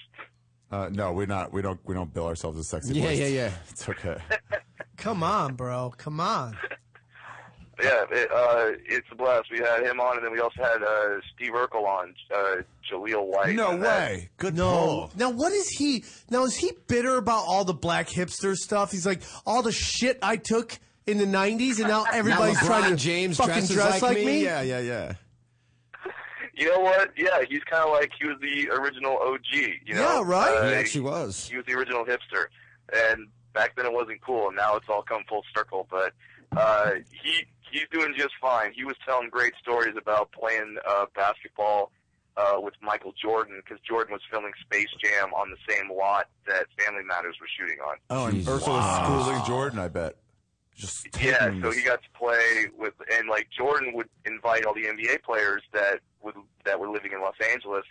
Speaker 6: Uh, no, we're not. We don't. We don't bill ourselves as sexy.
Speaker 4: Yeah,
Speaker 6: boys.
Speaker 4: yeah, yeah.
Speaker 6: It's okay.
Speaker 5: Come on, bro. Come on.
Speaker 7: But yeah, it, uh, it's a blast. We had him on, and then we also had uh, Steve Urkel on, uh, Jaleel White.
Speaker 6: No
Speaker 7: And that-
Speaker 6: way. Good
Speaker 5: No.
Speaker 6: pull.
Speaker 5: Now, what is he? Now, is he bitter about all the black hipster stuff? He's like, all the shit I took in the 90s, and now everybody's
Speaker 4: LeBron
Speaker 5: trying to
Speaker 4: James
Speaker 5: fucking
Speaker 4: dresses
Speaker 5: dress like, me?
Speaker 4: Yeah, yeah, yeah.
Speaker 7: You know what? Yeah, he's kind of like he was the original OG. You know?
Speaker 5: Yeah, right.
Speaker 7: Uh,
Speaker 4: He actually was.
Speaker 7: he was the original hipster, and back then it wasn't cool, and now it's all come full circle. But uh, he he's doing just fine. He was telling great stories about playing uh, basketball uh, with Michael Jordan because Jordan was filming Space Jam on the same lot that Family Matters was shooting on.
Speaker 6: Oh, and
Speaker 4: Jesus.
Speaker 6: Ursula's schooling Jordan. I bet. Just
Speaker 7: Yeah,
Speaker 6: taking
Speaker 7: so
Speaker 6: this-
Speaker 7: he got to play with, and like Jordan would invite all the NBA players that would that were living in Los Angeles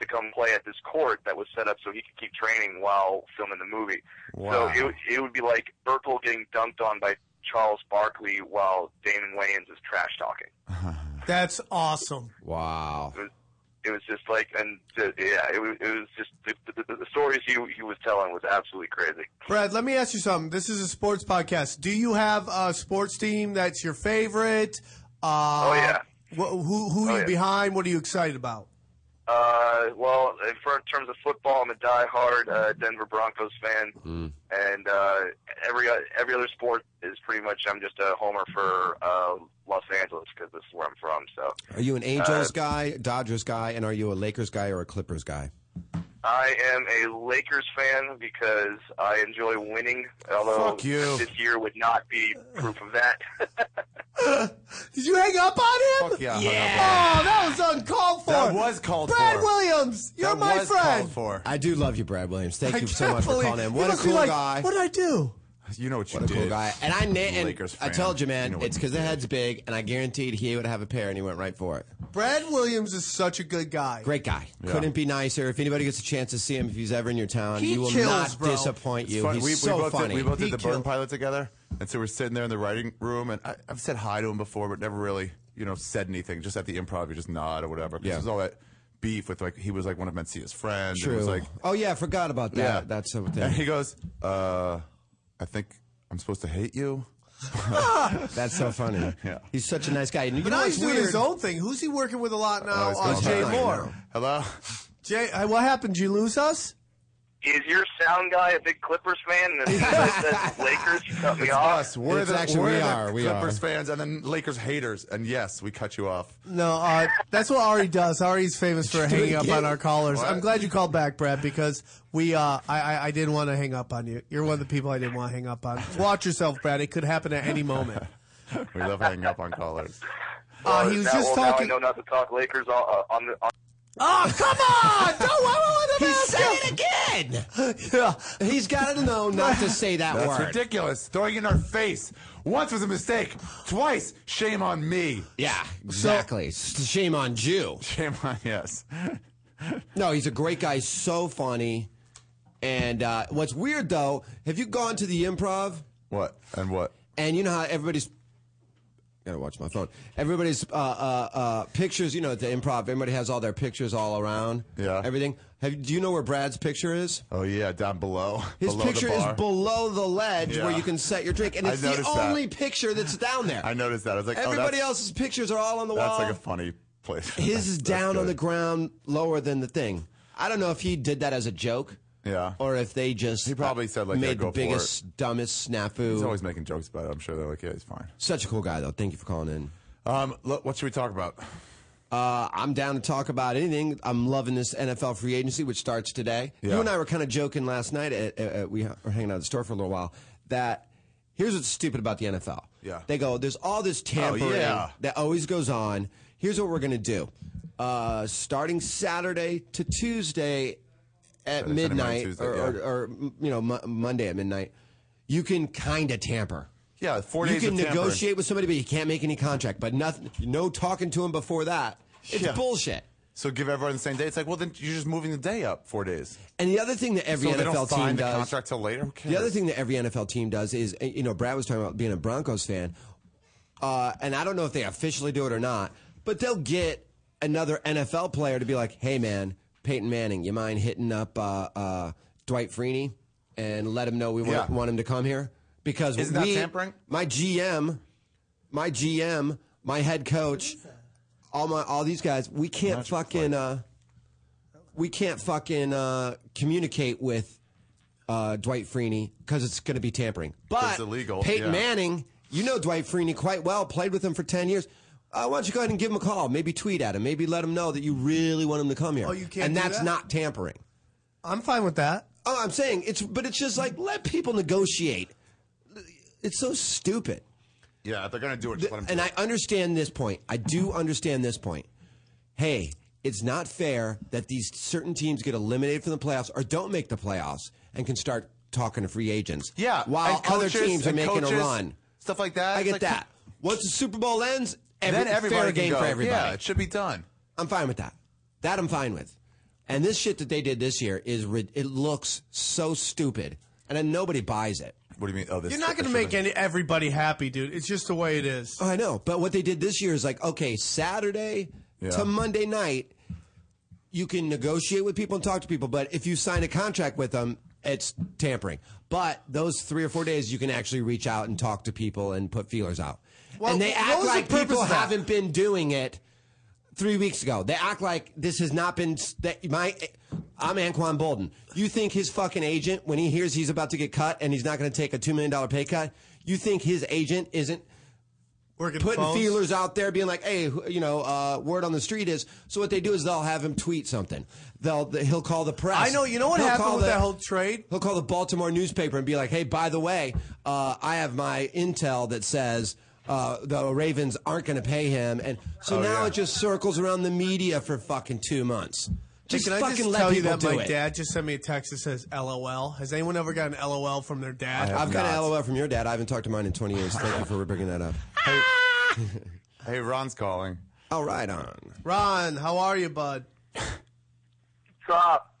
Speaker 7: to come play at this court that was set up so he could keep training while filming the movie.
Speaker 6: Wow.
Speaker 7: So it would- it would be like Urkel getting dunked on by Charles Barkley while Damon Wayans is trash talking.
Speaker 5: That's awesome.
Speaker 4: Wow.
Speaker 7: It was just like, and uh, yeah, it was, it was just the, the, the- the stories he he was telling was absolutely crazy.
Speaker 5: Brad, let me ask you something. This is a sports podcast. Do you have a sports team that's your favorite? Uh,
Speaker 7: Oh, yeah. Oh,
Speaker 5: Wh- who who are you
Speaker 7: yeah.
Speaker 5: behind? What are you excited about?
Speaker 7: Uh, well, in fer- terms of football, I'm a diehard uh, Denver Broncos fan, and uh, every every other sport is pretty much I'm just a homer for uh, Los Angeles because this is where I'm from. So
Speaker 4: Are you an Angels guy, Dodgers guy, and are you a Lakers guy or a Clippers guy?
Speaker 7: I am a Lakers fan because I enjoy winning. Although
Speaker 6: Fuck you.
Speaker 7: this year would not be proof of that.
Speaker 5: Did you hang up on him?
Speaker 6: Fuck yeah, I hung up
Speaker 5: Oh, that was uncalled for.
Speaker 6: That was called
Speaker 5: Brad
Speaker 6: for.
Speaker 5: Williams, you're
Speaker 6: That
Speaker 5: my
Speaker 6: was
Speaker 5: friend.
Speaker 6: called for.
Speaker 4: I do love you, Brad Williams. Thank
Speaker 5: I
Speaker 4: you
Speaker 5: can't
Speaker 4: so much for
Speaker 5: believe-
Speaker 4: calling in.
Speaker 5: you
Speaker 4: What a
Speaker 5: must be
Speaker 4: cool
Speaker 5: like,
Speaker 4: guy.
Speaker 5: What did I do?
Speaker 6: You know what you
Speaker 4: What a
Speaker 6: did.
Speaker 4: cool guy. And I na- and
Speaker 6: Lakers
Speaker 4: I
Speaker 6: fan.
Speaker 4: told you, man,
Speaker 6: You know what
Speaker 4: it's
Speaker 6: you
Speaker 4: because the
Speaker 6: did.
Speaker 4: head's big, and I guaranteed he would have a pair, and he went right for it.
Speaker 5: Brad Williams is such a good guy.
Speaker 4: Great guy.
Speaker 6: Yeah.
Speaker 4: Couldn't be nicer. If anybody gets a chance to see him, if he's ever in your town,
Speaker 5: He
Speaker 4: you will
Speaker 5: kills,
Speaker 4: not
Speaker 5: bro.
Speaker 4: disappoint you.
Speaker 6: It's fun-
Speaker 4: He's
Speaker 6: we,
Speaker 4: so
Speaker 6: we both
Speaker 4: funny.
Speaker 6: Did, we both
Speaker 5: He
Speaker 6: did the
Speaker 5: killed-
Speaker 6: burn pilot together, and so we're sitting there in the writing room, and I, I've said hi to him before, but never really, you know, said anything. Just at the improv, you just nod or whatever. 'Cause
Speaker 4: Yeah.
Speaker 6: There's all that beef with like he was like one of Mencia's friends. and It
Speaker 4: True.
Speaker 6: was like,
Speaker 4: oh yeah, I forgot about that.
Speaker 6: yeah,
Speaker 4: That's a
Speaker 6: And he
Speaker 4: thing.
Speaker 6: goes, uh, I think I'm supposed to hate you.
Speaker 4: That's so funny.
Speaker 6: Yeah.
Speaker 4: He's such a nice guy. And you
Speaker 5: But
Speaker 4: know
Speaker 5: now
Speaker 4: what's
Speaker 5: he's doing
Speaker 4: weird? Oh,
Speaker 5: his own thing. Who's he working with a lot now?
Speaker 6: he's
Speaker 5: Uh,
Speaker 6: going
Speaker 5: Jay
Speaker 6: back.
Speaker 5: Moore.
Speaker 6: Hello.
Speaker 5: Jay, uh, what happened? Did you lose us?
Speaker 7: is your sound guy a big Clippers fan? And if I said Lakers, you cut me
Speaker 6: It's
Speaker 7: off.
Speaker 6: us. We're
Speaker 4: It's
Speaker 6: the,
Speaker 4: actually-
Speaker 6: we're
Speaker 4: we
Speaker 6: the
Speaker 4: are, we
Speaker 6: Clippers
Speaker 4: are.
Speaker 6: fans and then Lakers haters. And yes, we cut you off.
Speaker 5: No, uh, that's what Ari does. Ari's famous for hanging up on our callers. I'm
Speaker 6: What?
Speaker 5: glad you called back, Brad, because we uh, I, I I didn't want to hang up on you. You're one of the people I didn't want to hang up on. Watch yourself, Brad. It could happen at any moment.
Speaker 6: We love hanging up on callers.
Speaker 5: Uh, he was
Speaker 7: Now-
Speaker 5: just
Speaker 7: well,
Speaker 5: talking.
Speaker 7: Now I know not to talk Lakers on, uh, on the. On
Speaker 5: Oh, come on! Don't want
Speaker 4: He said it again.
Speaker 5: Yeah.
Speaker 4: He's got to know not to say that
Speaker 6: That's
Speaker 4: word.
Speaker 6: ridiculous. Throwing it in our face. Once was a mistake. Twice, shame on me.
Speaker 4: Yeah, exactly. S- Shame on Jew.
Speaker 6: Shame on yes.
Speaker 4: No, he's a great guy. He's so funny. And uh, what's weird though, have you gone to the improv?
Speaker 6: What and what?
Speaker 4: And you know how everybody's gotta watch my phone. Everybody's uh, uh, uh, pictures. You know, at the improv, everybody has all their pictures all around.
Speaker 6: Yeah.
Speaker 4: Everything. Have do you know where Brad's picture is?
Speaker 6: Oh yeah, down below.
Speaker 4: His
Speaker 6: below
Speaker 4: picture
Speaker 6: the
Speaker 4: is
Speaker 6: bar.
Speaker 4: below the ledge
Speaker 6: Yeah.
Speaker 4: where you can set your drink, and
Speaker 6: I
Speaker 4: it's the
Speaker 6: noticed that.
Speaker 4: only picture that's down there.
Speaker 6: I noticed that. I was like, oh,
Speaker 4: Everybody
Speaker 6: that's-
Speaker 4: else's pictures are all on the
Speaker 6: That's
Speaker 4: wall.
Speaker 6: like a funny place.
Speaker 4: His is
Speaker 6: That's
Speaker 4: down on
Speaker 6: good.
Speaker 4: the ground, lower than the thing. I don't know if he did that as a joke.
Speaker 6: Yeah.
Speaker 4: Or if they just he
Speaker 6: probably said, like, yeah,
Speaker 4: made
Speaker 6: go
Speaker 4: the
Speaker 6: for
Speaker 4: biggest dumbest
Speaker 6: He's
Speaker 4: snafu.
Speaker 6: always making jokes about it. I'm sure they're like, yeah, he's fine.
Speaker 4: Such a cool guy though. Thank you for calling in.
Speaker 6: Um, look, what should we talk about?
Speaker 4: Uh, I'm down to talk about anything. I'm loving this NFL free agency, which starts today.
Speaker 6: Yeah.
Speaker 4: You and I were kind of joking last night. At, at, at- we were hanging out at the store for a little while. That here's what's stupid about the NFL.
Speaker 6: Yeah. Oh,
Speaker 4: They go, there's all this tampering
Speaker 6: yeah.
Speaker 4: that always goes on. Here's what we're going to do. Uh, starting Saturday to Tuesday at
Speaker 6: Saturday, Sunday, Monday,
Speaker 4: midnight,
Speaker 6: Tuesday,
Speaker 4: or,
Speaker 6: yeah.
Speaker 4: or, or, you know, Mo- Monday at midnight, you can kind of tamper.
Speaker 6: Yeah, four
Speaker 4: You
Speaker 6: days
Speaker 4: can
Speaker 6: of tampering.
Speaker 4: negotiate with somebody, but you can't make any contract. But nothing, no talking to him before that. It's
Speaker 6: Yeah.
Speaker 4: bullshit.
Speaker 6: So give everyone the same day. It's like, well, then you're just moving the day up four days.
Speaker 4: And the other thing that every
Speaker 6: so they
Speaker 4: NFL
Speaker 6: don't
Speaker 4: team
Speaker 6: find
Speaker 4: does.
Speaker 6: the contract till later. Who cares?
Speaker 4: The other thing that every NFL team does is, eh, you know, Brad was talking about being a Broncos fan, uh, and I don't know if they officially do it or not, but they'll get another NFL player to be like, "Hey, man, Peyton Manning, you mind hitting up uh, uh, Dwight Freeney and let him know we want,
Speaker 6: Yeah.
Speaker 4: want him to come here because
Speaker 6: Isn't that
Speaker 4: we-
Speaker 6: tampering?
Speaker 4: My GM, my GM, my head coach, all my all these guys, we can't fucking." Uh, we can't fucking uh, communicate with uh, Dwight Freeney because it's going to be tampering. But
Speaker 6: It's illegal,
Speaker 4: Peyton
Speaker 6: yeah.
Speaker 4: Manning, you know Dwight Freeney quite well, played with him for ten years. Uh, why don't you go ahead and give him a call? Maybe tweet at him. Maybe let him know that you really want him to come here.
Speaker 5: Oh, you can't
Speaker 4: And
Speaker 5: do
Speaker 4: that's
Speaker 5: that?
Speaker 4: not tampering.
Speaker 5: I'm fine with that.
Speaker 4: Oh, I'm saying it's, but it's just like let people negotiate. It's so stupid.
Speaker 6: yeah, if they're gonna do it. Just let 'em do
Speaker 4: And
Speaker 6: it.
Speaker 4: I understand this point. I do understand this point. Hey, it's not fair that these certain teams get eliminated from the playoffs or don't make the playoffs and can start talking to free agents.
Speaker 6: yeah,
Speaker 4: While
Speaker 6: and
Speaker 4: other
Speaker 6: coaches
Speaker 4: teams are
Speaker 6: and
Speaker 4: making a
Speaker 6: coaches,
Speaker 4: run.
Speaker 6: stuff like that.
Speaker 4: I
Speaker 6: It's
Speaker 4: get
Speaker 6: like,
Speaker 4: that. Once the Super Bowl ends, every,
Speaker 6: then everybody
Speaker 4: fair
Speaker 6: can
Speaker 4: game
Speaker 6: go,
Speaker 4: for everybody.
Speaker 6: Yeah, it should be done.
Speaker 4: I'm fine with that. That I'm fine with. And this shit that they did this year is rid- it looks so stupid, and then nobody buys it.
Speaker 6: What do you mean? Oh, this
Speaker 5: You're not
Speaker 6: this
Speaker 5: going to
Speaker 6: should've-
Speaker 5: make any, everybody happy, dude. It's just the way it is.
Speaker 4: Oh, I know. But what they did this year is like, okay, Saturday
Speaker 6: Yeah.
Speaker 4: to Monday night, you can negotiate with people and talk to people. But if you sign a contract with them, it's tampering. But those three or four days, you can actually reach out and talk to people and put feelers out.
Speaker 5: Well,
Speaker 4: and they
Speaker 5: what
Speaker 4: act
Speaker 5: was the
Speaker 4: like
Speaker 5: purpose
Speaker 4: people
Speaker 5: of that?
Speaker 4: haven't been doing it three weeks ago. They act like this has not been s- that my. I'm Anquan Bolden. You think his fucking agent, when he hears he's about to get cut and he's not going to take a two million dollar pay cut, you think his agent isn't
Speaker 5: Working
Speaker 4: putting
Speaker 5: phones.
Speaker 4: feelers out there, being like, "Hey, who- you know, uh, word on the street is." So what they do is they'll have him tweet something. They'll th- he'll call the press.
Speaker 5: I know. You know what
Speaker 4: He'll
Speaker 5: happened
Speaker 4: call
Speaker 5: with
Speaker 4: the-
Speaker 5: that whole trade?
Speaker 4: He'll call the Baltimore newspaper and be like, "Hey, by the way, uh, I have my intel that says." Uh, the Ravens aren't going to pay him, and so
Speaker 6: Oh,
Speaker 4: now
Speaker 6: yeah.
Speaker 4: it just circles around the media for fucking two months.
Speaker 5: Hey,
Speaker 4: Just
Speaker 5: can I
Speaker 4: fucking
Speaker 5: just
Speaker 4: let
Speaker 5: tell you
Speaker 4: people
Speaker 5: that
Speaker 4: do
Speaker 5: my
Speaker 4: it.
Speaker 5: dad just sent me a text that says "LOL"? Has anyone ever gotten LOL from their dad?
Speaker 4: I've got an
Speaker 6: Not.
Speaker 4: LOL from your dad. I haven't talked to mine in 20 years. Thank you for bringing that up.
Speaker 6: Hey, Ron's calling.
Speaker 4: All right, on.
Speaker 5: Ron, how are you, bud?
Speaker 7: Stop.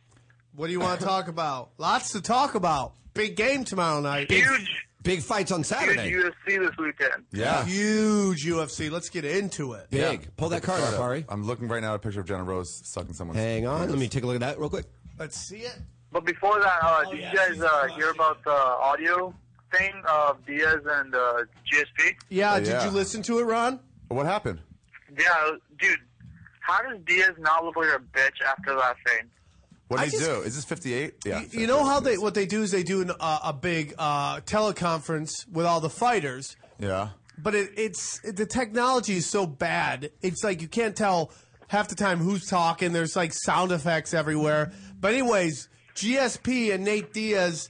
Speaker 5: What do you want to talk about? Lots to talk about. Big game tomorrow night.
Speaker 7: Huge,
Speaker 4: Big fights on
Speaker 7: huge
Speaker 4: Saturday.
Speaker 7: UFC this weekend.
Speaker 6: Yeah.
Speaker 5: Huge UFC. Let's get into it.
Speaker 4: Big. Pull that card up, Ari.
Speaker 6: I'm looking right now at a picture of Jenna Rose sucking someone's.
Speaker 4: Hang on, let
Speaker 6: penis.
Speaker 4: me take a look at that real quick.
Speaker 5: Let's see it.
Speaker 7: But before that, uh,
Speaker 5: Oh,
Speaker 7: did
Speaker 5: yeah,
Speaker 7: you guys
Speaker 5: she's
Speaker 7: uh,
Speaker 5: crushing
Speaker 7: hear about the audio thing of Diaz and uh, GSP?
Speaker 5: Yeah,
Speaker 6: Oh,
Speaker 5: did
Speaker 6: yeah.
Speaker 5: you listen to it, Ron?
Speaker 6: What happened?
Speaker 7: Yeah, dude, how does Diaz not look like a bitch after that thing?
Speaker 6: What
Speaker 5: I
Speaker 6: did he
Speaker 5: just-
Speaker 6: do? Is this 58? Yeah.
Speaker 5: You- you know how they what they do is they do an, uh, a big uh, teleconference with all the fighters,
Speaker 6: Yeah.
Speaker 5: but it, it's the technology is so bad. It's like you can't tell half the time who's talking. There's like sound effects everywhere. But anyways, GSP and Nate Diaz,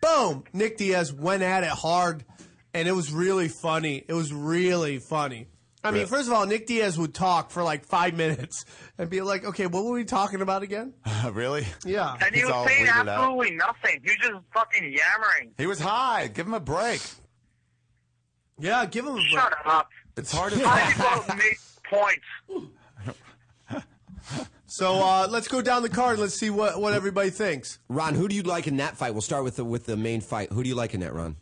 Speaker 5: boom, Nick Diaz went at it hard, and it was really funny. It was really funny. I mean,
Speaker 6: Yeah.
Speaker 5: first of all, Nick Diaz would talk for like five minutes and be like, "Okay, what were we talking about again?"
Speaker 6: really?
Speaker 5: Yeah.
Speaker 7: And he
Speaker 6: He's all
Speaker 7: was saying
Speaker 6: weirded out.
Speaker 7: absolutely nothing. He was just fucking yammering.
Speaker 6: He was high. Give him a break.
Speaker 5: Yeah, give him a break.
Speaker 7: Shut up.
Speaker 6: It's hard
Speaker 7: How
Speaker 6: to.
Speaker 7: do you both make points?
Speaker 5: So uh, let's go down the card. Let's see what, what everybody thinks.
Speaker 4: Ron, who do you like in that fight? We'll start with the with the main fight. Who do you like in that, Ron?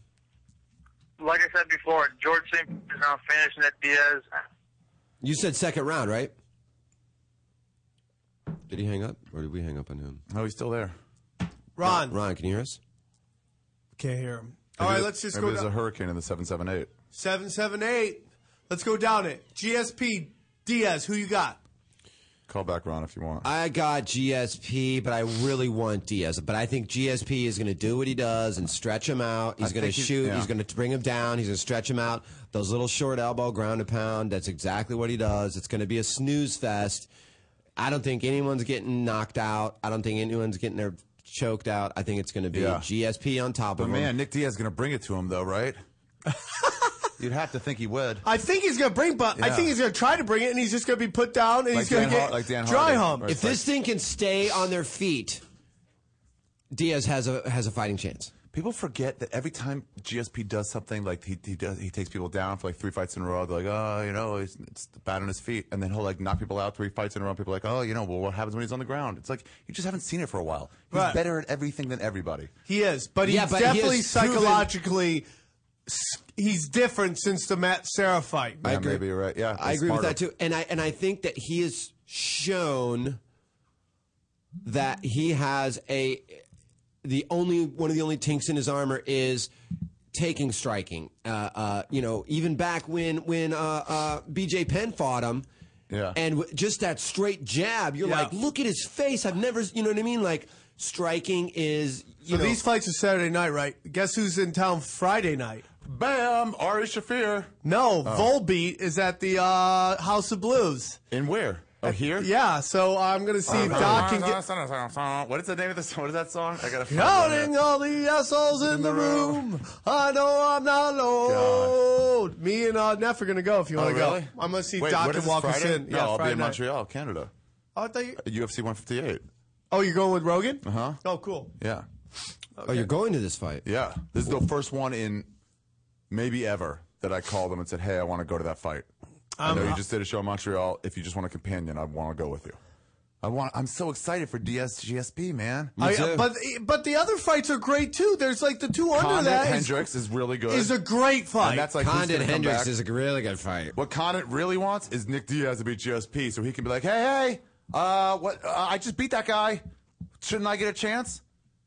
Speaker 7: Like I said before, George St. Pierre is not finished. Nick Diaz.
Speaker 4: You said second round, right? Did he hang up, or did we hang up on him?
Speaker 6: no, he's still there.
Speaker 5: Ron.
Speaker 4: Ron, can you hear us?
Speaker 5: Can't hear him. All right,
Speaker 6: Maybe-
Speaker 5: let's just
Speaker 6: maybe
Speaker 5: go
Speaker 6: There's a
Speaker 5: down.
Speaker 6: hurricane in the 778.
Speaker 5: 778. Let's go down it. GSP Diaz, who you got?
Speaker 6: Call back Ron if you want.
Speaker 4: I got GSP, but I really want Diaz. But I think GSP is going to do what he does and stretch him out. He's
Speaker 6: I
Speaker 4: going to
Speaker 6: think he's-
Speaker 4: shoot.
Speaker 6: yeah.
Speaker 4: He's going to bring him down. He's going to stretch him out. Those little short elbow ground and pound. That's exactly what he does. It's going to be a snooze fest. I don't think anyone's getting knocked out. I don't think anyone's getting their choked out. I think it's going to be
Speaker 6: Yeah.
Speaker 4: GSP on top
Speaker 6: but
Speaker 4: of him.
Speaker 6: Oh, man, Nick Diaz is going to bring it to him, though, right? You'd have to think he would.
Speaker 5: I think he's going to bring, but I
Speaker 6: Yeah.
Speaker 5: think he's going to try to bring it, and he's just going to be put down, and
Speaker 6: Like
Speaker 5: he's going to
Speaker 6: Dan Har-
Speaker 5: get
Speaker 6: like Dan
Speaker 5: dry
Speaker 6: Hardy.
Speaker 5: hump.
Speaker 6: Right.
Speaker 4: If this thing can stay on their feet, Diaz has a has a fighting chance.
Speaker 6: People forget that every time GSP does something, like he he, does, he takes people down for like three fights in a row. They're like, oh, you know, it's, it's bad on his feet, and then he'll like knock people out three fights in a row. People are like, oh, you know, well, what happens when he's on the ground? It's like you just haven't seen it for a while. He's
Speaker 5: Right.
Speaker 6: better at everything than everybody.
Speaker 5: He is, but he's
Speaker 4: Yeah, but he
Speaker 5: definitely
Speaker 4: has proven-
Speaker 5: psychologically s- he's different since the Matt Sarah fight.
Speaker 6: Yeah, maybe you're right. Yeah,
Speaker 4: I
Speaker 6: he's
Speaker 4: agree with
Speaker 6: smarter.
Speaker 4: that too. And I and I think that he has shown that he has a the only one of the only tinks in his armor is taking striking. Uh, uh, you know, even back when when uh, uh, BJ Penn fought him.
Speaker 6: Yeah.
Speaker 4: And w- just that straight jab, you're
Speaker 5: Yeah.
Speaker 4: like, look at his face. I've never, s- you know what I mean? Like, striking is, you
Speaker 5: So
Speaker 4: know,
Speaker 5: these fights are Saturday night, right? Guess who's in town Friday night?
Speaker 6: Bam, Ari Shafir. Oh.
Speaker 5: No, Volbeat is at the uh, House of Blues.
Speaker 6: And where? Oh, here. Uh,
Speaker 5: Yeah, so I'm gonna
Speaker 6: Oh,
Speaker 5: see if Doc can get
Speaker 6: What is the name of this? What is that song? I gotta. find
Speaker 5: counting
Speaker 6: that.
Speaker 5: all the assholes in the room. I know I'm not alone. Me and uh, Neff are gonna go if you
Speaker 6: Oh,
Speaker 5: want to
Speaker 6: really?
Speaker 5: go. I'm gonna see
Speaker 6: Wait,
Speaker 5: Doc
Speaker 6: what is
Speaker 5: and
Speaker 6: this,
Speaker 5: walk us
Speaker 6: Friday?
Speaker 5: in.
Speaker 6: No, I'll
Speaker 5: Friday
Speaker 6: be in
Speaker 5: night.
Speaker 6: Montreal, Canada.
Speaker 5: Oh, I thought you-
Speaker 6: at UFC 158.
Speaker 5: oh, you're going with Rogan? Uh
Speaker 6: Huh?
Speaker 5: Oh, cool.
Speaker 6: Yeah.
Speaker 4: oh, you're going to this fight.
Speaker 6: Yeah. This is the first one in maybe ever that I called them and said, hey, I want to go to that fight.
Speaker 5: Um,
Speaker 6: I
Speaker 5: uh
Speaker 6: know you just did a show in Montreal. If you just want a companion, I want to go with you. I want. I'm so excited for DSGSP, man.
Speaker 5: I-
Speaker 4: too.
Speaker 5: but but the other fights are great too. There's like the two under
Speaker 6: Condit
Speaker 5: that is,
Speaker 6: Hendricks is, really good.
Speaker 5: is a great fight.
Speaker 6: and that's like who's
Speaker 4: Condon
Speaker 6: gonna come
Speaker 4: Hendricks
Speaker 6: back.
Speaker 4: is a really good fight.
Speaker 6: What Condit really wants is Nick Diaz to beat GSP, so he can be like, "Hey, hey, uh, what? Uh, I just beat that guy. Shouldn't I get a chance?"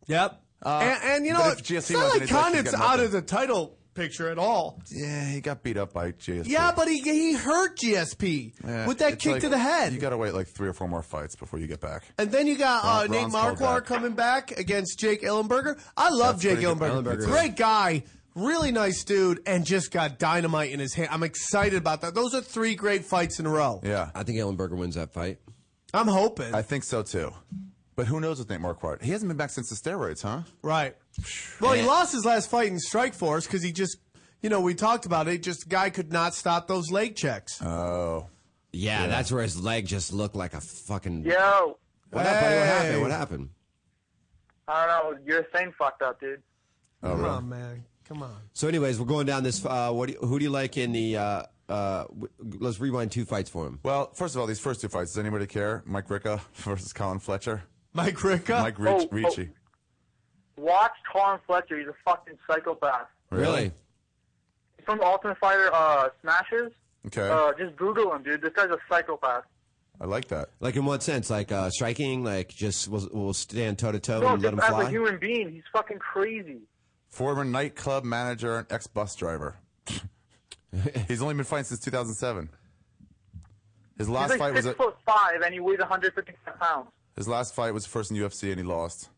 Speaker 5: yep. and, and you know,
Speaker 6: Uh, but
Speaker 5: what?
Speaker 6: if GSP
Speaker 5: it's not
Speaker 6: wasn't,
Speaker 5: like
Speaker 6: he's like, he's
Speaker 5: Condit's
Speaker 6: got
Speaker 5: out
Speaker 6: nothing.
Speaker 5: of the title picture at all.
Speaker 6: Yeah, he got beat up by GSP.
Speaker 5: Yeah, but he he hurt GSP
Speaker 6: Yeah,
Speaker 5: with that
Speaker 6: it's
Speaker 5: kick
Speaker 6: like-
Speaker 5: to the head.
Speaker 6: You got to wait like three or four more fights before you get back.
Speaker 5: and then you got uh,
Speaker 6: Ron-
Speaker 5: Nate
Speaker 6: Ron's
Speaker 5: Marquardt
Speaker 6: called back.
Speaker 5: coming back against Jake Ellenberger. I love
Speaker 6: That's
Speaker 5: Jake
Speaker 6: pretty good.
Speaker 5: Ellenberger.
Speaker 6: Ellenberger.
Speaker 5: Great guy, really nice dude, and just got dynamite in his hand. I'm excited about that. Those are three great fights in a row.
Speaker 6: Yeah,
Speaker 4: I think Ellenberger wins that fight.
Speaker 5: I'm hoping.
Speaker 6: I think so too. But who knows with Nate Marquardt? He hasn't been back since the steroids, huh?
Speaker 5: Right. Well, he lost his last fight in Strike Force because he just, you know, we talked about it. Just the guy could not stop those leg checks.
Speaker 6: Uh. Oh,
Speaker 4: Yeah, that's where his leg just looked like a fucking.
Speaker 7: Yo,
Speaker 4: What, up, buddy? what happened?
Speaker 5: Hey.
Speaker 4: What happened?
Speaker 7: I don't know. Your thing fucked up, dude.
Speaker 6: oh,
Speaker 5: Come on, man. Come on.
Speaker 4: So, anyways, we're going down this. Uh, what do you, who do you like in the? Uh, uh, w- let's rewind two fights for him.
Speaker 6: Well, first of all, these first two fights. Does anybody care? Mike Ricca versus Colin Fletcher.
Speaker 5: Mike Ricca.
Speaker 6: Mike Rich,
Speaker 7: Oh, oh.
Speaker 6: Ricci.
Speaker 7: Watch Colin Fletcher. He's a fucking psychopath. He's from Ultimate Fighter uh, Smashes.
Speaker 6: Okay.
Speaker 7: Uh, just Google him, dude. This guy's a psychopath.
Speaker 6: I like that.
Speaker 4: Like in what sense? Like uh, striking? Like just we'll, we'll stand toe to
Speaker 6: Oh,
Speaker 4: toe
Speaker 7: No,
Speaker 4: and let
Speaker 7: just
Speaker 4: him
Speaker 7: as a
Speaker 4: fly?
Speaker 7: human being, he's fucking crazy.
Speaker 6: Former nightclub manager and ex bus driver. He's only been fighting since 2007. His
Speaker 7: He's
Speaker 6: last
Speaker 7: like
Speaker 6: fight was
Speaker 7: six
Speaker 6: a,
Speaker 7: foot five, and he weighs 155 pounds.
Speaker 6: his last fight was first in UFC and he lost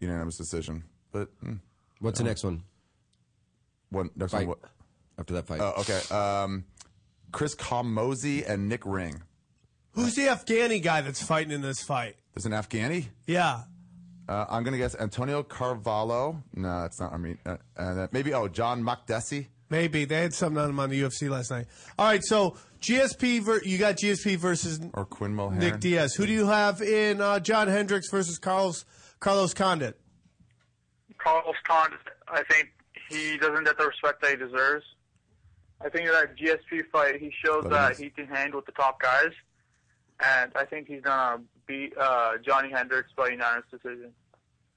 Speaker 6: unanimous decision. But mm,
Speaker 4: What's the next one
Speaker 6: one next
Speaker 4: Fight.
Speaker 6: one. What?
Speaker 4: after that fight?
Speaker 6: Oh, okay. Um, Chris Comozzi and Nick Ring.
Speaker 5: Who's the Afghani guy that's fighting in this fight?
Speaker 6: There's an Afghani.
Speaker 5: Yeah.
Speaker 6: Uh, I'm gonna guess Antonio Carvalho. No, that's not. I mean, uh, and uh, maybe oh John Makdesi.
Speaker 5: Maybe. They had something on him on the UFC last night. All right. So GSP, ver- you got GSP versus
Speaker 6: Or Quinn Mulhern.
Speaker 5: Nick Diaz. Who do you have in uh, John Hendricks versus Carlos, Carlos Condit?
Speaker 7: Carlos Condit, I think he doesn't get the respect that he deserves. I think that GSP fight, he showed that he can handle the top guys, and I think he's gonna beat uh, Johnny Hendricks by unanimous decision.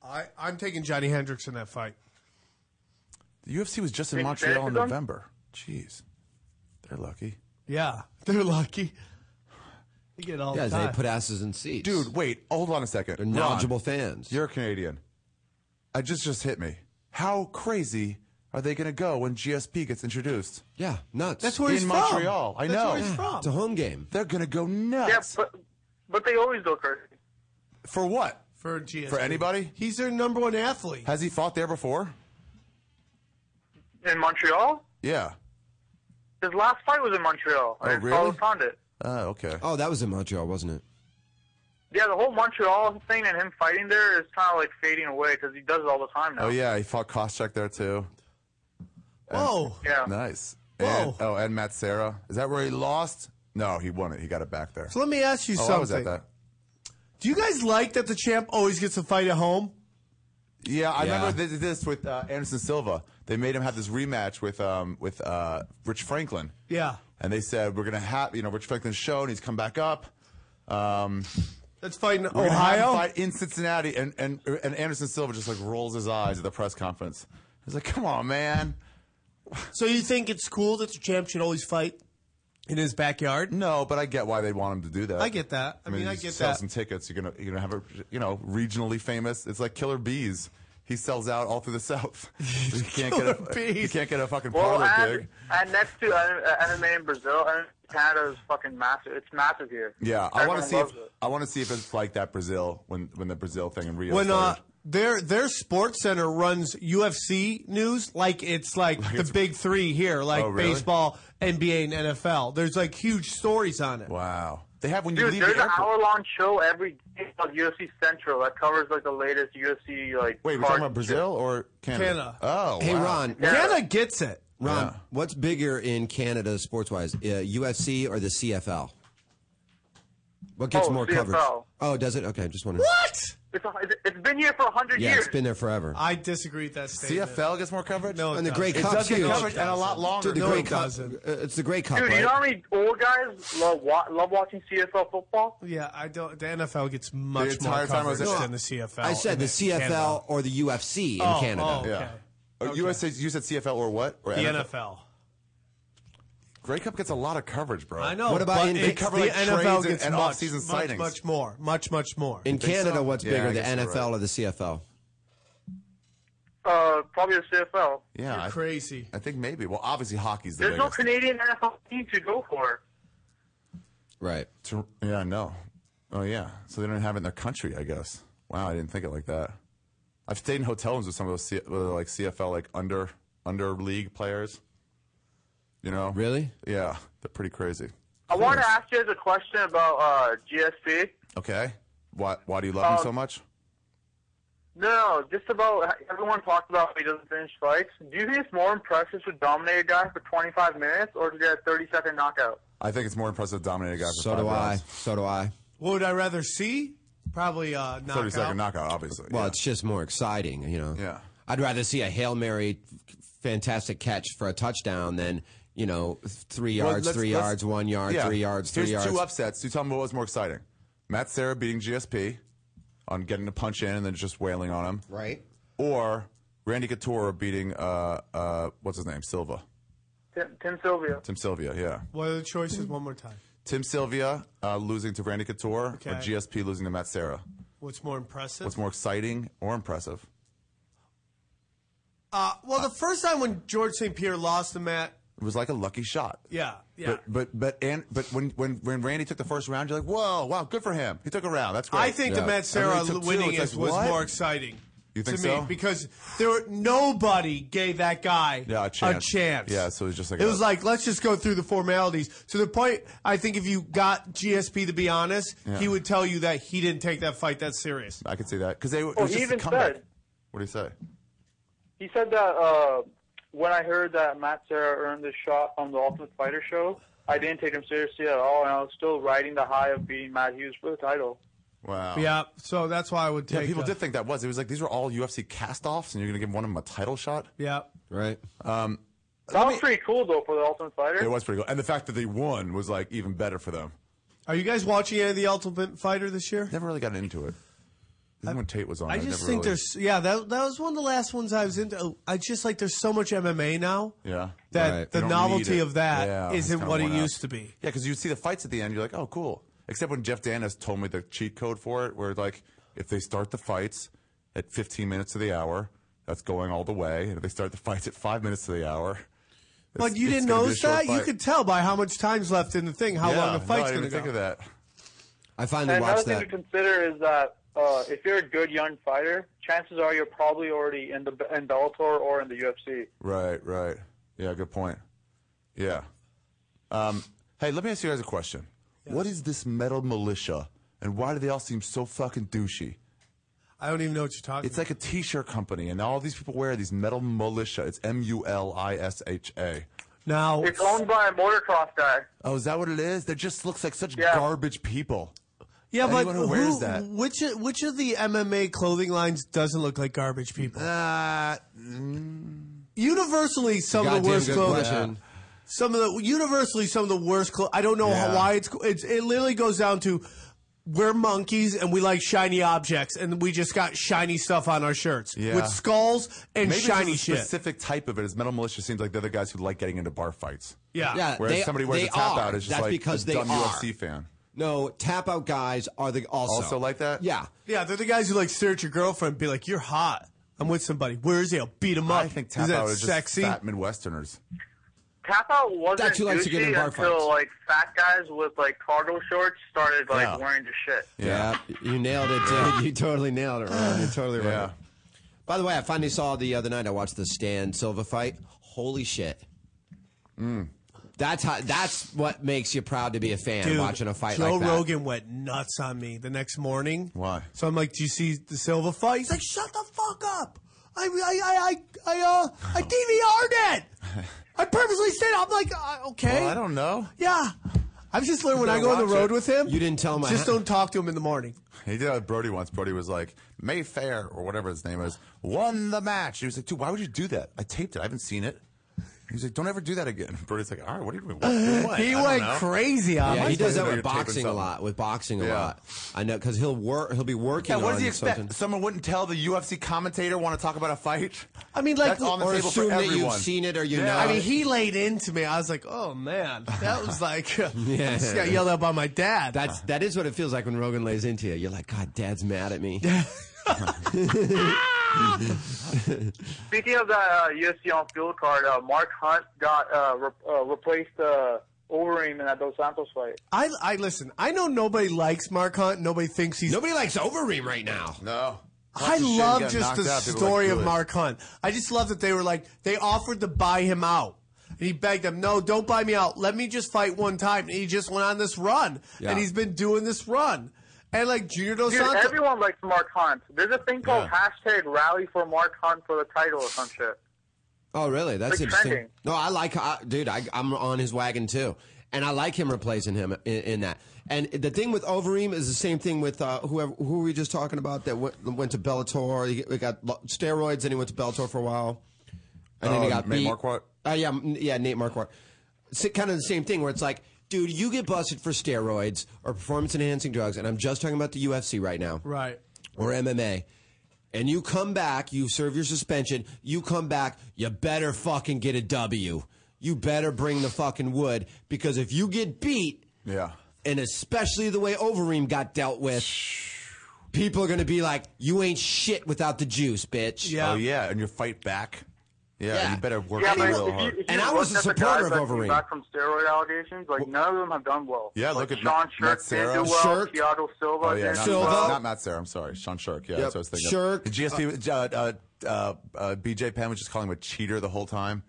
Speaker 5: I, I'm taking Johnny Hendricks in that fight.
Speaker 6: The UFC was just in
Speaker 7: Nick
Speaker 6: Montreal in
Speaker 7: Diaz is on?
Speaker 6: November. Jeez, they're lucky.
Speaker 5: Yeah. They're lucky. They get all
Speaker 4: yeah,
Speaker 5: the time.
Speaker 4: they put asses in seats,
Speaker 6: Dude, wait, hold on a 2nd
Speaker 4: They're knowledgeable fans.
Speaker 6: You're Canadian. I just just hit me. How crazy are they going to go when GSP gets introduced
Speaker 4: yeah, nuts.
Speaker 5: That's where
Speaker 6: in
Speaker 5: he's
Speaker 6: Montreal?
Speaker 5: From.
Speaker 6: I
Speaker 5: That's
Speaker 6: know.
Speaker 5: where he's from.
Speaker 4: It's a home game.
Speaker 6: They're going to go
Speaker 7: Yeah,
Speaker 6: nuts.
Speaker 7: but but they always go crazy.
Speaker 6: For what?
Speaker 5: for GSP.
Speaker 6: For anybody?
Speaker 5: He's their number one athlete.
Speaker 6: Has he fought there before?
Speaker 7: In Montreal,
Speaker 6: Yeah.
Speaker 7: his last fight was in Montreal.
Speaker 6: Oh,
Speaker 7: against
Speaker 6: really?
Speaker 7: Carlos Condit.
Speaker 6: Oh, okay.
Speaker 4: Oh, that was in Montreal, wasn't it?
Speaker 7: Yeah, the whole Montreal thing and him fighting there is kind of like fading away because he does it all the time now.
Speaker 6: Oh, yeah, he fought Koscheck there too. uh,
Speaker 5: Whoa.
Speaker 7: Yeah.
Speaker 6: Nice.
Speaker 5: Whoa.
Speaker 6: And, oh, and Matt Serra. Is that where he lost? No, he won it. He got it back there.
Speaker 5: So let me ask you
Speaker 6: oh, I was
Speaker 5: something.
Speaker 6: at that.
Speaker 5: Do you guys like that the champ always gets to fight at home?
Speaker 6: Yeah, I
Speaker 4: Yeah.
Speaker 6: remember this, this with uh, Anderson Silva. They made him have this rematch with um, with uh, Rich Franklin.
Speaker 5: Yeah.
Speaker 6: And they said we're gonna have you know Rich Franklin's show and he's come back up. Um,
Speaker 5: That's fighting
Speaker 6: we're gonna have him
Speaker 5: Ohio.
Speaker 6: fight in Cincinnati, and, and and Anderson Silva just like rolls his eyes at the press conference. He's like, "Come on, man."
Speaker 5: So you think it's cool that the champ should always fight in his backyard?
Speaker 6: No, but I get why they want him to do that.
Speaker 5: I get that. I mean, I
Speaker 6: you
Speaker 5: get
Speaker 6: sell
Speaker 5: that.
Speaker 6: some tickets. You're gonna you're gonna have a you know regionally famous. It's like Killer Bees. He sells out all through the South. you can't get
Speaker 5: Killer
Speaker 6: a
Speaker 5: Bees.
Speaker 6: you can't get a fucking
Speaker 7: Well,
Speaker 6: parlor
Speaker 7: and,
Speaker 6: gig.
Speaker 7: and next to uh, MMA in Brazil, and Canada is fucking massive. It's massive here.
Speaker 6: Yeah, I want
Speaker 7: Everyone
Speaker 6: to see if
Speaker 7: loves it.
Speaker 6: I want to see if it's like that Brazil when when the Brazil thing in Rio.
Speaker 5: When uh,
Speaker 6: started.
Speaker 5: their their sports center runs UFC news like it's like, the
Speaker 6: it's-
Speaker 5: big three here, like
Speaker 6: Oh, really?
Speaker 5: baseball, NBA, and NFL. There's like huge stories on it.
Speaker 6: wow, they have when you
Speaker 7: Dude,
Speaker 6: leave
Speaker 7: there's
Speaker 6: the
Speaker 7: an
Speaker 6: airport.
Speaker 7: hour-long show every day called UFC Central that covers like the latest UFC like.
Speaker 6: Wait, we're
Speaker 7: cards
Speaker 6: talking about
Speaker 7: and
Speaker 6: Brazil or Canada?
Speaker 5: Canada.
Speaker 6: Oh,
Speaker 4: Hey,
Speaker 6: wow.
Speaker 4: Ron.
Speaker 5: Canada gets it.
Speaker 4: Ron, what's bigger in Canada sports wise, uh, UFC or the CFL? What gets
Speaker 7: Oh,
Speaker 4: more
Speaker 7: CFL.
Speaker 4: coverage? Oh, does it? Okay, just wondering.
Speaker 5: What?
Speaker 7: shit. It's, a- it's been here for hundred
Speaker 4: Yeah,
Speaker 7: years.
Speaker 4: it's been there forever.
Speaker 5: I disagree with that statement.
Speaker 6: CFL gets more coverage.
Speaker 5: No, it
Speaker 4: and the Grey
Speaker 5: doesn't.
Speaker 6: it
Speaker 4: Cup's
Speaker 6: does get
Speaker 4: huge.
Speaker 6: coverage and a lot longer.
Speaker 4: Dude, the
Speaker 5: No,
Speaker 4: Grey
Speaker 5: it
Speaker 4: Cup.
Speaker 5: doesn't.
Speaker 4: uh, It's the Grey Cup,
Speaker 7: Dude,
Speaker 4: right?
Speaker 7: you know how many old guys love wa- love watching CFL football?
Speaker 5: Yeah, I don't. The NFL gets much
Speaker 6: The
Speaker 5: more
Speaker 6: entire time I was
Speaker 5: coverage
Speaker 6: at-
Speaker 5: than the CFL.
Speaker 4: I said
Speaker 5: in
Speaker 4: the
Speaker 5: it-
Speaker 4: CFL
Speaker 5: Canada.
Speaker 4: or the UFC in
Speaker 5: Oh,
Speaker 4: Canada.
Speaker 5: oh,
Speaker 6: Yeah.
Speaker 5: okay.
Speaker 6: Oh, You said you said CFL or what? Or
Speaker 5: The NFL.
Speaker 6: Grey Cup gets a lot of coverage, bro.
Speaker 5: I know.
Speaker 4: What about
Speaker 5: but
Speaker 4: in-
Speaker 5: it-
Speaker 4: they
Speaker 6: cover,
Speaker 5: the
Speaker 6: like, trades
Speaker 5: NFL
Speaker 6: and-
Speaker 5: gets
Speaker 6: and
Speaker 5: much,
Speaker 6: off-season
Speaker 5: much,
Speaker 6: sightings.
Speaker 5: much more, much, much more.
Speaker 4: In Canada,
Speaker 6: so?
Speaker 4: what's
Speaker 6: Yeah,
Speaker 4: bigger,
Speaker 6: I
Speaker 4: the
Speaker 6: guess you're
Speaker 4: NFL
Speaker 6: right.
Speaker 4: or the CFL?
Speaker 7: Uh, probably the CFL.
Speaker 6: Yeah, I,
Speaker 5: Crazy.
Speaker 6: I think maybe. Well, obviously hockey's the
Speaker 7: There's no
Speaker 6: biggest.
Speaker 7: Canadian NFL team to go for.
Speaker 4: Right.
Speaker 6: Tor- yeah, no. Oh yeah. So they don't have it in their country, I guess. Wow, I didn't think it like that. I've stayed in hotel rooms with some of those C- with, like CFL like under under league players. You know?
Speaker 4: Really?
Speaker 6: Yeah, they're pretty crazy.
Speaker 7: I want to ask you guys a question about uh, GSP.
Speaker 6: Okay. Why why do you love him
Speaker 7: Um,
Speaker 6: so much?
Speaker 7: No, just about everyone talked about how he doesn't finish fights. Do you think it's more impressive to dominate a guy for 25 minutes or to get a 30 second knockout?
Speaker 6: I think it's more impressive to dominate a guy for
Speaker 4: So
Speaker 6: five
Speaker 4: do I.
Speaker 6: rounds.
Speaker 4: So do I.
Speaker 5: What would I rather see? Probably uh, knockout.
Speaker 6: Thirty second knockout, obviously.
Speaker 4: Well,
Speaker 6: yeah.
Speaker 4: it's just more exciting, you know.
Speaker 6: Yeah.
Speaker 4: I'd rather see a Hail Mary f- fantastic catch for a touchdown than, you know, three
Speaker 6: Well,
Speaker 4: yards,
Speaker 6: let's-
Speaker 4: three
Speaker 6: let's-
Speaker 4: yards, one yard,
Speaker 6: yeah.
Speaker 4: three yards, three
Speaker 6: Here's
Speaker 4: yards.
Speaker 6: two upsets. You tell me what was more exciting: Matt Sarah beating GSP on getting a punch in and then just wailing on him,
Speaker 4: Right.
Speaker 6: or Randy Couture beating uh uh what's his name Silva
Speaker 7: Tim, Tim Sylvia.
Speaker 6: Tim Sylvia yeah
Speaker 5: What are the choices? One more time.
Speaker 6: Tim Sylvia uh, losing to Randy Couture
Speaker 5: Okay.
Speaker 6: or GSP losing to Matt Sarah.
Speaker 5: What's more impressive?
Speaker 6: What's more exciting or impressive?
Speaker 5: uh, well, the first time when George St. Pierre lost to Matt,
Speaker 6: It was like a lucky shot.
Speaker 5: yeah, yeah.
Speaker 6: But but but and but when when when Randy took the first round, you're like, whoa, wow, good for him. He took a round. That's great.
Speaker 5: I think
Speaker 6: Yeah.
Speaker 5: the Matt
Speaker 6: And when
Speaker 5: Sarah
Speaker 6: he took two,
Speaker 5: winning
Speaker 6: it's like,
Speaker 5: is, was
Speaker 6: what?
Speaker 5: more exciting.
Speaker 6: You think
Speaker 5: to
Speaker 6: so?
Speaker 5: me because there were, nobody gave that guy
Speaker 6: Yeah, a chance.
Speaker 5: chance.
Speaker 6: Yeah, so it was just like
Speaker 5: it
Speaker 6: a-
Speaker 5: was like let's just go through the formalities. To the point, I think if you got GSP to be honest,
Speaker 6: Yeah.
Speaker 5: he would tell you that he didn't take that fight that serious.
Speaker 6: I could see that because they. It was
Speaker 7: Well, he
Speaker 6: just a
Speaker 7: even
Speaker 6: comeback.
Speaker 7: said-
Speaker 6: What do you say?
Speaker 7: He said that uh, when I heard that Matt Serra earned this shot on the Ultimate Fighter show, I didn't take him seriously at all, and I was still riding the high of beating Matt Hughes for the title.
Speaker 6: Wow.
Speaker 5: Yeah, so that's why I would
Speaker 6: Yeah,
Speaker 5: take.
Speaker 6: people
Speaker 5: a-
Speaker 6: did think that was. It was like these were all UFC cast-offs, and you're going to give one of them a title shot.
Speaker 5: Yeah,
Speaker 4: Right.
Speaker 7: That was pretty cool though for the Ultimate Fighter.
Speaker 6: It was pretty cool, and the fact that they won was like even better for them.
Speaker 5: are you guys watching any of the Ultimate Fighter this year?
Speaker 6: Never really got into it. Even when Tate was on,
Speaker 5: I
Speaker 6: never
Speaker 5: just think
Speaker 6: really-
Speaker 5: there's yeah that that was one of the last ones I was into. I just like there's so much MMA now.
Speaker 6: Yeah.
Speaker 5: That
Speaker 4: Right.
Speaker 5: the
Speaker 6: You don't
Speaker 5: novelty
Speaker 6: need it.
Speaker 5: of that
Speaker 6: Yeah, it's
Speaker 5: not
Speaker 6: kinda
Speaker 5: what it
Speaker 6: worn out.
Speaker 5: used to be.
Speaker 6: Yeah, because you see the fights at the end, you're like, oh, cool. Except when Jeff Danis told me the cheat code for it, where like if they start the fights at 15 minutes to the hour, that's going all the way, and if they start the fights at five minutes to the hour.
Speaker 5: But
Speaker 6: it's-
Speaker 5: you
Speaker 6: it's
Speaker 5: didn't
Speaker 6: gonna be a
Speaker 5: notice
Speaker 6: short
Speaker 5: that? You
Speaker 6: fight.
Speaker 5: could tell by how much time's left in the thing, how
Speaker 6: yeah,
Speaker 5: long the fight's
Speaker 6: no, I
Speaker 5: going
Speaker 6: didn't
Speaker 5: to
Speaker 6: think
Speaker 5: go.
Speaker 6: of that.
Speaker 4: I finally
Speaker 7: And another
Speaker 4: watched
Speaker 7: thing
Speaker 4: that.
Speaker 7: to consider is that uh, if you're a good young fighter, chances are you're probably already in the in Bellator or in the UFC.
Speaker 6: Right, right. Yeah, good point. Yeah. Um, hey, let me ask you guys a question. What is this metal militia, and why do they all seem so fucking douchey?
Speaker 5: I don't even know what you're talking.
Speaker 6: It's like a T-shirt company, and all these people wear these metal militia. It's M U L I S H A.
Speaker 5: about.
Speaker 7: It's
Speaker 5: now.
Speaker 7: owned by a motocross guy.
Speaker 6: Oh, is that what it is? That just looks like such
Speaker 7: Yeah.
Speaker 6: garbage people.
Speaker 5: Yeah, but
Speaker 6: Anyone who wears
Speaker 5: who-
Speaker 6: that.
Speaker 5: Which which of the MMA clothing lines doesn't look like garbage people?
Speaker 6: Uh,
Speaker 5: universally, some of the
Speaker 4: Goddamn
Speaker 5: worst
Speaker 4: good
Speaker 5: clothing.
Speaker 4: question.
Speaker 5: Some of the universally some of the worst clothes. I don't know how-
Speaker 6: Yeah.
Speaker 5: why it's, it's it literally goes down to we're monkeys and we like shiny objects and we just got shiny stuff on our shirts
Speaker 6: Yeah.
Speaker 5: with skulls and
Speaker 6: maybe
Speaker 5: shiny
Speaker 6: it's just a
Speaker 5: shit.
Speaker 6: specific type of it. As metal militia seems like they're the guys who like getting into bar fights.
Speaker 5: yeah.
Speaker 4: Yeah.
Speaker 6: Whereas
Speaker 4: They-
Speaker 6: somebody wears
Speaker 4: they
Speaker 6: a tap
Speaker 4: are.
Speaker 6: out is just
Speaker 4: That's
Speaker 6: like
Speaker 4: because
Speaker 6: a
Speaker 4: they
Speaker 6: dumb
Speaker 4: are.
Speaker 6: UFC fan.
Speaker 4: No, tap out guys are the also
Speaker 6: Also like that?
Speaker 4: Yeah.
Speaker 5: Yeah, they're the guys who like stare at your girlfriend and be like, "You're hot." I'm with somebody. Where is he? I'll beat him up.
Speaker 6: I think
Speaker 5: is
Speaker 6: tap
Speaker 5: that
Speaker 6: out is just
Speaker 5: sexy?
Speaker 6: fat Midwesterners.
Speaker 7: Tap out wasn't
Speaker 4: That's who likes to get in
Speaker 7: douchey
Speaker 4: bar
Speaker 7: until
Speaker 4: fights.
Speaker 7: like fat guys with like cargo shorts started like
Speaker 6: Yeah.
Speaker 7: wearing the shit.
Speaker 4: Yeah, you nailed it, dude. You totally nailed it, Ron. You're totally right.
Speaker 6: Yeah.
Speaker 4: By the way, I finally saw the other night. I watched the Stan Silva fight. Holy shit!
Speaker 5: Mm.
Speaker 4: That's how. That's what makes you proud to be a fan
Speaker 5: Dude,
Speaker 4: watching a fight
Speaker 5: Joe
Speaker 4: like that.
Speaker 5: Rogan went nuts on me the next morning.
Speaker 6: Why?
Speaker 5: So I'm like, "Do you see the Silva fight?" He's like, "Shut the fuck up! I I I I, I uh I DVR'd it. I purposely stayed. up." I'm like, uh, okay,
Speaker 6: Well, I don't know.
Speaker 5: yeah. I've just learned when I go on the
Speaker 6: watch
Speaker 5: road
Speaker 6: it.
Speaker 5: with him,
Speaker 4: You didn't tell him I
Speaker 5: Just
Speaker 4: had-
Speaker 5: don't talk to him in the morning.
Speaker 6: He did that with Brody once. Brody was like, Mayfair, or whatever his name is, won the match. He was like, dude, why would you do that? I taped it. I haven't seen it. He was like, don't ever do that again. Brody's like, all right, what do you mean? What? What? I
Speaker 5: He
Speaker 6: don't
Speaker 5: went
Speaker 6: know."
Speaker 5: crazy on
Speaker 4: Yeah,
Speaker 5: me.
Speaker 4: he does that
Speaker 6: You're
Speaker 4: with
Speaker 6: taping
Speaker 4: boxing a
Speaker 6: something.
Speaker 4: lot. With boxing a
Speaker 6: Yeah.
Speaker 4: lot, I know because he'll work. He'll be working.
Speaker 6: Yeah, what does he
Speaker 4: on
Speaker 6: expect?
Speaker 4: something.
Speaker 6: Someone wouldn't tell the UFC commentator want to talk about a fight.
Speaker 5: I mean, like,
Speaker 6: That's on the
Speaker 4: or
Speaker 6: table
Speaker 4: assume
Speaker 6: for
Speaker 4: that you've
Speaker 6: everyone.
Speaker 4: seen it or you know
Speaker 5: I
Speaker 4: it.
Speaker 5: mean, he laid into me. I was like, "Oh man, that was like." yeah, I just got yelled at by my dad.
Speaker 4: That's that is what it feels like when Rogan lays into you. You're like, God, Dad's mad at me.
Speaker 7: Speaking of that uh, UFC on field card, uh, Mark Hunt got uh, re- uh, replaced uh, Overeem in that Dos Santos fight.
Speaker 5: I, I listen. I know nobody likes Mark Hunt. Nobody thinks he's.
Speaker 4: Nobody likes Overeem right now.
Speaker 6: No.
Speaker 5: I
Speaker 6: Lots of shit
Speaker 5: love
Speaker 6: got
Speaker 5: just
Speaker 6: knocked
Speaker 5: the
Speaker 6: out. People were
Speaker 5: story
Speaker 6: like,
Speaker 5: of
Speaker 6: "Good."
Speaker 5: Mark Hunt. I just love that they were like they offered to buy him out, and he begged them, "No, don't buy me out. Let me just fight one time." And he just went on this run,
Speaker 4: Yeah.
Speaker 5: and he's been doing this run, and like Junior Dos
Speaker 7: Dude,
Speaker 5: Santos.
Speaker 7: everyone likes Mark Hunt. There's a thing called hashtag Rally for Mark Hunt for the title or some shit.
Speaker 4: Oh, really? That's
Speaker 7: Like
Speaker 4: interesting.
Speaker 7: trending.
Speaker 4: No, I like, I, dude. I, I'm on his wagon too, and I like him replacing him in, in that. And the thing with Overeem is the same thing with uh, whoever who were we just talking about that went, went to Bellator. He, he got lo- steroids, and he went to Bellator for a while, and then he
Speaker 6: Oh,
Speaker 4: got
Speaker 6: Nate
Speaker 4: beat.
Speaker 6: Marquardt?
Speaker 4: Uh, yeah, m- yeah, Nate Marquardt. It's kind of the same thing where it's like, dude, you get busted for steroids or performance enhancing drugs, and I'm just talking about the UFC right now
Speaker 5: right.
Speaker 4: or MMA, and you come back, you serve your suspension, you come back, you better fucking get a W. You better bring the fucking wood because if you get beat,
Speaker 6: Yeah.
Speaker 4: and especially the way Overeem got dealt with, people are gonna be like, "You ain't shit without the juice, bitch."
Speaker 5: Yeah.
Speaker 6: Oh, yeah. And your fight back. Yeah.
Speaker 4: Yeah.
Speaker 6: You better work
Speaker 7: Yeah, but
Speaker 6: real
Speaker 7: if you,
Speaker 6: hard.
Speaker 7: if you
Speaker 4: And I
Speaker 7: look
Speaker 4: was a
Speaker 7: at the
Speaker 4: supporter
Speaker 7: guys
Speaker 4: of
Speaker 7: that came
Speaker 4: Overeem.
Speaker 7: Back from steroid allegations, like none of them have done well.
Speaker 6: Yeah,
Speaker 7: like
Speaker 6: look at
Speaker 7: Sean
Speaker 6: Matt-
Speaker 7: Shirk
Speaker 6: Matt
Speaker 7: didn't do
Speaker 6: Serra.
Speaker 7: well.
Speaker 4: Shirk.
Speaker 7: Thiago Silva
Speaker 6: Oh yeah,
Speaker 7: didn't
Speaker 6: not,
Speaker 7: do
Speaker 4: Silva.
Speaker 6: Not,
Speaker 7: well.
Speaker 6: not Matt Sarah. I'm sorry, Sean Shirk. Yeah,
Speaker 4: Yep.
Speaker 6: that's what I was thinking.
Speaker 4: Shirk.
Speaker 6: GSP. Uh, uh, uh, uh, BJ Penn was just calling him a cheater the whole time.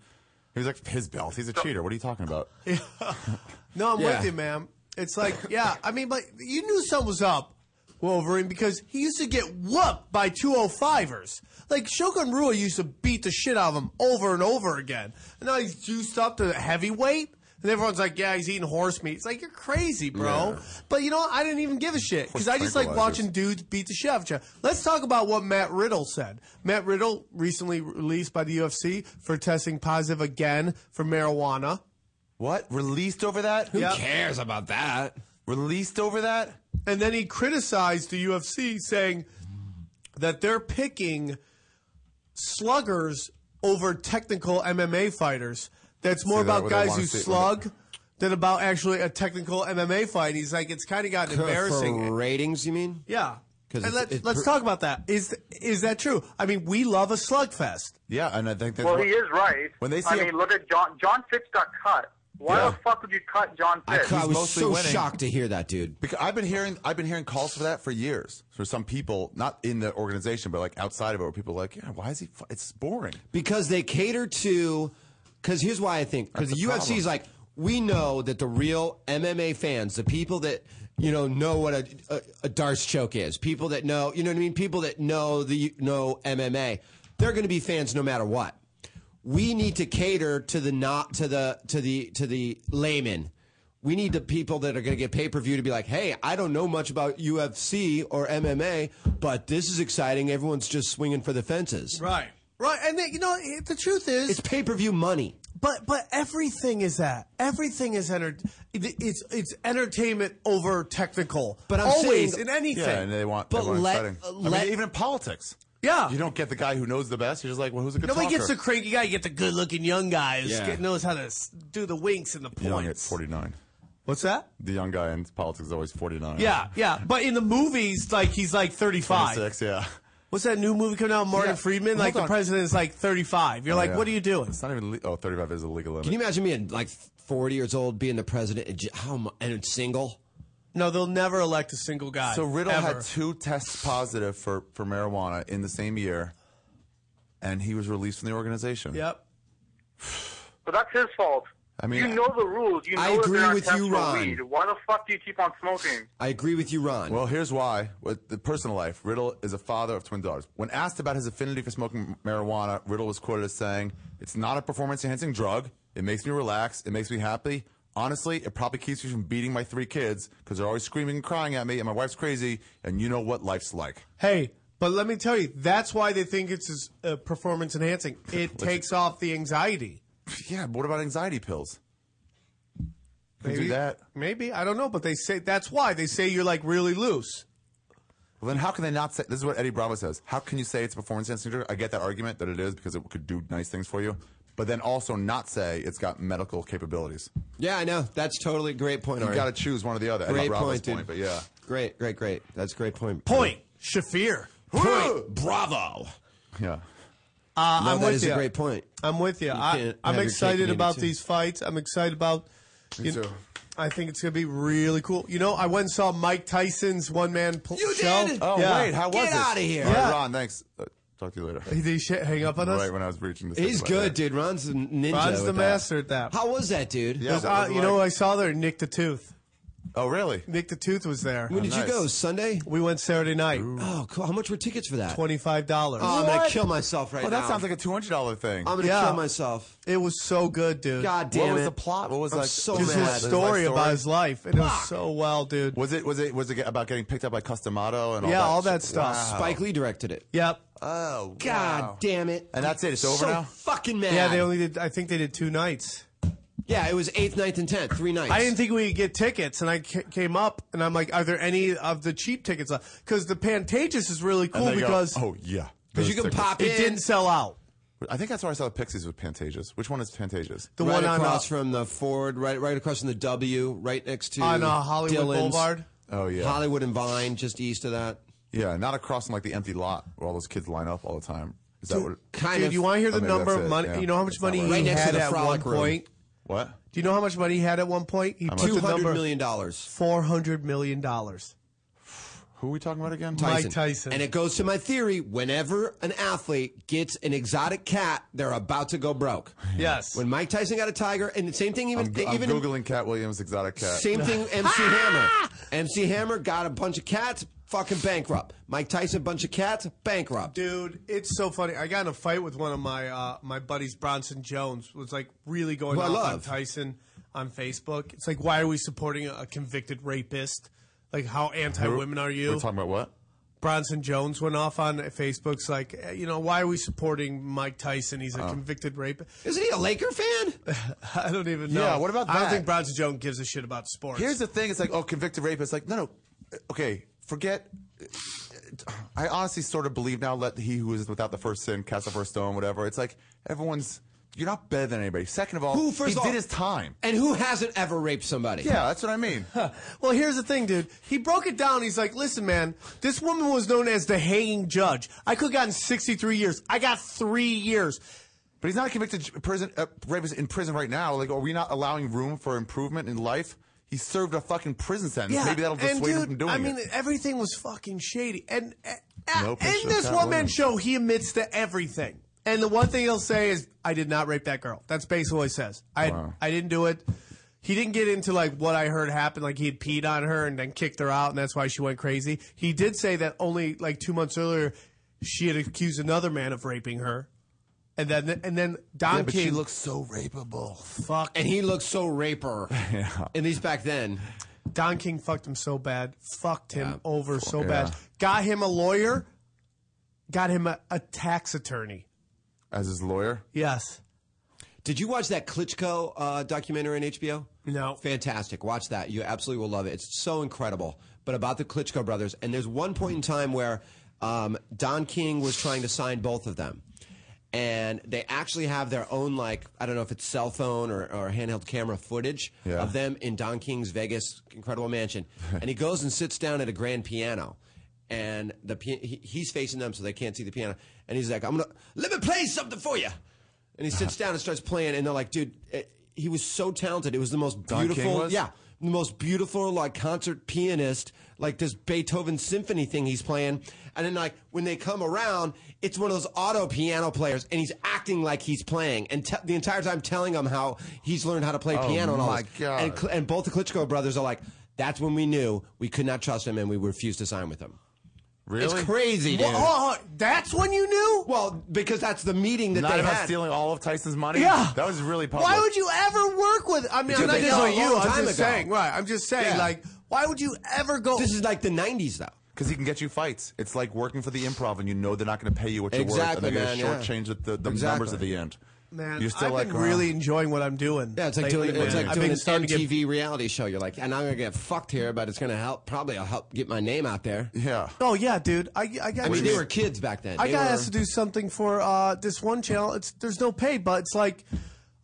Speaker 6: He was like, his belt. He's a cheater. What are you talking about?
Speaker 5: No, I'm
Speaker 4: Yeah.
Speaker 5: with you, man. It's like, yeah, I mean, but you knew something was up, Wolverine, because he used to get whooped by 205ers. Like, Shogun Rua used to beat the shit out of him over and over again. And now he's juiced up to heavyweight. And everyone's like, yeah, he's eating horse meat. It's like, you're crazy, bro.
Speaker 6: Yeah.
Speaker 5: But you know what? I didn't even give a shit because I just like
Speaker 6: tranquilizers.
Speaker 5: watching dudes beat the shit out of each other. Let's talk about what Matt Riddle said. Matt Riddle recently released by the UFC for testing positive again for marijuana.
Speaker 6: What? Released over that?
Speaker 4: Who
Speaker 5: Yep.
Speaker 4: cares about that?
Speaker 6: Released over that?
Speaker 5: And then he criticized the UFC, saying that they're picking sluggers over technical MMA fighters. That's more
Speaker 6: that
Speaker 5: about
Speaker 6: with a
Speaker 5: guys
Speaker 6: long
Speaker 5: who
Speaker 6: statement.
Speaker 5: slug than about actually a technical MMA fight. He's like, it's kind of gotten
Speaker 4: For
Speaker 5: embarrassing.
Speaker 4: ratings, you mean?
Speaker 5: Yeah.
Speaker 4: 'Cause
Speaker 5: And
Speaker 4: it's-
Speaker 5: let's,
Speaker 4: it's
Speaker 5: let's
Speaker 4: pr-
Speaker 5: talk about that. Is is that true? I mean, we love a slugfest.
Speaker 6: Yeah, and I think that's
Speaker 7: Well,
Speaker 6: what-
Speaker 7: he is right.
Speaker 6: When they
Speaker 7: I
Speaker 6: see a-
Speaker 7: mean, look at John. John Fitz got cut. Why
Speaker 6: Yeah.
Speaker 7: the fuck would you cut John
Speaker 4: I,
Speaker 7: Fitz?
Speaker 4: I was
Speaker 6: mostly
Speaker 4: so
Speaker 6: winning.
Speaker 4: shocked to hear that, dude.
Speaker 6: Because I've been hearing I've been hearing calls for that for years for some people not in the organization but like outside of it where people are like yeah why is he fu- it's boring
Speaker 4: because they cater to because here's why i think because the
Speaker 6: That's the
Speaker 4: ufc is
Speaker 6: problem.
Speaker 4: like we know that the real mma fans the people that you know know what a, a, a darce choke is people that know you know what i mean people that know the know mma they're going to be fans no matter what we need to cater to the not to the to the to the layman We need the people that are going to get pay per view to be like, hey, I don't know much about UFC or MMA, but this is exciting. Everyone's just swinging for the fences.
Speaker 5: Right. Right. And they, you know, the truth is,
Speaker 4: It's pay per view money.
Speaker 5: But but everything is that. Everything is enter- it- It's it's entertainment over technical.
Speaker 4: But I'm
Speaker 5: always
Speaker 4: saying-
Speaker 5: in anything.
Speaker 6: Yeah, and they want.
Speaker 4: But
Speaker 6: they want
Speaker 4: let-
Speaker 6: exciting.
Speaker 4: uh,
Speaker 6: I
Speaker 4: let-
Speaker 6: mean, even in politics.
Speaker 5: Yeah.
Speaker 6: You don't get the guy who knows the best. You're just like, well, who's a good
Speaker 5: Nobody
Speaker 6: talker?
Speaker 5: gets the crank. You gotta get the good-looking young guy who
Speaker 4: Yeah.
Speaker 5: knows how to s- do the winks and the points.
Speaker 6: young at 49.
Speaker 5: What's that?
Speaker 6: The young guy in politics is always 49.
Speaker 5: Yeah, yeah. But in the movies, like he's like thirty-five.
Speaker 6: 26, yeah.
Speaker 5: What's that new movie coming out? Martin
Speaker 6: Yeah.
Speaker 5: Friedman. Like
Speaker 6: Hold
Speaker 5: the
Speaker 6: on. Oh,
Speaker 5: president is like thirty-five. You're like,
Speaker 6: yeah.
Speaker 5: what are you doing?
Speaker 6: It's not even. Le- oh, 35 is a legal limit.
Speaker 4: Can you imagine being like 40 years old, being the president, and, j- how, mu- and single?
Speaker 5: No, they'll never elect a single guy.
Speaker 6: So Riddle
Speaker 5: ever.
Speaker 6: had two tests positive for, for marijuana in the same year, and he was released from the organization.
Speaker 5: Yep.
Speaker 8: But that's his fault.
Speaker 6: I mean,
Speaker 8: you know the rules. You know
Speaker 4: I
Speaker 8: that
Speaker 4: agree
Speaker 8: they're not
Speaker 4: with
Speaker 8: tests
Speaker 4: you,
Speaker 8: for
Speaker 4: Ron.
Speaker 8: Weed. Why the fuck do you keep on smoking?
Speaker 4: I agree with you, Ron.
Speaker 6: Well, here's why. With the personal life, Riddle is a father of twin daughters. When asked about his affinity for smoking marijuana, Riddle was quoted as saying, "It's not a performance-enhancing drug. It makes me relax. It makes me happy. Honestly, it probably keeps me from beating my three kids because they're always screaming and crying at me, and my wife's crazy. And you know what life's like.
Speaker 5: Hey, but let me tell you, that's why they think it's uh, performance enhancing. It takes off the anxiety.
Speaker 6: yeah, but what about anxiety pills? Can do that.
Speaker 5: Maybe I don't know, but they say that's why they say you're like really loose.
Speaker 6: Well, then how can they not say? This is what Eddie Bravo says. How can you say it's a performance enhancing drug? I get that argument that it is because it could do nice things for you, but then also not say it's got medical capabilities.
Speaker 4: yeah, I know. That's totally a great point,
Speaker 6: You
Speaker 4: Ari.
Speaker 6: got to choose one or the other. Eddie
Speaker 4: Great
Speaker 6: Bravo's
Speaker 4: point, dude.
Speaker 6: but yeah.
Speaker 4: Great, great, great. That's a great point.
Speaker 5: Point, Shafir.
Speaker 4: Point. Bravo.
Speaker 6: Yeah.
Speaker 5: Uh,
Speaker 4: No,
Speaker 5: I'm
Speaker 4: that
Speaker 5: with
Speaker 4: is
Speaker 5: you.
Speaker 4: a great point.
Speaker 5: I'm with you. I,
Speaker 4: can't
Speaker 5: I'm
Speaker 4: have your cake and
Speaker 5: excited
Speaker 4: eat it
Speaker 5: about
Speaker 4: too.
Speaker 5: these fights. I'm excited about.
Speaker 6: Me too.
Speaker 5: I think it's gonna be really cool. You know, I went and saw Mike Tyson's one man pl-
Speaker 4: You
Speaker 5: show.
Speaker 4: did?
Speaker 6: Oh,
Speaker 5: Yeah.
Speaker 6: wait. How was
Speaker 4: Get
Speaker 6: it?
Speaker 4: outta here.
Speaker 6: All right,
Speaker 5: Yeah.
Speaker 6: Ron, thanks. Uh, talk to you later.
Speaker 5: Did he sh- hang up on us?
Speaker 6: Right when I was reaching this.
Speaker 4: He's good, dude. Ron's a ninja.
Speaker 5: Ron's
Speaker 4: with
Speaker 5: the
Speaker 4: that.
Speaker 5: master at that.
Speaker 4: How was that, dude?
Speaker 6: Yeah,
Speaker 5: There's,
Speaker 6: what was
Speaker 5: uh,
Speaker 6: it
Speaker 5: you know, who
Speaker 6: like?
Speaker 5: I saw there Nick the Tooth.
Speaker 6: Oh, really?
Speaker 5: Nick the Tooth was there.
Speaker 4: When did
Speaker 6: Nice.
Speaker 4: you go? Sunday?
Speaker 5: We went Saturday night.
Speaker 4: Oh, cool. How much were tickets for that?
Speaker 5: Twenty-five dollars.
Speaker 4: Oh, I'm gonna kill myself right
Speaker 6: Oh,
Speaker 4: now.
Speaker 6: that sounds like a $200 thing.
Speaker 4: I'm gonna
Speaker 5: Yeah.
Speaker 4: kill myself.
Speaker 5: It was so good, dude.
Speaker 4: God damn
Speaker 6: what was
Speaker 4: it.
Speaker 6: the plot? What was
Speaker 4: I'm
Speaker 6: like
Speaker 4: so
Speaker 5: Just
Speaker 4: mad.
Speaker 5: his
Speaker 4: His life
Speaker 5: story about his life, and it was so well, dude.
Speaker 6: Was it was it was it about getting picked up by Customato and all
Speaker 5: yeah,
Speaker 6: that?
Speaker 5: all
Speaker 6: shit?
Speaker 5: that stuff.
Speaker 4: Spike Lee directed it.
Speaker 5: Yep.
Speaker 6: Oh,
Speaker 4: God
Speaker 6: wow.
Speaker 4: damn it.
Speaker 6: And that's it. It's over
Speaker 4: so
Speaker 6: now?
Speaker 4: Fucking mad.
Speaker 5: Yeah, they only did. I think they did two nights.
Speaker 4: Yeah, it was eighth, 9th, and tenth. Three nights.
Speaker 5: I didn't think we could get tickets, and I ca- came up, and I'm like, "Are there any of the cheap tickets left?" Because the Pantages is really
Speaker 6: And
Speaker 5: cool
Speaker 6: they go,
Speaker 5: because
Speaker 6: oh yeah,
Speaker 4: Because you can pop in.
Speaker 5: it didn't sell out.
Speaker 6: I think that's where I saw the Pixies with Pantages. Which one is Pantages?
Speaker 5: The
Speaker 4: right
Speaker 5: one on
Speaker 4: across
Speaker 5: uh,
Speaker 4: from the Ford, right, right across from the W, right next to
Speaker 5: on uh, Hollywood
Speaker 4: Dillon's,
Speaker 5: Boulevard.
Speaker 6: Oh yeah,
Speaker 4: Hollywood and Vine, just east of that.
Speaker 6: yeah. Not across from like the empty lot where all those kids line up all the time. Is that what?
Speaker 4: Kind
Speaker 5: Dude,
Speaker 4: of.
Speaker 5: you want to hear
Speaker 6: Oh,
Speaker 5: the
Speaker 6: maybe
Speaker 5: number
Speaker 6: that's
Speaker 5: of
Speaker 6: it,
Speaker 5: money?
Speaker 6: yeah.
Speaker 5: You know how much
Speaker 6: That's not
Speaker 5: money
Speaker 6: right.
Speaker 5: he
Speaker 4: Right next to
Speaker 5: had
Speaker 4: the
Speaker 5: at one
Speaker 4: Frolic Room.
Speaker 5: point.
Speaker 6: What?
Speaker 5: Do you know how much money he had at one point? He
Speaker 6: much?
Speaker 5: took
Speaker 4: Two
Speaker 5: the
Speaker 4: hundred
Speaker 5: number
Speaker 4: million dollars.
Speaker 5: four hundred million dollars.
Speaker 6: Who are we talking about again?
Speaker 5: Mike Tyson.
Speaker 4: And it goes to my theory: whenever an athlete gets an exotic cat, they're about to go broke.
Speaker 5: Yes.
Speaker 4: When Mike Tyson got a tiger, and the same thing, even
Speaker 6: I'm, go- I'm
Speaker 4: even
Speaker 6: googling Cat Williams exotic cat.
Speaker 4: same thing, MC Hammer. MC Hammer got a bunch of cats, fucking bankrupt. Mike Tyson, bunch of cats, bankrupt.
Speaker 5: Dude, it's so funny. I got in a fight with one of my uh, my buddies, Bronson Jones, was like really going
Speaker 4: Who I
Speaker 5: off on
Speaker 4: love.
Speaker 5: Tyson on Facebook. It's like, why are we supporting a, a convicted rapist? Like, how anti women are
Speaker 6: We're
Speaker 5: you?
Speaker 6: talking about what?
Speaker 5: Bronson Jones went off on Facebook's like, eh, you know, why are we supporting Mike Tyson? He's a
Speaker 6: Uh.
Speaker 5: convicted rapist.
Speaker 4: Isn't he a Laker fan?
Speaker 5: I don't even know.
Speaker 6: Yeah, what about
Speaker 5: I don't
Speaker 6: that?
Speaker 5: think Bronson Jones gives a shit about sports.
Speaker 6: Here's the thing. It's like, oh, convicted rapist. Like, no, no. Okay, forget. I honestly sort of believe now. Let he who is without the first sin cast the first stone. Whatever. It's like everyone's. You're not better than anybody. Second of all,
Speaker 4: Who, first
Speaker 6: he
Speaker 4: of all-
Speaker 6: did his time.
Speaker 4: And who hasn't ever raped somebody?
Speaker 6: Yeah, that's what I mean.
Speaker 5: Well, here's the thing, dude. He broke it down. He's like, listen, man, this woman was known as the hanging judge. I could have gotten 63 years. I got three years.
Speaker 6: But he's not a convicted j- prison uh, rapist in prison right now. Like, are we not allowing room for improvement in life? He served a fucking prison sentence. Maybe that'll
Speaker 5: and
Speaker 6: dissuade him
Speaker 5: dude,
Speaker 6: from doing
Speaker 5: I mean,
Speaker 6: it.
Speaker 5: everything was fucking shady. And uh,
Speaker 6: No picture
Speaker 5: in
Speaker 6: of
Speaker 5: this
Speaker 6: Cat
Speaker 5: one man
Speaker 6: Williams.
Speaker 5: show, he admits to everything. And the one thing he'll say is, I did not rape that girl. That's basically what he says. I,
Speaker 6: Wow.
Speaker 5: I didn't do it. He didn't get into like what I heard happened, like he had peed on her and then kicked her out, and that's why she went crazy. He did say that only like two months earlier, she had accused another man of raping her, and then and then Don
Speaker 6: Yeah, but
Speaker 5: King
Speaker 6: she looks so rapeable.
Speaker 5: fuck
Speaker 4: And he looked so raper. At least back then.
Speaker 5: Don King fucked him so bad, fucked him
Speaker 4: Yeah.
Speaker 5: over so
Speaker 6: Yeah.
Speaker 5: bad. Got him a lawyer, got him a, a tax attorney.
Speaker 6: As his lawyer,
Speaker 5: Yes.
Speaker 4: Did you watch that Klitschko uh, documentary on HBO?
Speaker 5: No.
Speaker 4: Fantastic. Watch that. You absolutely will love it. It's so incredible. But about the Klitschko brothers, and there's one point in time where um, Don King was trying to sign both of them. And they actually have their own, like, I don't know if it's cell phone or, or handheld camera footage
Speaker 6: Yeah.
Speaker 4: of them in Don King's Vegas incredible mansion. and he goes and sits down at a grand piano. And the pi- he, he's facing them so they can't see the piano. And he's like, I'm going to, let me play something for you. And he sits down and starts playing. And they're like, dude, it, he was so talented. It was the most
Speaker 6: Don King
Speaker 4: beautiful.
Speaker 6: was?
Speaker 4: Yeah. The most beautiful like concert pianist, like this Beethoven symphony thing he's playing. And then like when they come around, it's one of those auto piano players and he's acting like he's playing and te- the entire time telling them how he's learned how to play piano and all
Speaker 6: Oh my
Speaker 4: this.
Speaker 6: God.
Speaker 4: And, Cl- and both the Klitschko brothers are like, that's when we knew we could not trust him and we refused to sign with him.
Speaker 6: really?
Speaker 4: It's crazy, dude.
Speaker 5: Wha- oh, oh, that's when you knew?
Speaker 4: Well, because that's the meeting that
Speaker 6: Not
Speaker 4: they
Speaker 6: about
Speaker 4: had.
Speaker 6: stealing all of Tyson's money.
Speaker 5: Yeah.
Speaker 6: that was really public.
Speaker 5: Why would you ever work with I mean,
Speaker 4: Because
Speaker 5: I'm not
Speaker 4: they
Speaker 5: just
Speaker 4: know a
Speaker 5: like you,
Speaker 4: long
Speaker 5: I'm just
Speaker 4: time ago.
Speaker 5: saying. Right. I'm just saying,
Speaker 4: Yeah.
Speaker 5: like, why would you ever go
Speaker 4: This is like the '90s, though.
Speaker 6: Because he can get you fights. It's like working for the improv, and you know they're not going to pay you what you're
Speaker 4: Exactly,
Speaker 6: worth, and they're
Speaker 4: man,
Speaker 6: going
Speaker 4: yeah.
Speaker 6: to shortchange with the, the
Speaker 4: Exactly.
Speaker 6: numbers at the end.
Speaker 5: man,
Speaker 6: you're still
Speaker 5: I've
Speaker 6: like uh,
Speaker 5: been
Speaker 6: "Wow."
Speaker 5: really enjoying what I'm doing.
Speaker 4: Yeah, it's like
Speaker 5: lately,
Speaker 4: doing it's
Speaker 5: man.
Speaker 4: like
Speaker 5: I've
Speaker 4: doing
Speaker 5: been
Speaker 4: an
Speaker 5: starting to
Speaker 4: MTV
Speaker 5: get-
Speaker 4: reality show. You're like, and I'm gonna get fucked here, but it's gonna help. Probably help get my name out there.
Speaker 6: Yeah.
Speaker 5: Oh yeah, dude. I I got
Speaker 4: I mean,
Speaker 5: you.
Speaker 4: they were kids back then.
Speaker 5: I
Speaker 4: They
Speaker 5: got
Speaker 4: were-
Speaker 5: asked to do something for uh, this one channel. It's there's no pay, but it's like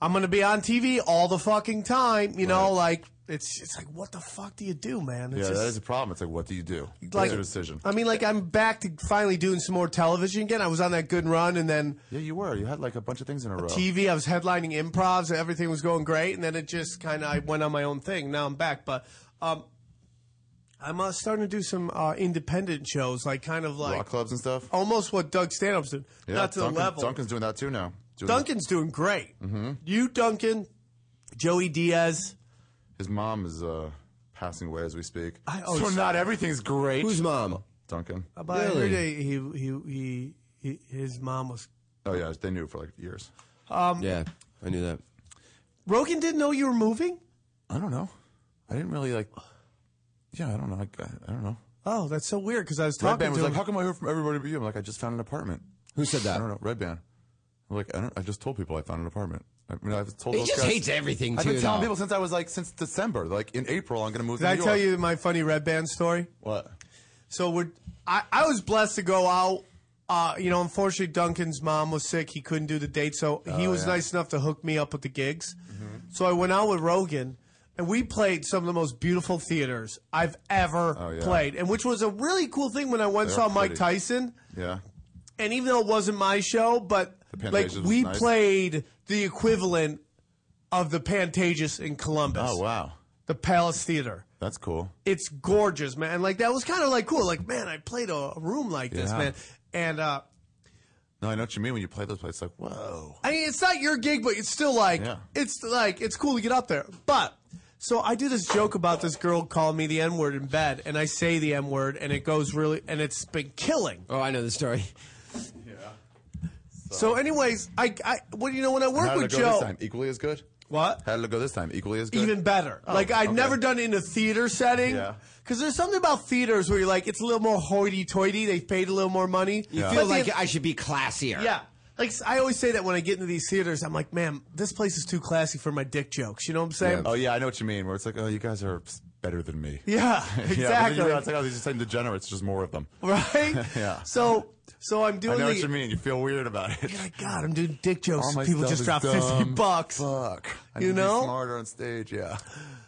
Speaker 5: I'm gonna be on TV all the fucking time. You know, like it's it's like what the fuck do you do, man? It's
Speaker 6: Yeah,
Speaker 5: just,
Speaker 6: that is a problem. It's like, uh, what do you do?
Speaker 5: like
Speaker 6: What's your decision?
Speaker 5: I mean, like I'm back to finally doing some more television again. I was on that good run, and then
Speaker 6: yeah, you were. You had like a bunch of things in a row.
Speaker 5: TV. I was headlining improvs, and everything was going great. And then it just kind of I went on my own thing. Now I'm back, but um, I'm uh, starting to do some uh, independent shows, like kind of like
Speaker 6: rock clubs and stuff.
Speaker 5: almost what Doug Stanhope's doing,
Speaker 6: yeah,
Speaker 5: not to
Speaker 6: Duncan-
Speaker 5: the level.
Speaker 6: Duncan's doing that too now. Doing
Speaker 5: Duncan's doing great. You, Duncan, Joey Diaz.
Speaker 6: His mom is uh, passing away as we speak.
Speaker 5: I always-
Speaker 6: so not everything's great.
Speaker 4: Who's mom?
Speaker 6: Duncan?
Speaker 5: But I heard he, he, he, he, his mom was.
Speaker 6: Oh yeah, they knew for like years.
Speaker 5: Um,
Speaker 4: yeah, I knew that.
Speaker 5: Rogan didn't know you were moving.
Speaker 6: I don't know. I didn't really like. Yeah, I don't know. I, I don't know.
Speaker 5: Oh, that's so weird because I was
Speaker 6: Red
Speaker 5: talking
Speaker 6: Band
Speaker 5: to
Speaker 6: was like,
Speaker 5: him.
Speaker 6: "How come I hear from everybody but you?" I'm like, "I just found an apartment."
Speaker 4: Who said
Speaker 6: I
Speaker 4: that?
Speaker 6: don't know. Red Band. I'm like, I don't. I just told people I found an apartment. I mean, I've told.
Speaker 4: He
Speaker 6: those
Speaker 4: just
Speaker 6: guys-
Speaker 4: hates everything,
Speaker 6: I've been
Speaker 4: too,
Speaker 6: telling
Speaker 4: though.
Speaker 6: people since I was like since December. Like in April, I'm gonna move.
Speaker 5: Did
Speaker 6: to
Speaker 5: I
Speaker 6: New
Speaker 5: tell
Speaker 6: York.
Speaker 5: you my funny Red Band story?
Speaker 6: what?
Speaker 5: So we're. I, I was blessed to go out. Uh, you know, unfortunately, Duncan's mom was sick. He couldn't do the date, so
Speaker 6: Oh,
Speaker 5: he was nice enough to hook me up with the gigs.
Speaker 6: Mm-hmm.
Speaker 5: So I went out with Rogan, and we played some of the most beautiful theaters I've ever
Speaker 6: Oh, yeah.
Speaker 5: played, and which was a really cool thing when I went
Speaker 6: They're
Speaker 5: saw Mike
Speaker 6: pretty.
Speaker 5: Tyson.
Speaker 6: Yeah.
Speaker 5: And even though it wasn't my show, but
Speaker 6: The
Speaker 5: like
Speaker 6: Pantages was
Speaker 5: we
Speaker 6: nice.
Speaker 5: played the equivalent of the Pantages in Columbus,
Speaker 6: Oh wow,
Speaker 5: the Palace Theater
Speaker 6: that's cool.
Speaker 5: it's gorgeous, man. Like that was kind of like cool. Like, man, I played a, a room like this,
Speaker 6: Yeah.
Speaker 5: man. And uh,
Speaker 6: No, I know what you mean when you play those places. Like, whoa.
Speaker 5: I mean, it's not your gig, but it's still like
Speaker 6: Yeah.
Speaker 5: it's like it's cool to get up there. But so I do this joke about this girl calling me the N word in bed, and I say the N word, and it goes really, and it's been killing.
Speaker 4: Oh, I know the story.
Speaker 5: So, anyways, I, I, well, you know, when I work
Speaker 6: How did
Speaker 5: with
Speaker 6: it go this
Speaker 5: Joe,
Speaker 6: time? Equally as good.
Speaker 5: what?
Speaker 6: How did it go this time? Equally as good.
Speaker 5: Even better. like I'd
Speaker 6: okay.
Speaker 5: never done it in a theater setting.
Speaker 6: Yeah.
Speaker 5: Because there's something about theaters where you're like, it's a little more hoity-toity. They paid a little more money.
Speaker 4: You
Speaker 5: But
Speaker 4: feel
Speaker 5: the-
Speaker 4: like I should be classier.
Speaker 5: Yeah. Like I always say that when I get into these theaters, I'm like, man, this place is too classy for my dick jokes. You know what I'm saying?
Speaker 6: Oh yeah, I know what you mean. Where it's like, oh, you guys are better than me.
Speaker 5: Yeah,
Speaker 6: Yeah, but then you
Speaker 5: exactly.
Speaker 6: realize, like, oh, these are the same degenerates, just more of them.
Speaker 5: right?
Speaker 6: Yeah.
Speaker 5: So, so I'm
Speaker 6: I
Speaker 5: doing.
Speaker 6: know
Speaker 5: the,
Speaker 6: what you mean. You feel weird about it.
Speaker 5: You're like, God, I'm doing dick jokes.
Speaker 6: All my
Speaker 5: People
Speaker 6: stuff
Speaker 5: just
Speaker 6: is
Speaker 5: dropped fifty
Speaker 6: dumb.
Speaker 5: bucks.
Speaker 6: Fuck. I
Speaker 5: You
Speaker 6: need to be
Speaker 5: know?
Speaker 6: smarter on stage. Yeah.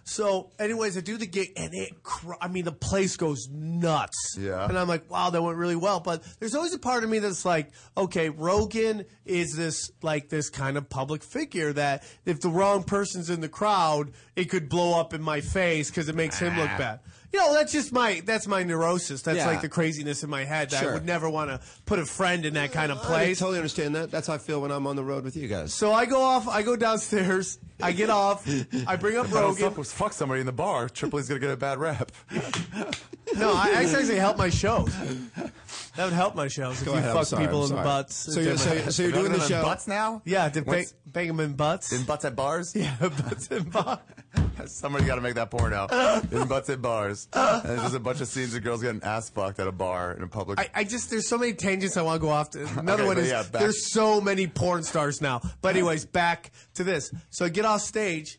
Speaker 5: So, anyways, I do the gig, and it, cr- I mean, the place goes nuts.
Speaker 6: Yeah.
Speaker 5: And I'm like, wow, that went really well. But there's always a part of me that's like, okay, Rogan is this, like, this kind of public figure that if the wrong person's in the crowd, it could blow up in my face because it makes him look bad. You know, that's just my, that's my neurosis.
Speaker 4: Ah.
Speaker 5: That's
Speaker 4: Yeah.
Speaker 5: like the craziness in my head that I
Speaker 4: Sure.
Speaker 5: would never want to put a friend in that kind of
Speaker 4: I
Speaker 5: place.
Speaker 4: totally understand that. That's how I feel when I'm on the road with you guys.
Speaker 5: So I go off, I go downstairs, I get off, I bring up
Speaker 6: If I don't
Speaker 5: Rogan.
Speaker 6: suck- fuck somebody in the bar. Triple E's gonna get a bad rap.
Speaker 5: No, I I actually help my shows. That would help my shows if
Speaker 4: Go
Speaker 5: you
Speaker 4: ahead, I'm
Speaker 5: fuck
Speaker 4: sorry,
Speaker 5: people
Speaker 4: I'm
Speaker 5: in the
Speaker 4: sorry.
Speaker 5: butts.
Speaker 4: So you're, so, you're- so you're
Speaker 6: They're
Speaker 4: doing the
Speaker 6: gonna
Speaker 4: show.
Speaker 6: Butts now?
Speaker 5: yeah, to bang,
Speaker 6: What's-
Speaker 5: bang 'em in butts.
Speaker 6: in butts at bars?
Speaker 5: yeah, butts in bars.
Speaker 6: Somebody got to make that porno. in butts at bars. And there's just a bunch of scenes of girls getting ass fucked at a bar in a public.
Speaker 5: I, I just there's so many tangents I want to go off. To. Another
Speaker 6: Okay,
Speaker 5: one
Speaker 6: but
Speaker 5: is
Speaker 6: yeah, back-
Speaker 5: there's so many porn stars now. But anyways, back to this. So I get off stage,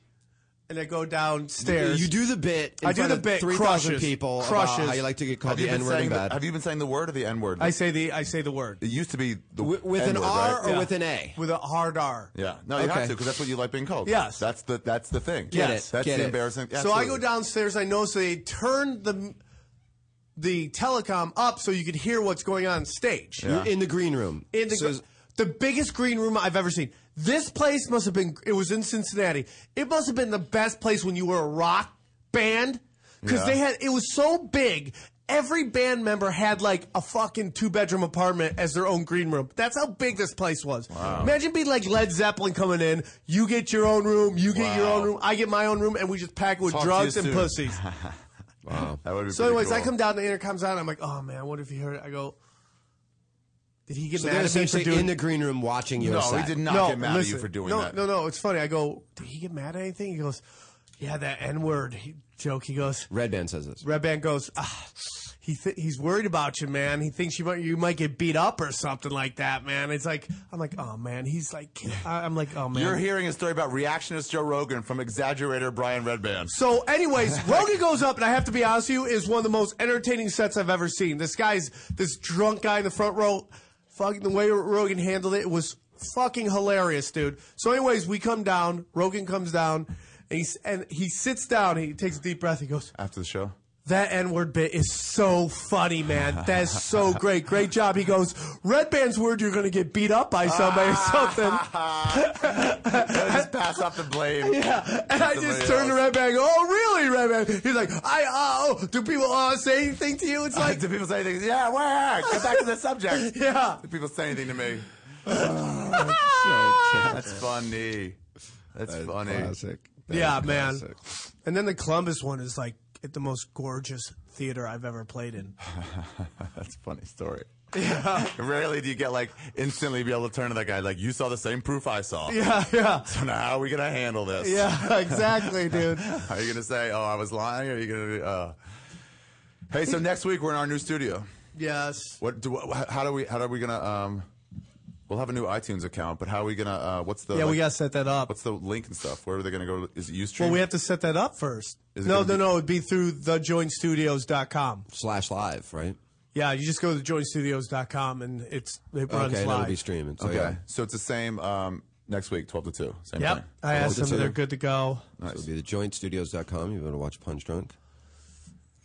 Speaker 5: and I go downstairs.
Speaker 4: You do the bit. In
Speaker 5: I do
Speaker 4: front
Speaker 5: the
Speaker 4: of
Speaker 5: bit,
Speaker 4: 3,000
Speaker 5: crushes,
Speaker 4: people
Speaker 5: crushes.
Speaker 4: about how you like to get called
Speaker 6: have, you
Speaker 4: the
Speaker 6: been
Speaker 4: N-word in
Speaker 6: saying the,
Speaker 4: bad.
Speaker 6: have you been saying the word or the N word?
Speaker 5: I say the I say the word
Speaker 6: It used to be the
Speaker 4: Wi- with an
Speaker 6: N-word,
Speaker 4: R
Speaker 6: right?
Speaker 4: or
Speaker 5: Yeah.
Speaker 4: with an A?
Speaker 5: with a hard R.
Speaker 6: Yeah, no, you
Speaker 4: Okay.
Speaker 6: have to because that's what you like being called.
Speaker 5: Yes.
Speaker 6: that's the that's the thing.
Speaker 4: Get
Speaker 5: Yes.
Speaker 4: it.
Speaker 6: that's
Speaker 4: get
Speaker 6: the
Speaker 4: it.
Speaker 6: embarrassing.
Speaker 5: So I go
Speaker 6: absolutely.
Speaker 5: downstairs. I know. So they turned the the telecom up so you could hear what's going on stage.
Speaker 4: You're in the green room.
Speaker 5: in the,
Speaker 4: So
Speaker 5: gr- the biggest green room I've ever seen. This place must have been. It was in Cincinnati. It must have been the best place when you were a rock band because
Speaker 6: Yeah.
Speaker 5: they had. It was so big. Every band member had like a fucking two bedroom apartment as their own green room. That's how big this place was. Imagine being like Led Zeppelin coming in. You get your own room. You get your
Speaker 6: Wow.
Speaker 5: own room. I get my own room, and we just pack it with
Speaker 6: Talk to
Speaker 5: drugs
Speaker 6: you
Speaker 5: and
Speaker 6: soon.
Speaker 5: pussies.
Speaker 6: That would be
Speaker 5: So,
Speaker 6: pretty
Speaker 5: anyways, I
Speaker 6: cool.
Speaker 5: come down. The intercom's on. I'm like, oh man, I wonder if he heard it. I go, did he get
Speaker 4: so
Speaker 5: mad
Speaker 4: they're
Speaker 5: at me for
Speaker 4: essentially
Speaker 5: doing
Speaker 4: in the green room watching your
Speaker 6: No,
Speaker 4: set.
Speaker 6: he did not
Speaker 5: no,
Speaker 6: get mad
Speaker 5: listen,
Speaker 6: at you for doing
Speaker 5: no,
Speaker 6: that.
Speaker 5: No, no, it's funny. I go, did he get mad at anything? He goes, yeah, that N word he, joke. He goes,
Speaker 4: Red Band says this.
Speaker 5: Red Band goes, ah, he th- he's worried about you, man. He thinks you might you might get beat up or something like that, man. It's like I'm like, oh man. He's like, I- I'm like, oh man.
Speaker 6: You're hearing a story about reactionist Joe Rogan from exaggerator Brian Redband.
Speaker 5: So, anyways, Rogan goes up, and I have to be honest with you, is one of the most entertaining sets I've ever seen. This guy's this drunk guy in the front row. Fucking the way Rogan handled it, was fucking hilarious, dude. So, anyways, we come down. Rogan comes down, and he s- and he sits down. He takes a deep breath. He goes,
Speaker 6: After the show,
Speaker 5: "That N word bit is so funny, man. That's so great. Great job." He goes, "Red band's word, you're gonna get beat up by somebody or something."
Speaker 6: just pass off the blame.
Speaker 5: Yeah, and I just
Speaker 6: Somebody
Speaker 5: turned to
Speaker 6: else.
Speaker 5: Red Band. and go, Oh, really, Red Band? He's like, I uh, oh, do people uh, say anything to you? It's like,
Speaker 6: do people say anything? Yeah, where? Get back to the subject.
Speaker 5: yeah,
Speaker 6: Do people say anything to me? That's funny. That's funny.
Speaker 5: yeah, man. And then the Columbus one is like at the most gorgeous theater I've ever played in.
Speaker 6: That's a funny story. Yeah. Rarely do you get like instantly be able to turn to that guy like you saw the same proof I saw.
Speaker 5: Yeah, yeah,
Speaker 6: So now how are we gonna handle this?
Speaker 5: yeah, exactly, dude.
Speaker 6: Are you gonna say, "Oh, I was lying"? Or are you gonna? Be, uh... Hey, so next week we're in our new studio.
Speaker 5: Yes.
Speaker 6: What do? wh- How do we? How are we gonna? Um, we'll have a new iTunes account, but how are we gonna? Uh, what's the?
Speaker 5: Yeah, we
Speaker 6: like,
Speaker 5: gotta set that up.
Speaker 6: What's the link and stuff? Where are they gonna go? Is it Ustream?
Speaker 5: Well, we have to set that up first.
Speaker 6: Is it
Speaker 5: No, no,
Speaker 6: gonna be-
Speaker 5: no. It'd be through thejoinstudios.com.
Speaker 4: Slash live, right?
Speaker 5: Yeah, you just go to thejoinstudios.com and it's it runs
Speaker 4: okay, that'll
Speaker 5: live.
Speaker 4: be streaming. So,
Speaker 6: Okay,
Speaker 4: yeah.
Speaker 6: Oh, so it's the same. Um, next week, twelve to two. Same
Speaker 5: Yep.
Speaker 6: thing.
Speaker 5: I asked them.
Speaker 4: Consider.
Speaker 5: They're good to go.
Speaker 4: So it'll be thejointstudios.com. You want to watch Punch Drunk?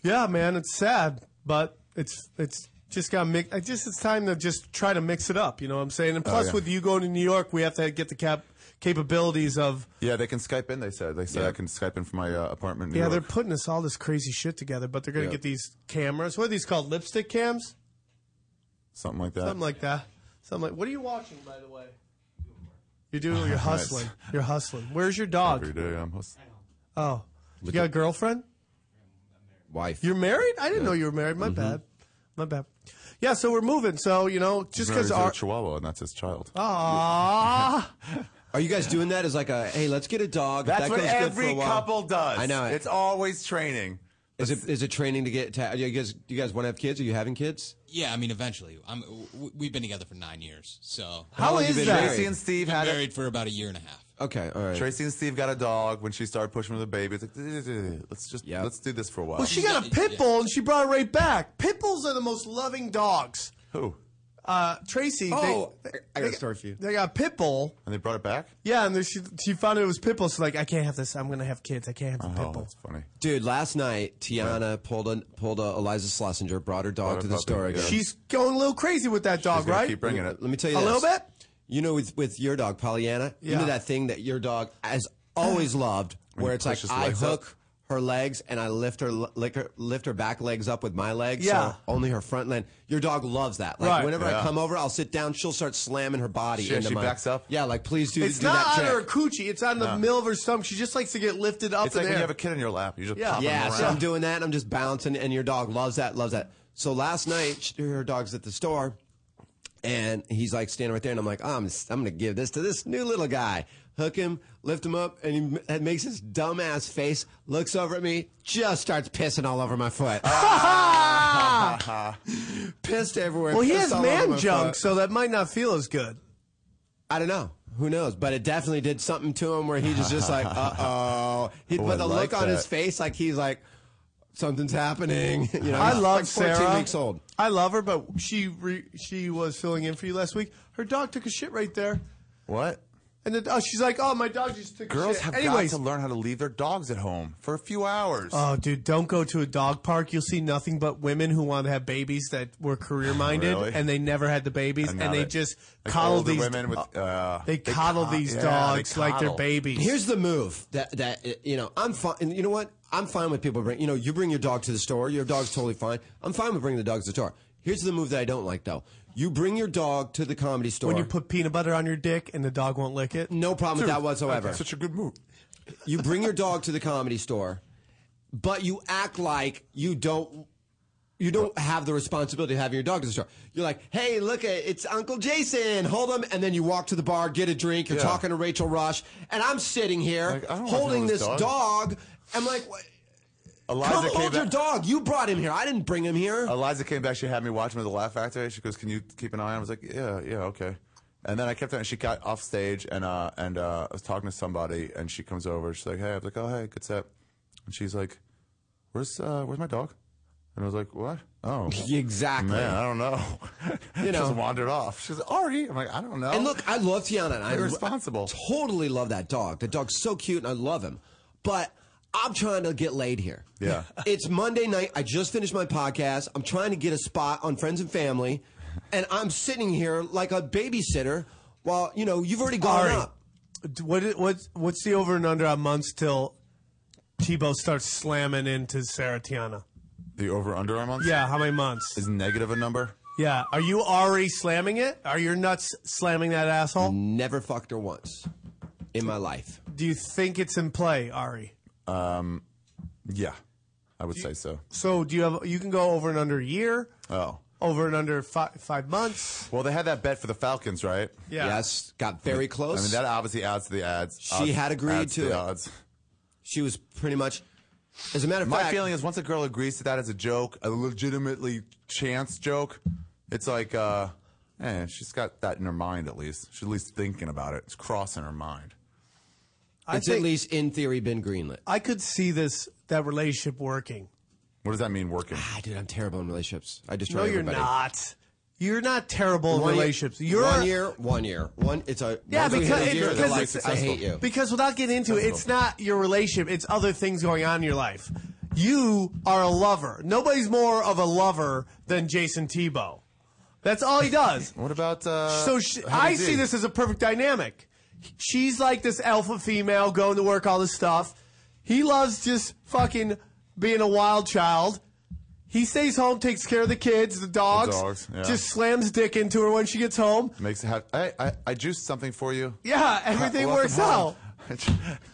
Speaker 5: Yeah, man, it's sad, but it's it's just got mix. I just it's time to just try to mix it up. You know what I'm saying? And plus,
Speaker 6: Oh, yeah.
Speaker 5: with you going to New York, we have to get the cap capabilities of.
Speaker 6: Yeah, they can Skype in. They said. They said I can Skype in from my uh, apartment. In New
Speaker 5: Yeah, they're
Speaker 6: York.
Speaker 5: putting us all this crazy shit together, but they're gonna
Speaker 6: Yeah.
Speaker 5: get these cameras. What are these called? Lipstick cams?
Speaker 6: something like that.
Speaker 5: Something like that. Something like. What are you watching, by the way? You do. You're hustling. You're hustling. Where's your
Speaker 6: Every
Speaker 5: dog?
Speaker 6: day I'm host-
Speaker 5: Oh, you got a girlfriend?
Speaker 4: Wife.
Speaker 5: You're married? I didn't know you were married.
Speaker 6: Mm-hmm.
Speaker 5: My bad. My bad. Yeah, so we're moving. So you know, just because
Speaker 6: Married to
Speaker 5: our Oh,
Speaker 6: a Chihuahua and that's his child.
Speaker 5: Aww.
Speaker 4: Are you guys doing that as like a, hey, let's get a dog.
Speaker 6: That's
Speaker 4: that
Speaker 6: what
Speaker 4: goes good for
Speaker 6: every
Speaker 4: a while.
Speaker 6: couple does.
Speaker 4: I know it.
Speaker 6: It's always training.
Speaker 4: Is it, is it training to get, ta- you guys, you guys want to have kids? Are you having kids?
Speaker 9: Yeah, I mean, eventually. I'm, w- we've been together for nine years, so
Speaker 4: How long
Speaker 5: is
Speaker 4: you been
Speaker 5: that?
Speaker 4: married?
Speaker 6: Tracy and Steve had a,
Speaker 9: married for about a year and a half.
Speaker 4: Okay, all right.
Speaker 6: Tracy and Steve got a dog. When she started pushing with the baby, it's like "Duh-duh-duh-duh-duh. let's just
Speaker 4: Yep.
Speaker 6: let's do this for a while.
Speaker 5: Well, she got a pit bull and she brought it right back. Pit bulls are the most loving dogs.
Speaker 6: Who?
Speaker 5: Uh, Tracy,
Speaker 4: Oh,
Speaker 5: they,
Speaker 4: I- I got
Speaker 5: they
Speaker 4: a story for you.
Speaker 5: They got a pit bull.
Speaker 6: And they brought it back.
Speaker 5: Yeah, and then she she found out it was pit bull. She's like, I can't have this. I'm gonna have kids. I can't have the
Speaker 6: Oh,
Speaker 5: pit bull.
Speaker 6: that's funny.
Speaker 4: Dude, last night, Tiana pulled a, pulled a Eliza Schlesinger, brought her dog
Speaker 6: Brought
Speaker 4: to
Speaker 6: her
Speaker 4: the
Speaker 6: puppy,
Speaker 4: store again.
Speaker 6: yeah.
Speaker 5: She's going a little crazy with that
Speaker 6: She's
Speaker 5: dog,
Speaker 6: gonna
Speaker 5: right?
Speaker 6: Keep bringing it.
Speaker 4: Let me tell you
Speaker 5: A
Speaker 4: this.
Speaker 5: little bit?
Speaker 4: You know, with, with your dog, Pollyanna,
Speaker 5: Yeah.
Speaker 4: you know that thing that your dog has always loved,
Speaker 6: he
Speaker 4: where it's like,
Speaker 6: pushes
Speaker 4: I
Speaker 6: legs up.
Speaker 4: hook her legs and I lift her, l- lick her lift her back legs up with my legs.
Speaker 5: Yeah.
Speaker 4: So only her front leg. Your dog loves that. Like
Speaker 5: Right.
Speaker 4: whenever I
Speaker 6: Yeah.
Speaker 4: come over, I'll sit down. She'll start slamming her body
Speaker 6: Shit,
Speaker 4: into
Speaker 6: she
Speaker 4: mine.
Speaker 6: backs up?
Speaker 4: Yeah, like please do.
Speaker 5: It's
Speaker 4: do
Speaker 5: not
Speaker 4: that
Speaker 5: on
Speaker 4: trick.
Speaker 5: her coochie. It's on the middle of her stomach. She just likes to get lifted up
Speaker 6: It's
Speaker 5: in
Speaker 6: like
Speaker 5: there.
Speaker 6: when you have a kid in your lap. You just
Speaker 5: Yeah.
Speaker 6: pop
Speaker 4: Yeah,
Speaker 6: them
Speaker 4: so
Speaker 6: around.
Speaker 4: I'm doing that. And I'm just bouncing, and your dog loves that, loves that. So last night, she- her dog's at the store, and he's like standing right there, and I'm like, oh, I'm, I'm going to give this to this new little guy. Hook him, lift him up, and he m- and makes his dumbass face, looks over at me, just starts pissing all over my foot. Pissed everywhere.
Speaker 5: Ah. well, he
Speaker 4: pissed
Speaker 5: has
Speaker 4: all over
Speaker 5: man
Speaker 4: my
Speaker 5: junk,
Speaker 4: foot.
Speaker 5: so that might not feel as good.
Speaker 4: I don't know. Who knows? But it definitely did something to him where he was just like, uh oh. He
Speaker 6: Oh, I
Speaker 4: put the
Speaker 6: like
Speaker 4: look on his
Speaker 6: that.
Speaker 4: face like he's like, something's happening. You know,
Speaker 5: I
Speaker 4: he's
Speaker 5: love
Speaker 4: like 14
Speaker 5: Sarah.
Speaker 4: weeks old.
Speaker 5: I love her, but she re- she was filling in for you last week. Her dog took a shit right there,
Speaker 6: What?
Speaker 5: and the, oh, she's like, "Oh, my dog just took a
Speaker 6: Girls
Speaker 5: shit."
Speaker 6: have
Speaker 5: Anyways,
Speaker 6: got to learn how to leave their dogs at home for a few hours.
Speaker 5: Oh, dude, don't go to a dog park. You'll see nothing but women who want to have babies that were career minded
Speaker 6: Really?
Speaker 5: and they never had the babies and,
Speaker 6: now
Speaker 5: they
Speaker 6: that-
Speaker 5: just
Speaker 6: like
Speaker 5: coddle
Speaker 6: older
Speaker 5: these
Speaker 6: women with. Uh,
Speaker 5: they, coddle
Speaker 6: co-
Speaker 5: these
Speaker 6: yeah, they
Speaker 5: dogs like they're
Speaker 6: coddle.
Speaker 5: babies.
Speaker 4: Here's the move that that uh, you know I'm fine. You know what? I'm fine with people bring. You know, you bring your dog to the store. Your dog's totally fine. I'm fine with bringing the dogs to the store. Here's the move that I don't like though. You bring your dog to the comedy store.
Speaker 5: when you put peanut butter on your dick and the dog won't lick it.
Speaker 4: no problem with that whatsoever.
Speaker 6: That's such a good move.
Speaker 4: you bring your dog to the comedy store, but you act like you don't. You don't have the responsibility of having your dog to the store. You're like, hey, look, at it's Uncle Jason. Hold him. And then you walk to the bar, get a drink. You're
Speaker 6: Yeah.
Speaker 4: talking to Rachel Rush. And I'm sitting here
Speaker 6: Like, I don't
Speaker 4: holding
Speaker 6: know
Speaker 4: this
Speaker 6: this
Speaker 4: dog. I'm like, what?
Speaker 6: Eliza
Speaker 4: come
Speaker 6: came
Speaker 4: hold your
Speaker 6: back- Oh.
Speaker 4: dog. You brought him here. I didn't bring him here.
Speaker 6: Eliza came back. She had me watching him at the Laugh Factory. She goes, "Can you keep an eye on?" him?" I was like, "Yeah, yeah, okay." And then I kept on. And she got off stage, and uh, and uh, I was talking to somebody, and she comes over. She's like, "Hey," I was like, "Oh, hey, good set." And she's like, "Where's uh, where's my dog?" And I was like, "What? Oh,
Speaker 4: exactly.
Speaker 6: man, I don't know."
Speaker 4: You know.
Speaker 6: just wandered off. She's like, Ari. I'm like, I don't know.
Speaker 4: And look, I love Tiana. And I
Speaker 6: Irresponsible.
Speaker 4: I totally love that dog. The dog's so cute, and I love him. But I'm trying to get laid here.
Speaker 6: Yeah.
Speaker 4: it's Monday night. I just finished my podcast. I'm trying to get a spot on Friends and Family, and I'm sitting here like a babysitter. While you know you've already gone
Speaker 5: Ari.
Speaker 4: up.
Speaker 5: What i- what what's the over and under on months till Tebow starts slamming into Sarah Tiana?
Speaker 6: the over under arm on
Speaker 5: Yeah, how many months?
Speaker 6: is negative a number.
Speaker 5: Yeah, are you already slamming it? Are your nuts slamming that
Speaker 6: Mm.
Speaker 5: asshole?
Speaker 4: Never fucked her once in my life.
Speaker 5: Do you think it's in play, Ari?
Speaker 6: Yeah, I would say so.
Speaker 5: So do you have you can go over and under a year,
Speaker 6: Oh.
Speaker 5: over and under five, five months?
Speaker 6: Well, they had that bet for the Falcons, right?
Speaker 5: Yeah.
Speaker 4: Yes, got very close.
Speaker 6: I mean, that obviously adds to the ads.
Speaker 4: She
Speaker 6: odds-
Speaker 4: had agreed
Speaker 6: adds
Speaker 4: to
Speaker 6: the
Speaker 4: it.
Speaker 6: odds.
Speaker 4: she was pretty much. As a matter of
Speaker 6: My
Speaker 4: fact,
Speaker 6: feeling is once a girl agrees to that as a joke, a legitimately chance joke, it's like, uh, eh, she's got that in her mind at least. She's at least thinking about it. It's crossing her mind.
Speaker 5: I
Speaker 4: it's at least in theory been greenlit.
Speaker 5: I could see this that relationship working.
Speaker 6: What does that mean, working?
Speaker 4: Ah, dude, I'm terrible in relationships. I destroy
Speaker 5: No, you're
Speaker 4: everybody.
Speaker 5: not. You're not terrible in
Speaker 4: One year-
Speaker 5: relationships. You're
Speaker 4: one year, one year, one. It's a
Speaker 5: Yeah,
Speaker 4: once we
Speaker 5: because-
Speaker 4: hit a year,
Speaker 5: because
Speaker 4: they're like,
Speaker 5: it's-
Speaker 4: I hate you.
Speaker 5: because without getting into it, it's not your relationship. It's other things going on in your life. You are a lover. Nobody's more of a lover than Jason Tebow. That's all he does.
Speaker 6: What about, uh,
Speaker 5: So she,
Speaker 6: Heavy
Speaker 5: I
Speaker 6: D?
Speaker 5: see this as a perfect dynamic. She's like this alpha female going to work, all this stuff. He loves just fucking being a wild child. He stays home, takes care of the kids, the dogs,
Speaker 6: dogs, yeah.
Speaker 5: just slams dick into her when she gets home.
Speaker 6: Makes it have, I, I, I juiced something for you.
Speaker 5: Yeah, everything
Speaker 6: Welcome
Speaker 5: works out.
Speaker 6: home.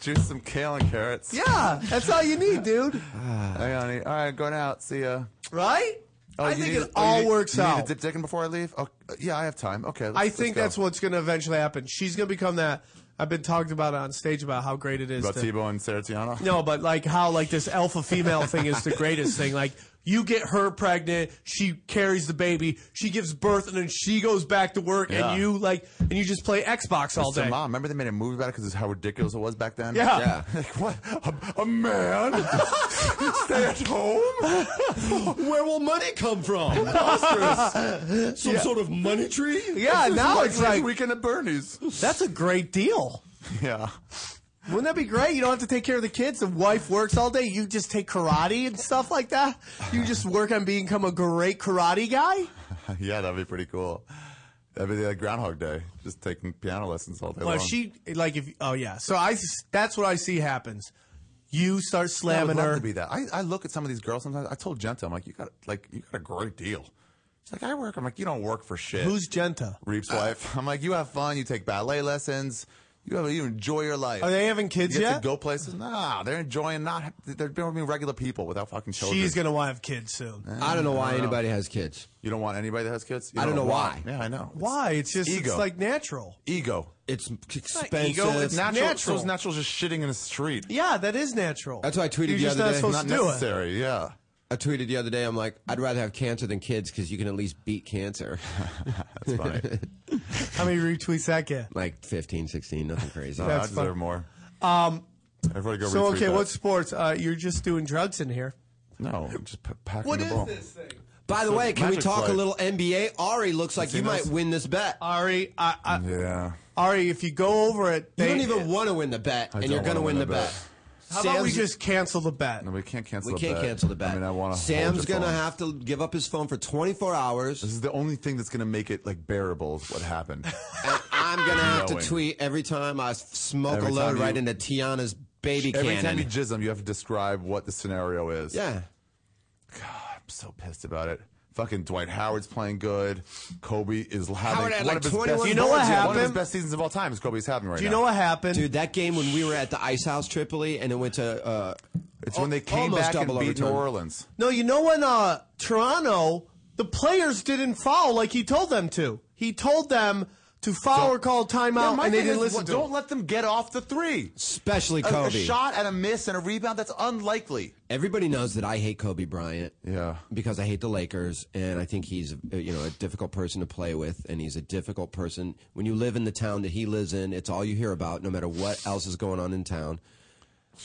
Speaker 6: Juice some kale and carrots.
Speaker 5: Yeah, that's all you need, dude.
Speaker 6: Hey, honey. All right, going out. See ya.
Speaker 5: Right? I
Speaker 6: you
Speaker 5: think
Speaker 6: need-
Speaker 5: it
Speaker 6: oh, you
Speaker 5: all
Speaker 6: need-
Speaker 5: works
Speaker 6: you need
Speaker 5: out.
Speaker 6: to dip dick in before I leave? Oh, yeah, I have time. Okay. Let's,
Speaker 5: I
Speaker 6: let's
Speaker 5: think
Speaker 6: go.
Speaker 5: that's what's going to eventually happen. She's going to become that. I've been talking about it on stage about how great it is.
Speaker 6: About
Speaker 5: to-
Speaker 6: Tebow and Seratiano?
Speaker 5: No, but like how like this alpha female thing is the greatest thing. Like you get her pregnant, she carries the baby, she gives birth, and then she goes back to work,
Speaker 6: Yeah.
Speaker 5: and you like and you just play Xbox all
Speaker 6: It's the
Speaker 5: day.
Speaker 6: mom. ah, Remember they made a movie about it because how ridiculous it was back then.
Speaker 5: Yeah.
Speaker 4: Yeah.
Speaker 6: like what? A, a man stay at home?
Speaker 4: Where will money come from? Some sort of money tree?
Speaker 5: Yeah, now
Speaker 6: Like
Speaker 5: it's
Speaker 6: last
Speaker 5: like
Speaker 6: weekend at Bernie's.
Speaker 5: that's a great deal.
Speaker 6: Yeah.
Speaker 5: Wouldn't that be great? You don't have to take care of the kids. The wife works all day. You just take karate and stuff like that. You just work on become a great karate guy.
Speaker 6: Yeah, that'd be pretty cool. That'd be like Groundhog Day, just taking piano lessons all day
Speaker 5: Well, if
Speaker 6: long.
Speaker 5: she like if oh yeah. So I s- that's what I see happens. You start
Speaker 6: I would
Speaker 5: slamming
Speaker 6: love
Speaker 5: her.
Speaker 6: to be that. I, I look at some of these girls sometimes. I told Jenta, I'm like, you got like you got a great deal. She's like, I work. I'm like, you don't work for shit.
Speaker 5: Who's Genta?
Speaker 6: Reeps' wife? I'm like, you have fun. You take ballet lessons. You have you enjoy your life.
Speaker 5: Are they having kids
Speaker 6: you get
Speaker 5: yet?
Speaker 6: To go places? Nah, they're enjoying not. They're being regular people without fucking children.
Speaker 5: She's gonna want to have kids soon.
Speaker 4: I don't know why anybody has kids.
Speaker 6: You don't want anybody that has kids. You
Speaker 4: I don't know
Speaker 6: want-
Speaker 4: why.
Speaker 6: Yeah, I know. It's
Speaker 5: Why? It's just
Speaker 6: ego.
Speaker 5: it's like natural.
Speaker 6: ego.
Speaker 4: It's
Speaker 6: Not
Speaker 4: expensive.
Speaker 6: Ego. It's natural.
Speaker 5: natural.
Speaker 6: So it's natural just shitting in the street.
Speaker 5: Yeah, that is natural.
Speaker 4: That's why I tweeted
Speaker 5: You're
Speaker 4: the
Speaker 5: just
Speaker 4: other
Speaker 5: not
Speaker 4: day,
Speaker 5: supposed
Speaker 6: Not
Speaker 5: to do
Speaker 6: necessary. Yeah.
Speaker 4: I tweeted the other day. I'm like, I'd rather have cancer than kids because you can at least beat cancer.
Speaker 6: That's funny.
Speaker 5: it. How many retweets that get?
Speaker 4: like 15, 16, nothing crazy.
Speaker 6: I
Speaker 5: That's
Speaker 6: deserve
Speaker 5: fun.
Speaker 6: more. Um. Everybody go.
Speaker 5: So
Speaker 6: retweet
Speaker 5: okay,
Speaker 6: that.
Speaker 5: what sports? Uh, you're just doing drugs in here.
Speaker 6: No, just p- packing the ball.
Speaker 5: thing?
Speaker 4: By the way, can we
Speaker 6: Magic
Speaker 4: talk
Speaker 6: play.
Speaker 4: a little NBA? Ari looks like
Speaker 6: seen
Speaker 4: you might
Speaker 6: those?
Speaker 4: win this bet.
Speaker 5: Ari, I, I,
Speaker 6: Yeah.
Speaker 5: Ari, if you go over it,
Speaker 4: You
Speaker 5: they,
Speaker 4: don't even want to win the bet,
Speaker 6: I
Speaker 4: and you're
Speaker 6: don't
Speaker 4: going to
Speaker 6: wanna
Speaker 4: win the bet.
Speaker 5: How about we
Speaker 4: Sam's-
Speaker 5: just cancel the bet?
Speaker 6: No, we can't cancel.
Speaker 4: We
Speaker 6: the
Speaker 4: can't
Speaker 6: bet.
Speaker 4: cancel the bet.
Speaker 6: I mean, I want to.
Speaker 4: Sam's going to have to give up his phone for 24
Speaker 6: This
Speaker 4: hours.
Speaker 6: is the only thing that's going to make it like bearable. Is what happened.
Speaker 4: and I'm going to have to
Speaker 6: Knowing.
Speaker 4: tweet every time I s- smoke
Speaker 6: Every
Speaker 4: a load
Speaker 6: time
Speaker 4: right
Speaker 6: you-
Speaker 4: into Tiana's baby
Speaker 6: Every
Speaker 4: cannon.
Speaker 6: time you jizz them, you have to describe what the scenario is.
Speaker 4: yeah.
Speaker 6: I'm so pissed about it. Fucking Dwight Howard's playing good. Kobe is having
Speaker 4: Howard had,
Speaker 6: one
Speaker 4: like,
Speaker 6: of his
Speaker 4: 21
Speaker 6: best.
Speaker 5: You know what
Speaker 6: Yeah, One of his
Speaker 5: happened?
Speaker 6: best seasons of all time is Kobe's having right
Speaker 5: Do you
Speaker 6: now.
Speaker 5: know what happened?
Speaker 4: Dude, that game when we were at the Ice House Tripoli and it went to uh,
Speaker 6: It's when they came
Speaker 4: almost
Speaker 6: back and
Speaker 4: double
Speaker 6: beat New
Speaker 4: overtime.
Speaker 6: Orleans.
Speaker 5: No, you know when uh, Toronto, the players didn't foul like he told them to. He told them to foul or call
Speaker 6: Yeah,
Speaker 5: timeout,
Speaker 6: my
Speaker 5: and they
Speaker 6: thing
Speaker 5: didn't
Speaker 6: is,
Speaker 5: listen
Speaker 6: what-
Speaker 5: to
Speaker 6: Don't
Speaker 5: him.
Speaker 6: let them get off the three.
Speaker 4: especially
Speaker 6: A-
Speaker 4: Kobe.
Speaker 6: a shot and a miss and a rebound. That's unlikely.
Speaker 4: Everybody knows that I hate Kobe Bryant.
Speaker 6: Yeah.
Speaker 4: Because I hate the Lakers, and I think he's uh, you know a difficult person to play with, and he's a difficult person. When you live in the town that he lives in, it's all you hear about, no matter what else is going on in town.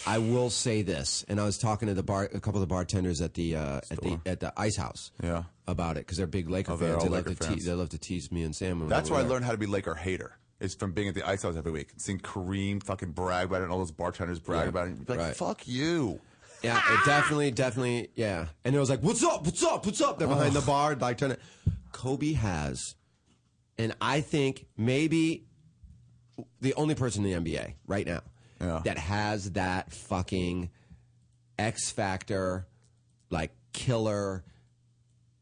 Speaker 4: I will say this, and I was talking to the bar, a couple of the bartenders at the uh, at the at the Ice House,
Speaker 6: Yeah.
Speaker 4: about it because they're big Laker
Speaker 6: Oh, they're
Speaker 4: fans.
Speaker 6: all
Speaker 4: They love
Speaker 6: Laker
Speaker 4: to
Speaker 6: fans.
Speaker 4: Te- they love to tease me and Sam. when
Speaker 6: That's
Speaker 4: we're
Speaker 6: where I
Speaker 4: there.
Speaker 6: learned how to be Laker hater. Is from being at the ice house every week, seeing Kareem fucking brag about it, and all those bartenders brag about it. And you'd be like,
Speaker 4: Right.
Speaker 6: "Fuck you."
Speaker 4: Yeah,
Speaker 6: Ah!
Speaker 4: it definitely, definitely, yeah. And it was like, "What's up? What's up? What's up?" They're behind the bar, like trying to. Kobe has, and I think maybe the only person in the NBA right now
Speaker 6: Yeah.
Speaker 4: that has that fucking X factor, like killer.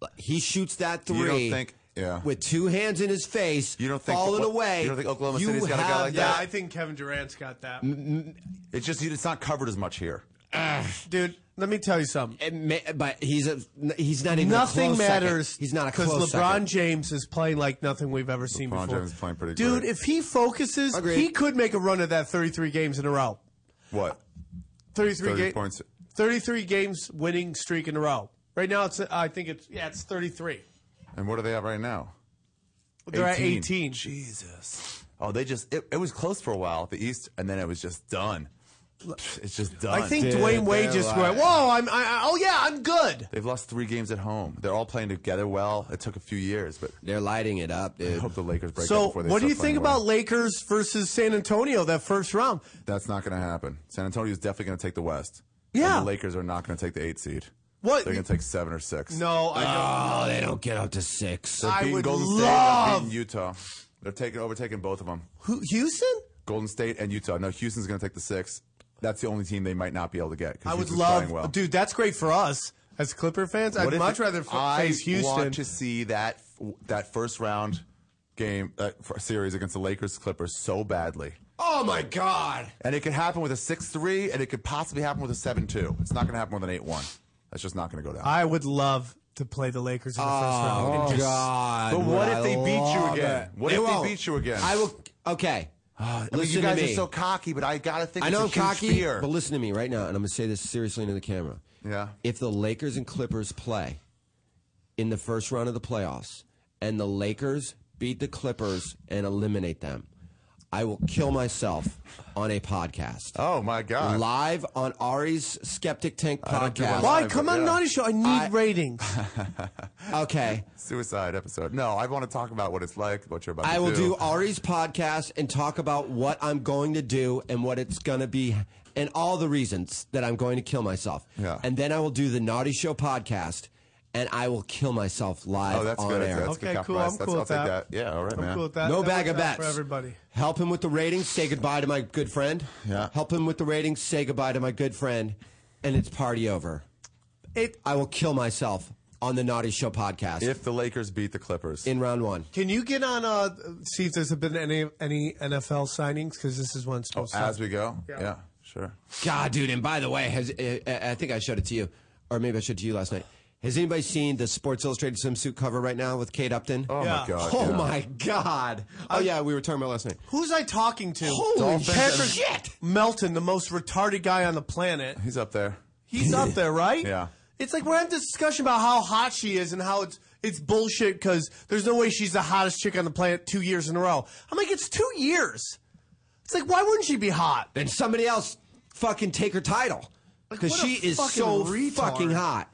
Speaker 4: like, He shoots that
Speaker 6: You
Speaker 4: three.
Speaker 6: don't think- yeah.
Speaker 4: With two hands in his face,
Speaker 6: You don't think-
Speaker 4: falling
Speaker 6: what-
Speaker 4: away.
Speaker 6: you don't think Oklahoma
Speaker 4: you
Speaker 6: City's got a guy
Speaker 4: have
Speaker 6: like
Speaker 5: Yeah,
Speaker 6: that?
Speaker 5: I think Kevin Durant's got that.
Speaker 6: It's just it's not covered as much here.
Speaker 5: Dude, let me tell you something.
Speaker 4: It may, but he's a he's not even a
Speaker 5: nothing
Speaker 4: close second.
Speaker 5: matters.
Speaker 4: He's not a
Speaker 5: because
Speaker 4: close
Speaker 5: LeBron
Speaker 4: second.
Speaker 5: James is playing like nothing we've ever seen
Speaker 6: LeBron
Speaker 5: before.
Speaker 6: James is playing pretty
Speaker 5: Dude,
Speaker 6: great.
Speaker 5: if he focuses,
Speaker 4: Agreed.
Speaker 5: he could make a run of that 33 games in a row.
Speaker 6: What?
Speaker 5: 33
Speaker 6: 30
Speaker 5: ga-
Speaker 6: points.
Speaker 5: 33 games winning streak in a row. Right now, it's I think it's yeah, it's 33.
Speaker 6: And what do they have right now?
Speaker 5: They're at 18.
Speaker 6: Jesus. Oh, they just it, it was close for a while, the East, and then it was just done. Pfft, It's just done.
Speaker 5: I think
Speaker 4: Dude,
Speaker 5: Dwayne Wade
Speaker 4: they're
Speaker 5: just
Speaker 4: lying.
Speaker 5: went, "Whoa, I'm, I, I, oh yeah, I'm good."
Speaker 6: they've lost three games at home. They're all playing together well. It took a few years, but
Speaker 4: They're lighting it up,
Speaker 6: I
Speaker 4: dude.
Speaker 6: hope the Lakers break up
Speaker 5: So,
Speaker 6: before they
Speaker 5: what do
Speaker 6: start
Speaker 5: you think
Speaker 6: playing well.
Speaker 5: about Lakers versus San Antonio that first round?
Speaker 6: That's not going to happen. San Antonio's definitely going to take the West.
Speaker 5: Yeah.
Speaker 6: And the Lakers are not going to take the eight seed.
Speaker 5: What?
Speaker 6: They're going to take seven or six.
Speaker 5: No, I don't.
Speaker 4: Oh, they don't get up to six.
Speaker 6: They're
Speaker 5: I
Speaker 6: beating
Speaker 5: would
Speaker 6: Golden State. They're
Speaker 5: love-
Speaker 6: beating Utah. They're taking overtaking both of them.
Speaker 5: Who- Houston.
Speaker 6: Golden State and Utah. No, Houston's going to take the six. That's the only team they might not be able to get. 'cause
Speaker 5: I would
Speaker 6: Houston's
Speaker 5: love,
Speaker 6: playing well.
Speaker 5: dude. That's great for us as Clipper fans.
Speaker 6: What
Speaker 5: I'd
Speaker 6: if
Speaker 5: much
Speaker 6: it-
Speaker 5: rather f-
Speaker 6: I
Speaker 5: face Houston.
Speaker 6: want to see that that first round game uh, f- series against the Lakers Clippers so badly.
Speaker 4: Oh my god.
Speaker 6: And it could happen with a 6-3 and it could possibly happen with a 7-2. It's not going to happen with an 8-1. That's just not going to go down.
Speaker 5: I would love to play the Lakers in the first round. and just-
Speaker 4: Oh, God.
Speaker 6: But what
Speaker 4: would
Speaker 6: if they beat you
Speaker 4: love
Speaker 6: again?
Speaker 4: it.
Speaker 6: What if they beat you again? Ah,
Speaker 4: I will. Okay.
Speaker 6: I mean, you
Speaker 4: listen to
Speaker 6: guys
Speaker 4: me.
Speaker 6: are so cocky, but I got to think
Speaker 4: I
Speaker 6: it's
Speaker 4: know
Speaker 6: a
Speaker 4: I'm
Speaker 6: huge
Speaker 4: cocky,
Speaker 6: fear.
Speaker 4: but listen to me right now, and I'm going to say this seriously into the camera.
Speaker 6: Yeah.
Speaker 4: If the Lakers and Clippers play in the first round of the playoffs, and the Lakers beat the Clippers and eliminate them, I will kill myself on a podcast.
Speaker 6: Oh my god.
Speaker 4: Live on Ari's Skeptic Tank
Speaker 6: don't do
Speaker 4: podcast.
Speaker 6: my
Speaker 5: Why?
Speaker 6: I've-
Speaker 5: Come on,
Speaker 6: yeah.
Speaker 5: Naughty Show. I need
Speaker 4: I-
Speaker 5: ratings.
Speaker 4: Okay.
Speaker 6: Suicide episode. No, I want to talk about what it's like, what you're about
Speaker 4: I
Speaker 6: to
Speaker 4: will do
Speaker 6: do.
Speaker 4: Ari's podcast and talk about what I'm going to do and what it's going to be and all the reasons that I'm going to kill myself.
Speaker 6: Yeah.
Speaker 4: And then I will do the Naughty Show podcast and I will kill myself live
Speaker 6: Oh, that's
Speaker 4: on
Speaker 6: good.
Speaker 4: air.
Speaker 6: That's, that's
Speaker 5: Okay,
Speaker 6: good
Speaker 5: cool. I'm
Speaker 6: compromise. That's,
Speaker 5: cool
Speaker 6: I'll
Speaker 5: with
Speaker 6: take that.
Speaker 5: that.
Speaker 6: Yeah, all right,
Speaker 5: I'm
Speaker 6: man.
Speaker 5: cool with that.
Speaker 4: No
Speaker 5: That
Speaker 4: bag
Speaker 5: works
Speaker 4: of
Speaker 5: out
Speaker 4: bets.
Speaker 5: for everybody.
Speaker 4: Help him with the ratings. Say goodbye to my good friend.
Speaker 6: Yeah.
Speaker 4: Help him with the ratings. Say goodbye to my good friend, and it's party over.
Speaker 5: It
Speaker 4: I will kill myself on the Naughty Show podcast
Speaker 6: If the Lakers beat the Clippers,
Speaker 4: in round one.
Speaker 5: Can you get on? Uh, see if there's been any any NFL signings because this is when it's supposed to.
Speaker 6: as we go, yeah, sure.
Speaker 4: God, dude. And by the way, has uh, I think I showed it to you, or maybe I showed it to you last night. Has anybody seen the Sports Illustrated swimsuit cover right now with Kate Upton?
Speaker 6: Oh
Speaker 5: Yeah.
Speaker 6: my god.
Speaker 4: Oh
Speaker 6: yeah.
Speaker 4: my God! Oh yeah, we were talking about last night.
Speaker 5: Who's I talking to?
Speaker 4: Holy
Speaker 5: Patrick
Speaker 4: shit!
Speaker 5: Melton, the most retarded guy on the planet.
Speaker 6: He's up there.
Speaker 5: He's up there, right?
Speaker 6: Yeah.
Speaker 5: It's like we're having this discussion about how hot she is and how it's it's bullshit because there's no way she's the hottest chick on the planet two years in a row. I'm like, it's two years. It's like why wouldn't she be hot?
Speaker 4: Then somebody else fucking take her title because
Speaker 5: what a
Speaker 4: she is
Speaker 5: fucking
Speaker 4: so
Speaker 5: retard.
Speaker 4: fucking hot.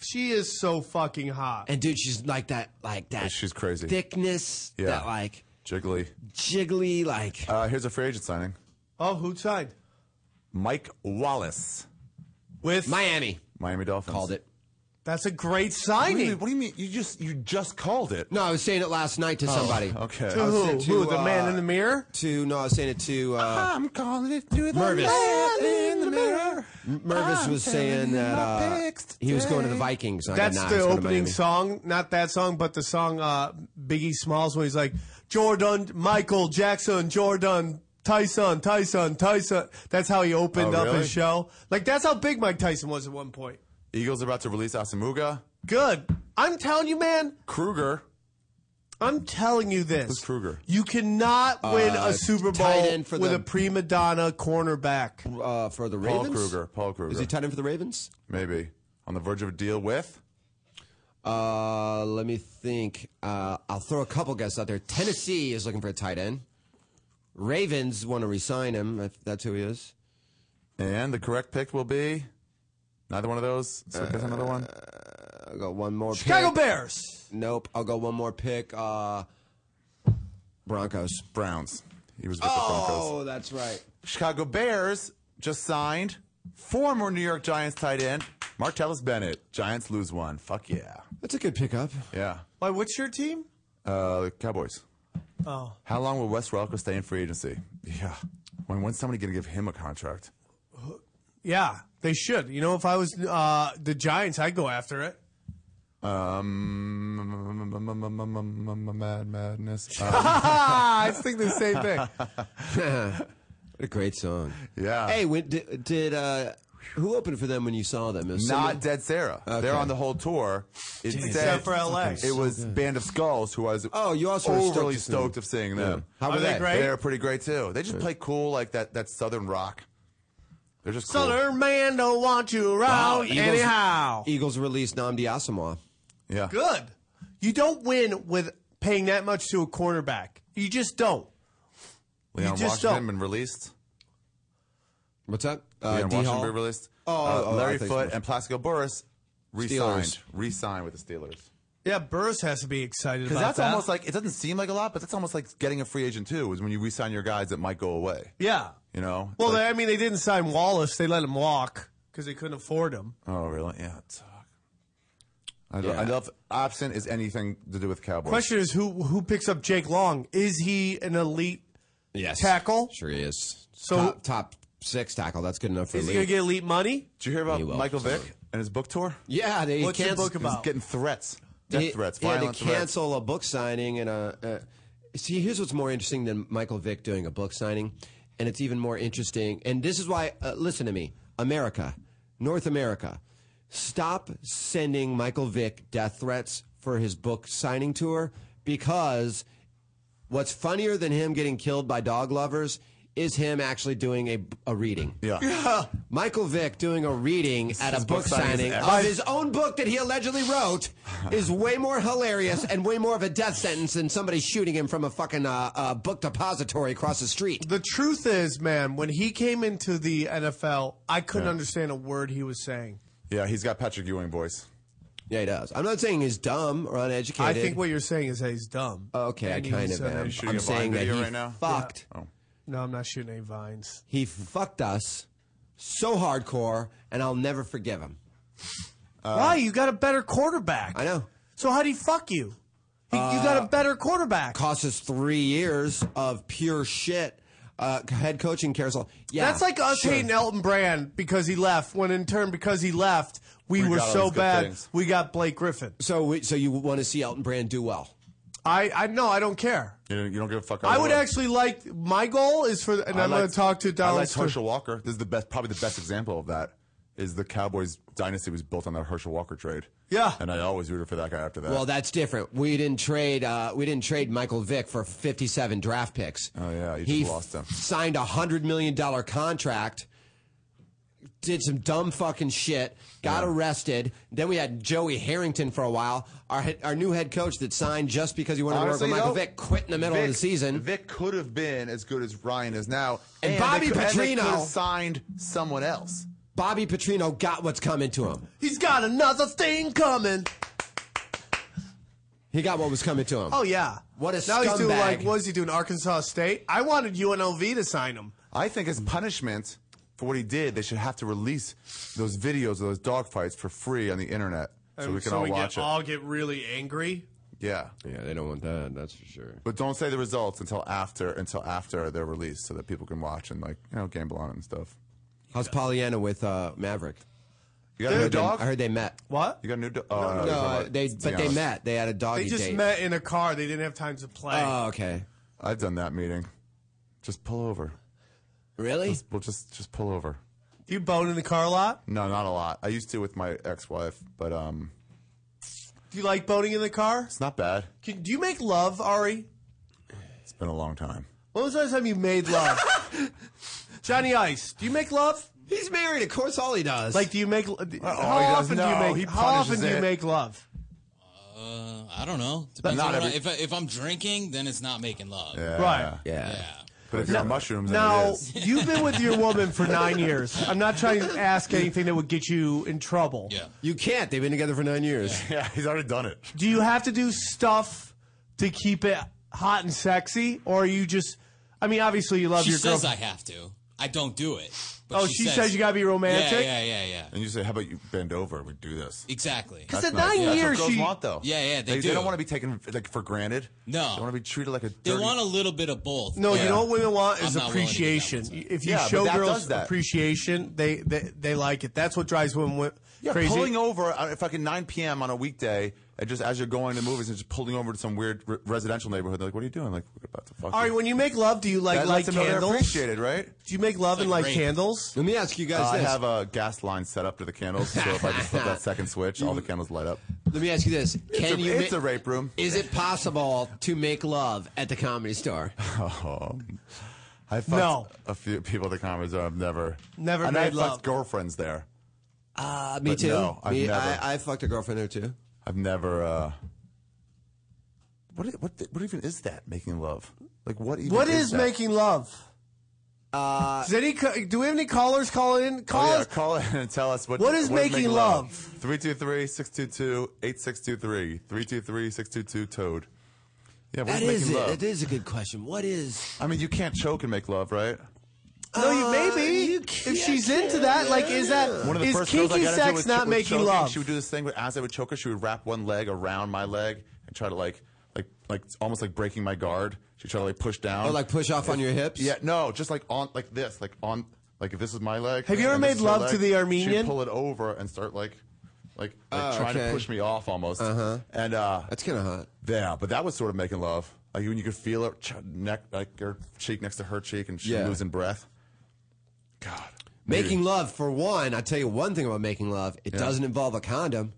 Speaker 5: She is so fucking hot.
Speaker 4: And dude, she's like that, like that.
Speaker 6: She's crazy.
Speaker 4: Thickness,
Speaker 6: Yeah.
Speaker 4: that like
Speaker 6: Jiggly.
Speaker 4: jiggly, like
Speaker 6: Uh, here's a free agent signing.
Speaker 5: Oh, who signed?
Speaker 6: Mike Wallace,
Speaker 5: With
Speaker 4: Miami
Speaker 6: Miami Dolphins.
Speaker 4: called it.
Speaker 5: that's a great
Speaker 6: What do, you mean,
Speaker 5: signing.
Speaker 6: what do you mean? You just you just called it.
Speaker 4: No, I was saying it last night to somebody.
Speaker 6: Oh, Okay.
Speaker 5: To who?
Speaker 4: to,
Speaker 5: who? The
Speaker 4: uh,
Speaker 5: man in the mirror?
Speaker 4: To no, I was saying it to uh,
Speaker 6: I'm calling it to the
Speaker 4: Mervis.
Speaker 6: man in the mirror.
Speaker 4: Mervis
Speaker 6: I'm
Speaker 4: was
Speaker 6: telling
Speaker 4: saying
Speaker 6: you
Speaker 4: that
Speaker 6: my
Speaker 4: uh,
Speaker 6: picks
Speaker 4: he was going to the
Speaker 6: today.
Speaker 4: Vikings. and I
Speaker 5: That's
Speaker 4: got, nah,
Speaker 5: the
Speaker 4: he's going to
Speaker 5: opening
Speaker 4: Miami.
Speaker 5: song, not that song, but the song uh, Biggie Smalls when he's like Jordan, Michael Jackson, Jordan, Tyson, Tyson, Tyson. That's how he opened
Speaker 6: Oh,
Speaker 5: up
Speaker 6: really?
Speaker 5: his show. Like that's how big Mike Tyson was at one point.
Speaker 6: Eagles are about to release Asamuga.
Speaker 5: Good. I'm telling you, man.
Speaker 6: Kruger.
Speaker 5: I'm telling you this.
Speaker 6: Who's Kruger?
Speaker 5: You cannot win
Speaker 4: Uh,
Speaker 5: a Super
Speaker 4: tight
Speaker 5: Bowl
Speaker 4: end for
Speaker 5: with
Speaker 4: the-
Speaker 5: a prima donna cornerback.
Speaker 4: uh, for the
Speaker 6: Paul
Speaker 4: Ravens.
Speaker 6: Kruger. Paul Kruger.
Speaker 4: Is he tight end for the Ravens?
Speaker 6: Maybe. On the verge of a deal with?
Speaker 4: Uh, let me think. Uh, I'll throw a couple guests out there. Tennessee is looking for a tight end. Ravens want to resign him. If that's who he is.
Speaker 6: And the correct pick will be neither one of those. So
Speaker 4: Uh,
Speaker 6: guess another one.
Speaker 4: I'll go one more.
Speaker 5: Chicago
Speaker 4: pick.
Speaker 5: Bears.
Speaker 4: Nope. I'll go one more pick. Uh, Broncos.
Speaker 6: Browns. He was with the Broncos.
Speaker 4: Oh, that's right.
Speaker 6: Chicago Bears just signed former New York Giants tight end Martellus Bennett. Giants lose one. Fuck yeah.
Speaker 4: That's a good pickup.
Speaker 6: Yeah.
Speaker 5: Why? What's your team?
Speaker 6: Uh, the Cowboys.
Speaker 5: Oh,
Speaker 6: How long will Wes Rocco stay in free agency? Yeah. When, when's somebody going to give him a contract?
Speaker 5: yeah. They should. You know, if I was uh, the Giants, I'd go after it.
Speaker 6: Um, mad madness. Um,
Speaker 5: I think the same thing.
Speaker 4: What a great song.
Speaker 6: yeah.
Speaker 4: Hey, when, did, did uh, who opened for them when you saw them? It was
Speaker 6: Not
Speaker 4: someone-
Speaker 6: Dead Sarah.
Speaker 4: Okay.
Speaker 6: They're on the whole tour. Instead,
Speaker 5: Except for LA.
Speaker 6: It was Band of Skulls, who I was
Speaker 4: Oh, you also were stoked
Speaker 6: overly
Speaker 4: to see them.
Speaker 6: stoked of seeing them.
Speaker 4: How were
Speaker 5: Are they
Speaker 4: they?
Speaker 5: great?
Speaker 6: They're pretty great too. They just play cool like that that southern rock. They're just cool.
Speaker 5: Southern man don't want you around
Speaker 4: Wow, Eagles-
Speaker 5: anyhow.
Speaker 4: Eagles released Namdi Asamoah.
Speaker 6: Yeah.
Speaker 5: E- Good. You don't win with paying that much to a cornerback. You just don't.
Speaker 6: Leon
Speaker 5: You just
Speaker 6: Washington
Speaker 5: don't.
Speaker 6: been released.
Speaker 4: What's that? Uh,
Speaker 6: Leon
Speaker 4: D
Speaker 6: Washington
Speaker 4: Hall.
Speaker 6: been released.
Speaker 4: Oh,
Speaker 6: Uh,
Speaker 4: oh, I
Speaker 6: Larry
Speaker 4: think
Speaker 6: Foote
Speaker 4: so.
Speaker 6: and Plaxico Burris re-signed.
Speaker 4: Steelers.
Speaker 6: Re-signed with the Steelers.
Speaker 5: Yeah, Burris has to be excited
Speaker 6: Because
Speaker 5: about
Speaker 6: that's
Speaker 5: that.
Speaker 6: almost like it doesn't seem like a lot, but that's almost like getting a free agent too. Is when you re-sign your guys that might go away.
Speaker 5: yeah.
Speaker 6: You know.
Speaker 5: Well,
Speaker 6: Like-
Speaker 5: they, I mean, they didn't sign Wallace. They let him walk because they couldn't afford him.
Speaker 6: Oh, really? Yeah. It's, I,
Speaker 4: Yeah.
Speaker 6: I love absent is anything to do with Cowboys.
Speaker 5: Question is, who who picks up Jake Long? Is he an elite?
Speaker 4: Yes.
Speaker 5: Tackle?
Speaker 4: Sure he is.
Speaker 5: So-
Speaker 4: top, top six tackle. That's good enough for
Speaker 5: Is he
Speaker 4: me.
Speaker 5: going to get elite money?
Speaker 6: Did you hear about
Speaker 4: He will,
Speaker 6: Michael Vick
Speaker 4: absolutely.
Speaker 6: and his book tour?
Speaker 4: yeah, they
Speaker 5: What's your
Speaker 4: canceled.
Speaker 5: book
Speaker 6: He's
Speaker 5: about?
Speaker 6: getting threats, death
Speaker 4: He-
Speaker 6: threats,
Speaker 4: he had to
Speaker 6: violent threats.
Speaker 4: cancel a book signing and a. Uh, see, here's what's more interesting than Michael Vick doing a book signing, and it's even more interesting. And this is why. Uh, listen to me, America, North America, stop sending Michael Vick death threats for his book signing tour because what's funnier than him getting killed by dog lovers is him actually doing a, a reading.
Speaker 6: Yeah.
Speaker 4: Michael Vick doing a reading at a
Speaker 6: his
Speaker 4: book
Speaker 6: book
Speaker 4: signing
Speaker 6: signing is
Speaker 4: of his own book that he allegedly wrote is way more hilarious and way more of a death sentence than somebody shooting him from a fucking uh, uh, book depository across the street.
Speaker 5: The truth is, man, when he came into the NFL, I couldn't understand a word he was saying.
Speaker 6: Yeah, he's got Patrick Ewing voice.
Speaker 4: Yeah, he does. I'm not saying he's dumb or uneducated.
Speaker 5: I think what you're saying is that he's dumb.
Speaker 4: Okay, I
Speaker 5: And
Speaker 4: kind
Speaker 5: he's,
Speaker 4: of
Speaker 5: uh,
Speaker 4: am.
Speaker 6: shooting
Speaker 4: I'm
Speaker 6: a Vine
Speaker 4: saying that he
Speaker 6: video right now?
Speaker 4: fucked.
Speaker 5: No, I'm not shooting any vines.
Speaker 4: He fucked us so hardcore, and I'll never forgive him.
Speaker 6: Uh,
Speaker 5: Why? You got a better quarterback.
Speaker 4: I know.
Speaker 5: So how'd he fuck you? He, you
Speaker 6: Uh,
Speaker 5: got a better quarterback.
Speaker 4: Cost us three years of pure shit. Uh, head coaching carousel. Yeah,
Speaker 5: That's like us
Speaker 4: sure.
Speaker 5: hating Elton Brand because he left, when in turn, because he left, we,
Speaker 6: We
Speaker 5: were
Speaker 6: got all
Speaker 5: so
Speaker 6: these good
Speaker 5: bad,
Speaker 6: things.
Speaker 5: we got Blake Griffin.
Speaker 4: So, we, so you want to see Elton Brand do well?
Speaker 5: I, I no, I don't care.
Speaker 6: You don't, you don't give a fuck.
Speaker 5: I would
Speaker 6: about-
Speaker 5: actually like, my goal is for, and
Speaker 6: I
Speaker 5: I'm
Speaker 6: like-
Speaker 5: going to talk to
Speaker 6: I like
Speaker 5: Dallas.
Speaker 6: Herschel Walker. This is the best, probably the best example of that. Is the Cowboys dynasty was built on that Herschel Walker trade?
Speaker 5: Yeah.
Speaker 6: and I always rooted for that guy after that.
Speaker 4: Well, that's different. We didn't trade. Uh, we didn't trade Michael Vick for fifty-seven draft picks.
Speaker 6: Oh, yeah, you
Speaker 4: he
Speaker 6: just lost him.
Speaker 4: Signed a hundred million dollar contract. Did some dumb fucking shit. Got arrested. Then we had Joey Harrington for a while. Our he- our new head coach that signed just because he wanted
Speaker 6: Honestly,
Speaker 4: to work with Michael
Speaker 6: though,
Speaker 4: Vick quit in the middle of the season.
Speaker 6: Vic could have been as good as Ryan is now,
Speaker 4: And
Speaker 6: they
Speaker 4: Bobby
Speaker 6: could- and they
Speaker 4: Petrino.
Speaker 6: could have signed someone else.
Speaker 4: Bobby Petrino got what's coming to him.
Speaker 5: He's got another thing coming.
Speaker 4: He got what was coming to him.
Speaker 5: Oh yeah.
Speaker 4: What a
Speaker 5: now he's doing
Speaker 4: scumbag.
Speaker 5: like what is he doing? Arkansas State. I wanted UNLV to sign him.
Speaker 6: I think as punishment for what he did, they should have to release those videos of those dogfights for free on the internet so we can all watch
Speaker 5: Um, get,
Speaker 6: it.
Speaker 5: all get really angry.
Speaker 6: yeah,
Speaker 4: yeah, they don't want that. That's for sure.
Speaker 6: but don't say the results until after until after they're released, so that people can watch and like you know gamble on it and stuff.
Speaker 4: How's Pollyanna with uh, Maverick?
Speaker 6: You got
Speaker 4: I
Speaker 6: a new
Speaker 4: heard they-
Speaker 6: dog?
Speaker 4: I heard they met.
Speaker 5: What?
Speaker 6: You got a new dog? Oh,
Speaker 4: No,
Speaker 6: you're talking
Speaker 4: uh,
Speaker 6: about
Speaker 4: they but they
Speaker 6: Giannis.
Speaker 4: met. They had a doggy
Speaker 5: They just
Speaker 4: date.
Speaker 5: met in a car. They didn't have time to play.
Speaker 4: Oh, okay.
Speaker 6: I've done that meeting. Just pull over.
Speaker 4: Really?
Speaker 6: We'll just just pull over.
Speaker 5: Do you bone in the car a lot?
Speaker 6: No, not a lot. I used to with my ex-wife, but um,
Speaker 5: Do you like boning in the car?
Speaker 6: it's not bad.
Speaker 5: Can, do you make love, Ari?
Speaker 6: It's been a long time.
Speaker 5: When was the last time you made love? Johnny Ice, do you make love?
Speaker 4: He's married. Of course, all he does.
Speaker 5: Like, do you make? How
Speaker 6: does-
Speaker 5: often do
Speaker 6: no,
Speaker 5: you make?
Speaker 6: he
Speaker 5: how often
Speaker 6: punishes
Speaker 5: do you
Speaker 6: it.
Speaker 5: make love?
Speaker 9: Uh, I don't know. Depends
Speaker 6: Not
Speaker 9: on what I-
Speaker 6: every-
Speaker 9: if, I, if I'm drinking, then it's not making love.
Speaker 6: Yeah.
Speaker 5: Right.
Speaker 4: yeah.
Speaker 9: Yeah.
Speaker 6: But if you're on mushrooms, then it
Speaker 5: Now
Speaker 6: is.
Speaker 5: you've been with your woman for nine years. I'm not trying to ask anything that would get you in trouble.
Speaker 9: Yeah.
Speaker 4: You can't. They've been together for nine years.
Speaker 6: Yeah, he's already done it.
Speaker 5: Do you have to do stuff to keep it hot and sexy, or are you just? I mean, obviously you love
Speaker 9: She
Speaker 5: your
Speaker 9: says
Speaker 5: girlfriend.
Speaker 9: I have to. I don't do it. But
Speaker 5: oh, she, says you gotta be romantic.
Speaker 9: Yeah, yeah, yeah, yeah.
Speaker 6: And you say, "How about you bend over? We do this."
Speaker 9: Exactly.
Speaker 5: Because at
Speaker 6: That's nice.
Speaker 5: nine
Speaker 6: That's
Speaker 5: years,
Speaker 6: what girls
Speaker 5: she,
Speaker 6: want though.
Speaker 9: Yeah, yeah, they
Speaker 6: they
Speaker 9: do.
Speaker 6: not want to be taken like for granted.
Speaker 9: No.
Speaker 6: they want to be treated like a.
Speaker 9: They
Speaker 6: dirty-
Speaker 9: want a little bit of both.
Speaker 5: no, you
Speaker 6: Yeah.
Speaker 5: know what women want is
Speaker 9: I'm not willing to do that
Speaker 5: appreciation.
Speaker 9: myself.
Speaker 5: If you
Speaker 6: Yeah, but
Speaker 5: show
Speaker 6: that
Speaker 5: girls
Speaker 6: does that.
Speaker 5: appreciation, they, they they like it. That's what drives women wi-
Speaker 6: Yeah,
Speaker 5: crazy.
Speaker 6: pulling over uh, at fucking 9 p.m. on a weekday, and just as you're going to movies, and just pulling over to some weird re- residential neighborhood. They're like, what are you doing? Like, we're about to fuck.
Speaker 5: All right,
Speaker 6: you."
Speaker 5: when you make love, do you like
Speaker 6: that
Speaker 5: light
Speaker 6: lets them know they're
Speaker 5: candles?
Speaker 6: appreciated, right? Uh,
Speaker 5: Do you make love and
Speaker 9: like
Speaker 5: light
Speaker 9: rape.
Speaker 5: candles?
Speaker 4: Let me ask you guys
Speaker 6: I
Speaker 4: this.
Speaker 6: have a gas line set up to the candles, so if I just flip that second switch, all the candles light up.
Speaker 4: Let me ask you this. Can
Speaker 6: a-
Speaker 4: you?
Speaker 6: it's a rape room.
Speaker 4: Is it possible to make love at the comedy store?
Speaker 6: Oh, I fucked
Speaker 5: No.
Speaker 6: a few people at the comedy store. I've never,
Speaker 5: Never
Speaker 6: and
Speaker 5: made
Speaker 6: I fucked
Speaker 5: love.
Speaker 6: girlfriends there.
Speaker 4: Uh, me
Speaker 6: But
Speaker 4: too.
Speaker 6: no, I've
Speaker 4: Me-
Speaker 6: never.
Speaker 4: I, I fucked a girlfriend there too.
Speaker 6: I've never. Uh, what, i- what the- what even is that? Making love? Like what? Even
Speaker 5: What is
Speaker 6: that?
Speaker 5: making love? Uh, Does any, co- do we have any callers call in?
Speaker 6: Oh,
Speaker 5: Call
Speaker 6: yeah,
Speaker 5: us.
Speaker 6: call in and tell us what.
Speaker 5: What is making love?
Speaker 6: 323 622 8623. 323 622 Toad. Yeah, what
Speaker 4: That
Speaker 6: is
Speaker 4: is
Speaker 6: making
Speaker 4: it.
Speaker 6: love?
Speaker 4: That is a good question. What is?
Speaker 6: I mean, you can't choke and make love, right?
Speaker 5: No, you maybe.
Speaker 4: you
Speaker 5: if she's into that, like, is that is
Speaker 6: Uh, One of the first girls I
Speaker 5: kinky
Speaker 6: got into
Speaker 5: sex
Speaker 6: was cho-
Speaker 5: not
Speaker 6: was
Speaker 5: making
Speaker 6: choking.
Speaker 5: love?
Speaker 6: She would do this thing where as I would choke her, she would wrap one leg around my leg and try to like, like, like almost like breaking my guard. She'd try to like push down.
Speaker 5: Oh,
Speaker 4: Or Oh, like push off on your hips?
Speaker 6: Yeah, no, just like on like this, like on like if this is my leg.
Speaker 5: Have you ever
Speaker 6: and this
Speaker 5: made
Speaker 6: is her
Speaker 5: love to
Speaker 6: leg,
Speaker 5: the Armenian?
Speaker 6: She'd pull it over and start like, like, like
Speaker 4: Oh,
Speaker 6: trying
Speaker 4: okay.
Speaker 6: to push me off almost. Uh-huh. And uh,
Speaker 4: That's kind of hot.
Speaker 6: yeah, but that was sort of making love. Like when you could feel her ch- neck, like her cheek next to her cheek, and she
Speaker 4: Yeah.
Speaker 6: losing breath. God,
Speaker 4: Making love for one. I tell you one thing about making love. It doesn't involve a condom.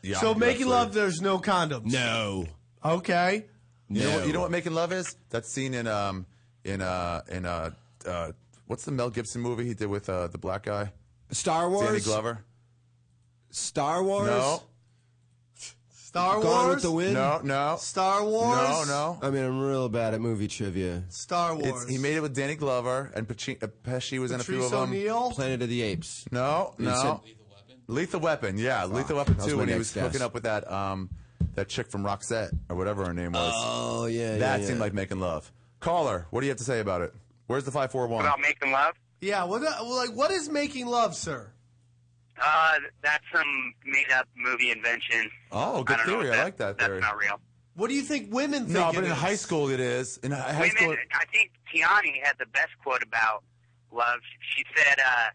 Speaker 6: Yeah,
Speaker 5: so
Speaker 6: you're
Speaker 5: making
Speaker 6: absolutely-
Speaker 5: love, there's no condoms.
Speaker 4: No.
Speaker 5: Okay.
Speaker 6: You know, what, you know what making love is? That scene in um in uh in uh, uh what's the Mel Gibson movie he did with uh the black guy
Speaker 4: Star Wars.
Speaker 6: Danny Glover?
Speaker 4: Star Wars.
Speaker 6: No,
Speaker 5: Star
Speaker 4: Gone
Speaker 5: Wars.
Speaker 4: with the Wind.
Speaker 6: no, no,
Speaker 5: Star Wars.
Speaker 6: no, no.
Speaker 4: I mean, I'm real bad at movie trivia.
Speaker 5: Star Wars.
Speaker 6: It's, he made it with Danny Glover and Pesci, uh, Pesci was in a few
Speaker 5: Patrice
Speaker 6: of them.
Speaker 5: O'Neill.
Speaker 4: Planet of the Apes.
Speaker 6: No,
Speaker 4: You
Speaker 6: no.
Speaker 4: said-
Speaker 6: Lethal Weapon, yeah, Lethal Weapon
Speaker 4: that was
Speaker 6: too.
Speaker 4: my
Speaker 6: When he
Speaker 4: next
Speaker 6: was
Speaker 4: guess.
Speaker 6: hooking up with that um that chick from Roxette or whatever her name was.
Speaker 4: Oh yeah. yeah,
Speaker 6: that
Speaker 4: yeah.
Speaker 6: seemed like making love. Caller, what do you have to say about it? Where's the five four one?
Speaker 7: About making love?
Speaker 5: Yeah. What? the- Like, what is making love, sir?
Speaker 10: Uh, that's some made-up movie invention.
Speaker 6: Oh, good
Speaker 10: I don't know
Speaker 6: theory.
Speaker 10: if
Speaker 6: I
Speaker 10: that-
Speaker 6: like that
Speaker 10: That's
Speaker 6: theory.
Speaker 10: not real.
Speaker 5: What do you think women think?
Speaker 6: No,
Speaker 5: it
Speaker 6: but in
Speaker 5: is?
Speaker 6: high school it is. In high
Speaker 10: Women,
Speaker 6: school,
Speaker 10: I think Tiani had the best quote about love. She said, uh,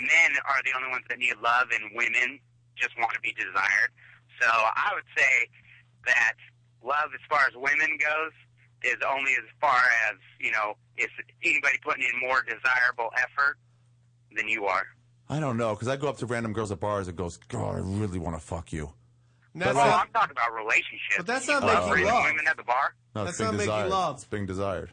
Speaker 10: "Men are the only ones that need love, and women just want to be desired." So I would say that love, as far as women goes, is only as far as you know. If anybody putting in more desirable effort than you are,
Speaker 6: I don't know because I go up to random girls at bars and goes, "God, I really want to fuck you."
Speaker 5: And That's
Speaker 6: But
Speaker 10: well,
Speaker 5: not,
Speaker 10: I'm talking about relationships.
Speaker 5: But that's not
Speaker 10: You love
Speaker 5: making
Speaker 10: random
Speaker 5: love.
Speaker 10: Women at the bar.
Speaker 6: No,
Speaker 5: That's
Speaker 6: it's being
Speaker 5: not making
Speaker 6: desired.
Speaker 5: love.
Speaker 6: It's being desired.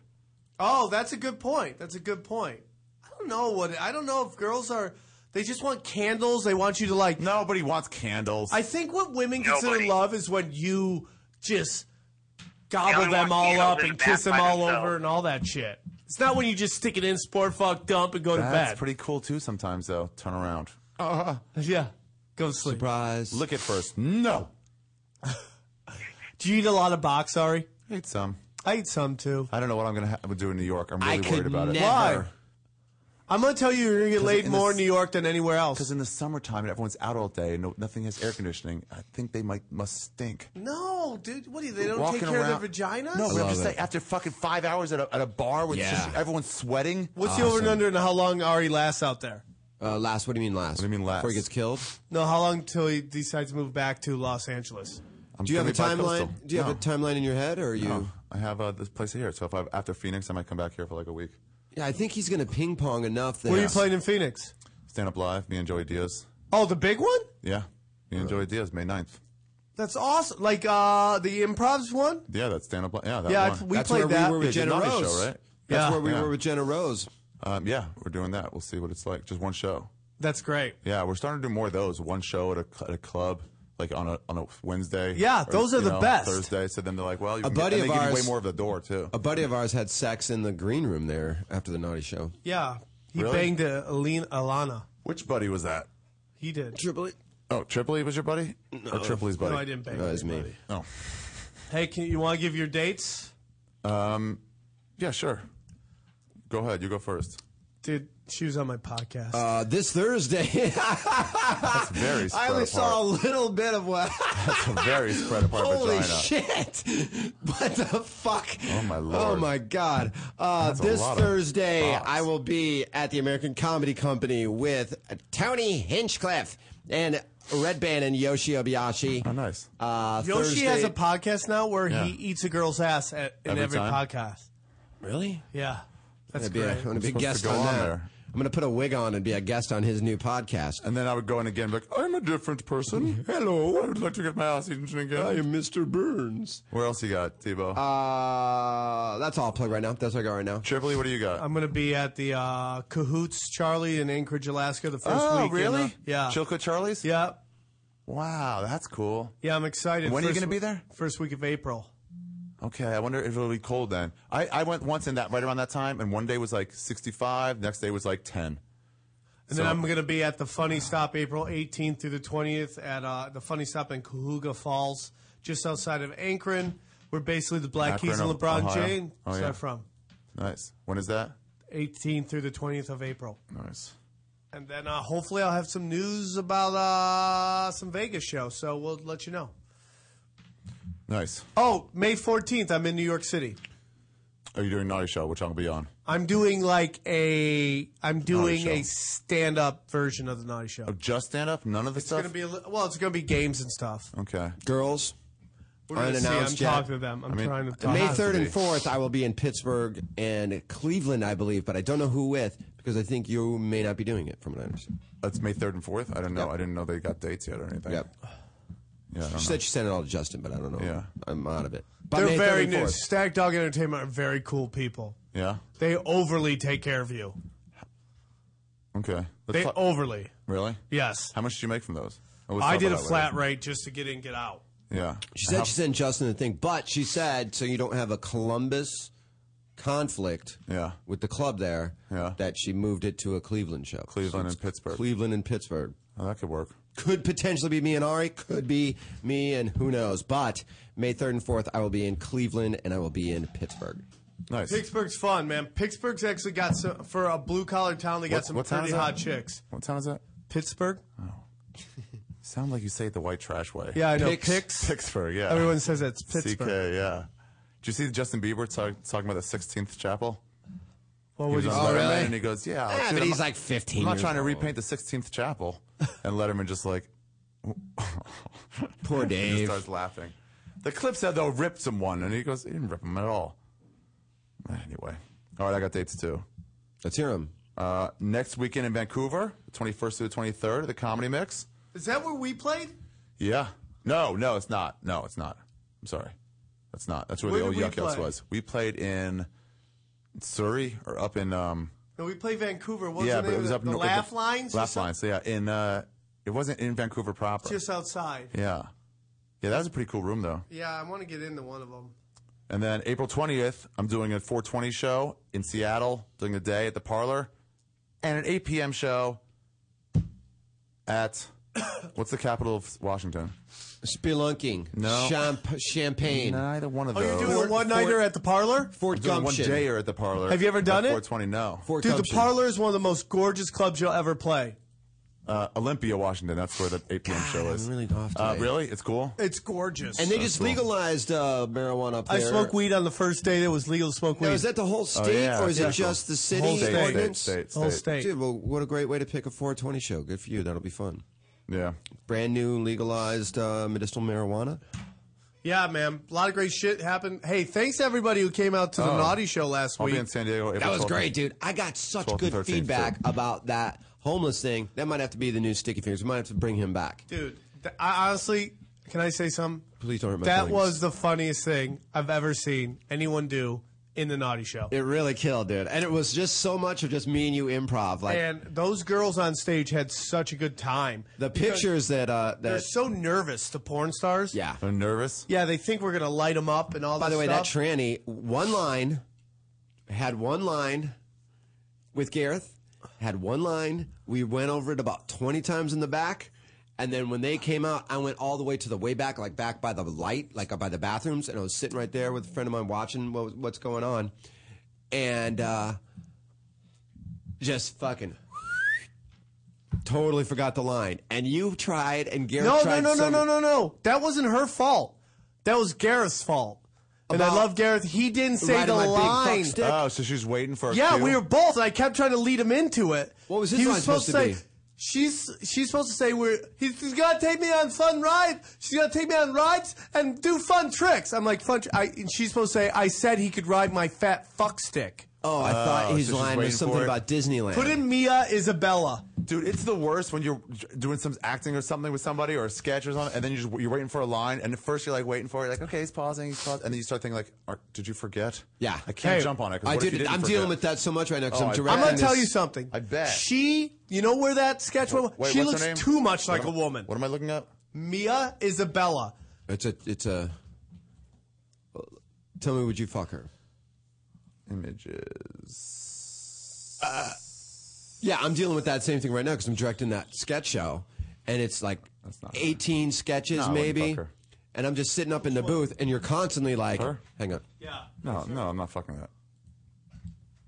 Speaker 5: oh, that's a good point. That's a good point. I don't know what I don't know if girls are. They just want candles. They want you to like.
Speaker 6: Nobody wants candles.
Speaker 5: I think what women consider
Speaker 10: Nobody.
Speaker 5: love is when you just
Speaker 10: They
Speaker 5: gobble
Speaker 10: only
Speaker 5: them
Speaker 10: want
Speaker 5: all
Speaker 10: candles
Speaker 5: up
Speaker 10: in
Speaker 5: and
Speaker 10: the
Speaker 5: kiss them
Speaker 10: bath by
Speaker 5: all over
Speaker 10: themselves.
Speaker 5: and all that shit. It's not when you just stick it in, sport fuck, dump, and go to
Speaker 6: That's
Speaker 5: bed.
Speaker 6: pretty cool too. Sometimes though, turn around,
Speaker 5: yeah, go to sleep.
Speaker 4: Surprise.
Speaker 6: look at first. No,
Speaker 5: Do you eat a lot of box? Sorry,
Speaker 6: I ate some.
Speaker 5: I eat some too.
Speaker 6: I don't know what I'm gonna ha- do in New York. I'm
Speaker 4: I
Speaker 6: really worried
Speaker 4: could
Speaker 6: about it.
Speaker 4: never.
Speaker 5: Why? I'm gonna tell you, you're gonna get laid
Speaker 6: in
Speaker 5: more
Speaker 6: this-
Speaker 5: in New York than anywhere
Speaker 6: Because
Speaker 5: else.
Speaker 6: in the summertime and everyone's out all day and no, nothing has air conditioning, I think they might must stink.
Speaker 5: No, dude. What do you? They don't
Speaker 6: Walking
Speaker 5: take care of
Speaker 6: around-
Speaker 5: their vaginas.
Speaker 6: No, but I'm
Speaker 4: love
Speaker 6: just
Speaker 4: it.
Speaker 6: saying after fucking five hours at a, at a bar with
Speaker 4: Yeah.
Speaker 6: just- everyone's sweating.
Speaker 5: What's the over and under and how long Ari lasts out there?
Speaker 4: Uh, last. What do you mean last?
Speaker 6: What do you mean last?
Speaker 4: Before he gets killed?
Speaker 5: No, how long till he decides to move back to Los Angeles?
Speaker 6: I'm
Speaker 4: Do you have a
Speaker 6: gonna be
Speaker 4: timeline?
Speaker 6: bi-coastal.
Speaker 4: Do you have
Speaker 6: No.
Speaker 4: a timeline in your head, or are you?
Speaker 6: No, I have uh, this place here. So if I after Phoenix, I might come back here for like a week.
Speaker 4: Yeah, I think he's going to ping pong enough that.
Speaker 5: Where are you playing in Phoenix?
Speaker 6: Stand up live. Me and Joey Diaz.
Speaker 5: Oh, the big one?
Speaker 6: Yeah, me and Joey Diaz, May 9th.
Speaker 5: That's awesome. Like uh the improvs one?
Speaker 6: Yeah, that's stand up. Li- yeah, that
Speaker 5: Yeah,
Speaker 6: one.
Speaker 5: I- we
Speaker 4: That's
Speaker 5: played
Speaker 4: where
Speaker 5: that.
Speaker 4: we were
Speaker 6: Big
Speaker 4: with Jenna
Speaker 6: Nani
Speaker 4: Rose,
Speaker 6: show, right?
Speaker 4: That's
Speaker 5: Yeah.
Speaker 4: where we
Speaker 6: Yeah.
Speaker 4: were with Jenna Rose.
Speaker 6: Um, yeah, we're doing that. We'll see what it's like. Just one show.
Speaker 5: That's great.
Speaker 6: Yeah, we're starting to do more of those. One show at a, cl- at a club, like on a on a Wednesday.
Speaker 5: Yeah, those are
Speaker 6: you
Speaker 5: the best.
Speaker 6: Thursday. So then they're like, well, you can get-
Speaker 4: buddy
Speaker 6: and they
Speaker 4: of
Speaker 6: give you
Speaker 4: ours-
Speaker 6: way more of the door too.
Speaker 4: A buddy of ours had sex in the green room there after the naughty show.
Speaker 5: Yeah. He
Speaker 6: Really?
Speaker 5: banged uh, Alina Alana.
Speaker 6: Which buddy was that?
Speaker 5: He did.
Speaker 4: Triple it.
Speaker 6: Oh, Tripoli was your buddy? No. Or Tripoli's buddy?
Speaker 5: No, I didn't bang.
Speaker 4: That was me.
Speaker 6: Oh,
Speaker 5: Hey, can you want to give your dates?
Speaker 6: yeah, sure. Go ahead. You go first.
Speaker 5: Dude, she was on my podcast.
Speaker 4: Uh, this Thursday,
Speaker 6: That's very spread
Speaker 4: Ah, I only
Speaker 6: apart.
Speaker 4: saw a little bit of what.
Speaker 6: That's a very spread apart
Speaker 4: Holy
Speaker 6: vagina.
Speaker 4: shit! What the fuck?
Speaker 6: Oh, my lord.
Speaker 4: Oh my god! Uh,
Speaker 6: That's a
Speaker 4: this
Speaker 6: lot of
Speaker 4: Thursday,
Speaker 6: thoughts.
Speaker 4: I will be at the American Comedy Company with Tony Hinchcliffe and Red Band and Yoshi Obayashi.
Speaker 6: Oh, nice.
Speaker 4: Uh,
Speaker 5: Yoshi
Speaker 4: Thursday.
Speaker 5: has a podcast now where
Speaker 6: Yeah.
Speaker 5: he eats a girl's ass at, in
Speaker 6: Every
Speaker 5: every,
Speaker 6: time?
Speaker 5: podcast.
Speaker 4: really.
Speaker 5: Yeah. That's
Speaker 4: I'm gonna be, a,
Speaker 5: great.
Speaker 4: I'm gonna be a
Speaker 6: supposed
Speaker 4: guest
Speaker 6: to go
Speaker 4: on,
Speaker 6: on
Speaker 4: that.
Speaker 6: there.
Speaker 4: I'm gonna put a wig on and be a guest on his new podcast.
Speaker 6: and then I would go in again, and be like, I'm a different person. Hello, I would like to get my ass eaten again.
Speaker 4: Oh, Mr. Burns.
Speaker 6: Where else you got, Tebow?
Speaker 4: Uh, that's all I'll plug right now. That's what I got right now.
Speaker 6: Tripoli, what do you got?
Speaker 5: I'm gonna be at the uh, Cahoots Charlie in Anchorage, Alaska, the first
Speaker 6: oh,
Speaker 5: week. in,
Speaker 6: really?
Speaker 5: uh, yeah.
Speaker 6: Chilco Charlie's?
Speaker 5: yeah.
Speaker 6: Wow, that's cool.
Speaker 5: Yeah. I'm excited.
Speaker 6: When are you
Speaker 5: First
Speaker 6: gonna be
Speaker 5: w-
Speaker 6: there?
Speaker 5: First week of April.
Speaker 6: Okay, I wonder if it'll be cold then. I, I went once in that right around that time, and one day was like 65, next day was like 10.
Speaker 5: And then I'm going to be at the Funny Stop April 18th through the 20th at uh, the Funny Stop in Cahuga Falls, just outside of Akron. We're basically the Black
Speaker 6: Akron,
Speaker 5: Keys and
Speaker 6: O-
Speaker 5: LeBron
Speaker 6: Ohio.
Speaker 5: James.
Speaker 6: Oh,
Speaker 5: That's
Speaker 6: yeah.
Speaker 5: where I'm from.
Speaker 6: Nice. When is that?
Speaker 5: 18th through the 20th of April.
Speaker 6: Nice.
Speaker 5: And then uh, hopefully I'll have some news about uh, some Vegas show, so we'll let you know.
Speaker 6: Nice.
Speaker 5: Oh, May 14th, I'm in New York City.
Speaker 6: Are you doing Naughty Show, which I'll be on?
Speaker 5: I'm doing like a I'm doing
Speaker 6: show.
Speaker 5: a stand up version of the Naughty Show. It's
Speaker 6: Just stand up? None of the stuff?
Speaker 5: gonna be a, li- well, it's gonna be games and stuff.
Speaker 6: okay.
Speaker 4: Girls,
Speaker 5: We're gonna see. I'm
Speaker 4: Unannounced yet.
Speaker 5: talking to them. I'm
Speaker 6: mean,
Speaker 5: trying to
Speaker 6: it
Speaker 5: talk.
Speaker 4: May
Speaker 6: has to
Speaker 4: 3rd and
Speaker 6: be.
Speaker 4: 4th, I will be in Pittsburgh and Cleveland, I believe, but I don't know who with because I think you may not be doing it, from what I understand.
Speaker 6: That's May 3rd and 4th? I don't know. I didn't know they got dates yet or anything.
Speaker 4: Yep.
Speaker 6: Yeah, I don't
Speaker 4: She
Speaker 6: know.
Speaker 4: said she sent it all to Justin, but I don't know.
Speaker 6: Yeah.
Speaker 4: I'm out of it. But
Speaker 5: They're
Speaker 4: May 3rd
Speaker 5: very
Speaker 4: and
Speaker 5: new.
Speaker 4: 4th.
Speaker 5: Stag Dog Entertainment are very cool people.
Speaker 6: Yeah?
Speaker 5: They overly take care of you.
Speaker 6: Okay. Let's
Speaker 5: They
Speaker 6: talk-
Speaker 5: overly.
Speaker 6: really?
Speaker 5: Yes.
Speaker 6: How much did you make from those? Oh, let's
Speaker 5: I
Speaker 6: talk
Speaker 5: did a
Speaker 6: about that
Speaker 5: flat
Speaker 6: later.
Speaker 5: rate just to get in, get out.
Speaker 6: Yeah.
Speaker 4: She said she sent Justin the thing, but she said, so you don't have a Columbus conflict
Speaker 6: Yeah.
Speaker 4: with the club there,
Speaker 6: Yeah.
Speaker 4: that she moved it to a Cleveland show.
Speaker 6: Cleveland
Speaker 4: So
Speaker 6: and
Speaker 4: it's
Speaker 6: Pittsburgh.
Speaker 4: Cleveland and Pittsburgh.
Speaker 6: Oh, that could work.
Speaker 4: could potentially be me and Ari, could be me and who knows. But May 3rd and 4th, I will be in Cleveland and I will be in Pittsburgh.
Speaker 6: Nice.
Speaker 5: Pittsburgh's fun, man. Pittsburgh's actually got some for a blue collar town. They got
Speaker 6: What-
Speaker 5: some
Speaker 6: what town
Speaker 5: pretty
Speaker 6: is that?
Speaker 5: hot chicks.
Speaker 6: What town is that?
Speaker 5: Pittsburgh.
Speaker 6: Sound like you say it the white trash way.
Speaker 5: Yeah, I know.
Speaker 6: Picks.
Speaker 5: Picks.
Speaker 6: Pittsburgh, yeah.
Speaker 5: Everyone says it's Pittsburgh.
Speaker 6: CK, yeah. Did you see Justin Bieber talk, talking about the 16th Chapel?
Speaker 5: What
Speaker 6: He
Speaker 5: would
Speaker 6: was
Speaker 5: you
Speaker 6: on
Speaker 5: say?
Speaker 6: Letterman And he goes, yeah.
Speaker 4: Yeah,
Speaker 6: dude,
Speaker 4: but
Speaker 6: I'm
Speaker 4: he's
Speaker 6: not-
Speaker 4: like 15
Speaker 6: I'm not
Speaker 4: years
Speaker 6: trying to
Speaker 4: old.
Speaker 6: repaint the 16th Chapel. And Letterman just like,
Speaker 4: Poor
Speaker 6: he just
Speaker 4: Dave.
Speaker 6: starts laughing. The clip said they'll rip someone. And he goes, he didn't rip him at all. Anyway. All right, I got dates too.
Speaker 4: Let's hear him.
Speaker 6: Uh, next weekend in Vancouver, the 21st to the 23rd, the Comedy Mix.
Speaker 5: Is that where we played?
Speaker 6: Yeah. No, no, it's not. No, it's not. I'm sorry. That's not. That's where,
Speaker 5: Where
Speaker 6: the old
Speaker 5: did we
Speaker 6: Yuck Yucks
Speaker 5: play?
Speaker 6: was. We played in Surrey or up in. Um,
Speaker 5: No, we played Vancouver. What was
Speaker 6: yeah,
Speaker 5: the
Speaker 6: but
Speaker 5: name
Speaker 6: it was
Speaker 5: of
Speaker 6: up
Speaker 5: the,
Speaker 6: in
Speaker 5: the
Speaker 6: it was-
Speaker 5: Laugh Lines? or
Speaker 6: Laugh
Speaker 5: something?
Speaker 6: Lines. Yeah, in. Uh, it wasn't in Vancouver proper.
Speaker 5: Just outside.
Speaker 6: yeah. Yeah, that was a pretty cool room though.
Speaker 5: Yeah, I want to get into one of them.
Speaker 6: And then April 20th, I'm doing a 420 show in Seattle during the day at the parlor, and an 8 p.m. show at what's the capital of Washington?
Speaker 4: Spelunking.
Speaker 6: No.
Speaker 4: Champ- champagne.
Speaker 6: Neither one of
Speaker 5: Oh,
Speaker 6: those.
Speaker 5: you're doing
Speaker 4: Fort-
Speaker 5: a one nighter
Speaker 4: Fort-
Speaker 5: at the parlor?
Speaker 4: Fort
Speaker 6: I'm doing one
Speaker 4: Gumption.
Speaker 6: day or at the parlor.
Speaker 5: Have you ever done it?
Speaker 6: at 420, no.
Speaker 4: Fort
Speaker 5: Dude, the
Speaker 4: Gumption.
Speaker 5: parlor is one of the most gorgeous clubs you'll ever play.
Speaker 6: Uh, Olympia, Washington. That's where the 8 p.m. show is.
Speaker 4: I'm really off
Speaker 6: uh,
Speaker 4: today.
Speaker 6: really? It's cool?
Speaker 5: It's gorgeous.
Speaker 4: And they just legalized uh, marijuana up there.
Speaker 5: I smoked weed on the first day that was legal to smoke weed.
Speaker 4: Now, is that the whole state,
Speaker 6: Oh, yeah,
Speaker 4: or is
Speaker 6: yeah.
Speaker 4: it just the city
Speaker 5: Whole state.
Speaker 4: ordinance?
Speaker 6: State, state,
Speaker 5: the whole
Speaker 6: state.
Speaker 5: state?
Speaker 4: Dude, well, what a great way to pick a 420 show. Good for you. That'll be fun.
Speaker 6: Yeah.
Speaker 4: Brand new legalized uh, medicinal marijuana.
Speaker 5: Yeah, man. A lot of great shit happened. Hey, thanks everybody who came out to the
Speaker 6: Oh.
Speaker 5: Naughty Show last
Speaker 6: I'll be
Speaker 5: week.
Speaker 6: in San Diego. April
Speaker 4: That was
Speaker 6: 12th.
Speaker 4: great, dude. I got such
Speaker 6: 12th and
Speaker 4: good
Speaker 6: 13th,
Speaker 4: feedback
Speaker 6: too.
Speaker 4: about that homeless thing. That might have to be the new Sticky Fingers. We might have to bring him back.
Speaker 5: Dude, th- I honestly, can I say something?
Speaker 4: Please don't hurt my
Speaker 5: That
Speaker 4: feelings.
Speaker 5: was the funniest thing I've ever seen anyone do in the Naughty Show.
Speaker 4: It really killed, dude. And it was just so much of just me and you improv. Like
Speaker 5: and those girls on stage had such a good time.
Speaker 4: the pictures that uh,
Speaker 5: They're
Speaker 4: that
Speaker 5: so nervous, the porn stars.
Speaker 4: yeah.
Speaker 6: I'm nervous.
Speaker 5: Yeah, they think we're going to light them up and all
Speaker 4: By
Speaker 5: this
Speaker 4: the way, that
Speaker 5: stuff.
Speaker 4: tranny one line had one line with Gareth had one line. We went over it about twenty times in the back, and then when they came out, I went all the way to the way back, like back by the light, like by the bathrooms, and I was sitting right there with a friend of mine watching what, was- what's going on, and uh, just fucking. Totally forgot the line, and you tried, and Gareth
Speaker 5: No, no,
Speaker 4: tried
Speaker 5: no, no,
Speaker 4: some-
Speaker 5: no, no, no. That wasn't her fault. That was Gareth's fault. And I
Speaker 4: About-
Speaker 5: love Gareth. He didn't say
Speaker 4: Riding
Speaker 5: the
Speaker 4: my big fuck
Speaker 5: line.
Speaker 4: stick.
Speaker 6: Oh, so she's waiting for a
Speaker 5: Yeah,
Speaker 6: cue?
Speaker 5: we were both. And I kept trying to lead him into it.
Speaker 4: What was his
Speaker 5: he
Speaker 4: line
Speaker 5: was supposed,
Speaker 4: supposed to
Speaker 5: to say? She's she's supposed to say we're he's, he's gonna take me on fun rides. She's gonna take me on rides and do fun tricks. I'm like fun. Tr- I, and she's supposed to say I said he could ride my fat fuck stick.
Speaker 4: Oh, I
Speaker 6: Oh,
Speaker 4: thought his
Speaker 6: so she's
Speaker 4: line
Speaker 6: waiting
Speaker 4: was something
Speaker 6: for it.
Speaker 4: about Disneyland.
Speaker 5: Put in Mia Isabella.
Speaker 6: Dude, it's the worst when you're doing some acting or something with somebody or a sketch or something, and then you just, you're waiting for a line, and at first you're like waiting for it, like okay, he's pausing, he's pausing, and then you start thinking like, "Are- did you forget?
Speaker 4: Yeah.
Speaker 6: I can't
Speaker 5: Hey,
Speaker 6: jump on it. 'cause
Speaker 4: I
Speaker 6: what if
Speaker 4: did.
Speaker 6: you didn't
Speaker 4: I'm
Speaker 6: forget?
Speaker 4: dealing with that so much right now because
Speaker 6: Oh,
Speaker 4: I'm
Speaker 6: I-
Speaker 4: directing.
Speaker 5: I'm gonna tell
Speaker 4: this-
Speaker 5: you something.
Speaker 6: I bet.
Speaker 5: she. You know where that sketch went?
Speaker 6: Wait,
Speaker 5: she
Speaker 6: what's her
Speaker 5: looks
Speaker 6: name?
Speaker 5: too much like
Speaker 6: What
Speaker 5: a
Speaker 6: am-
Speaker 5: woman.
Speaker 6: What am I looking up?
Speaker 5: Mia Isabella.
Speaker 4: It's a. It's a. Tell me, would you fuck her?
Speaker 6: Images.
Speaker 4: Yeah, I'm dealing with that same thing right now because I'm directing that sketch show, and it's like
Speaker 6: not
Speaker 4: 18 sketches
Speaker 6: No, I wouldn't
Speaker 4: maybe,
Speaker 6: fuck her.
Speaker 4: and I'm just sitting up in the booth, and you're constantly like,
Speaker 6: Her?
Speaker 4: "Hang on,
Speaker 5: Yeah.
Speaker 6: No, no, I'm not fucking that.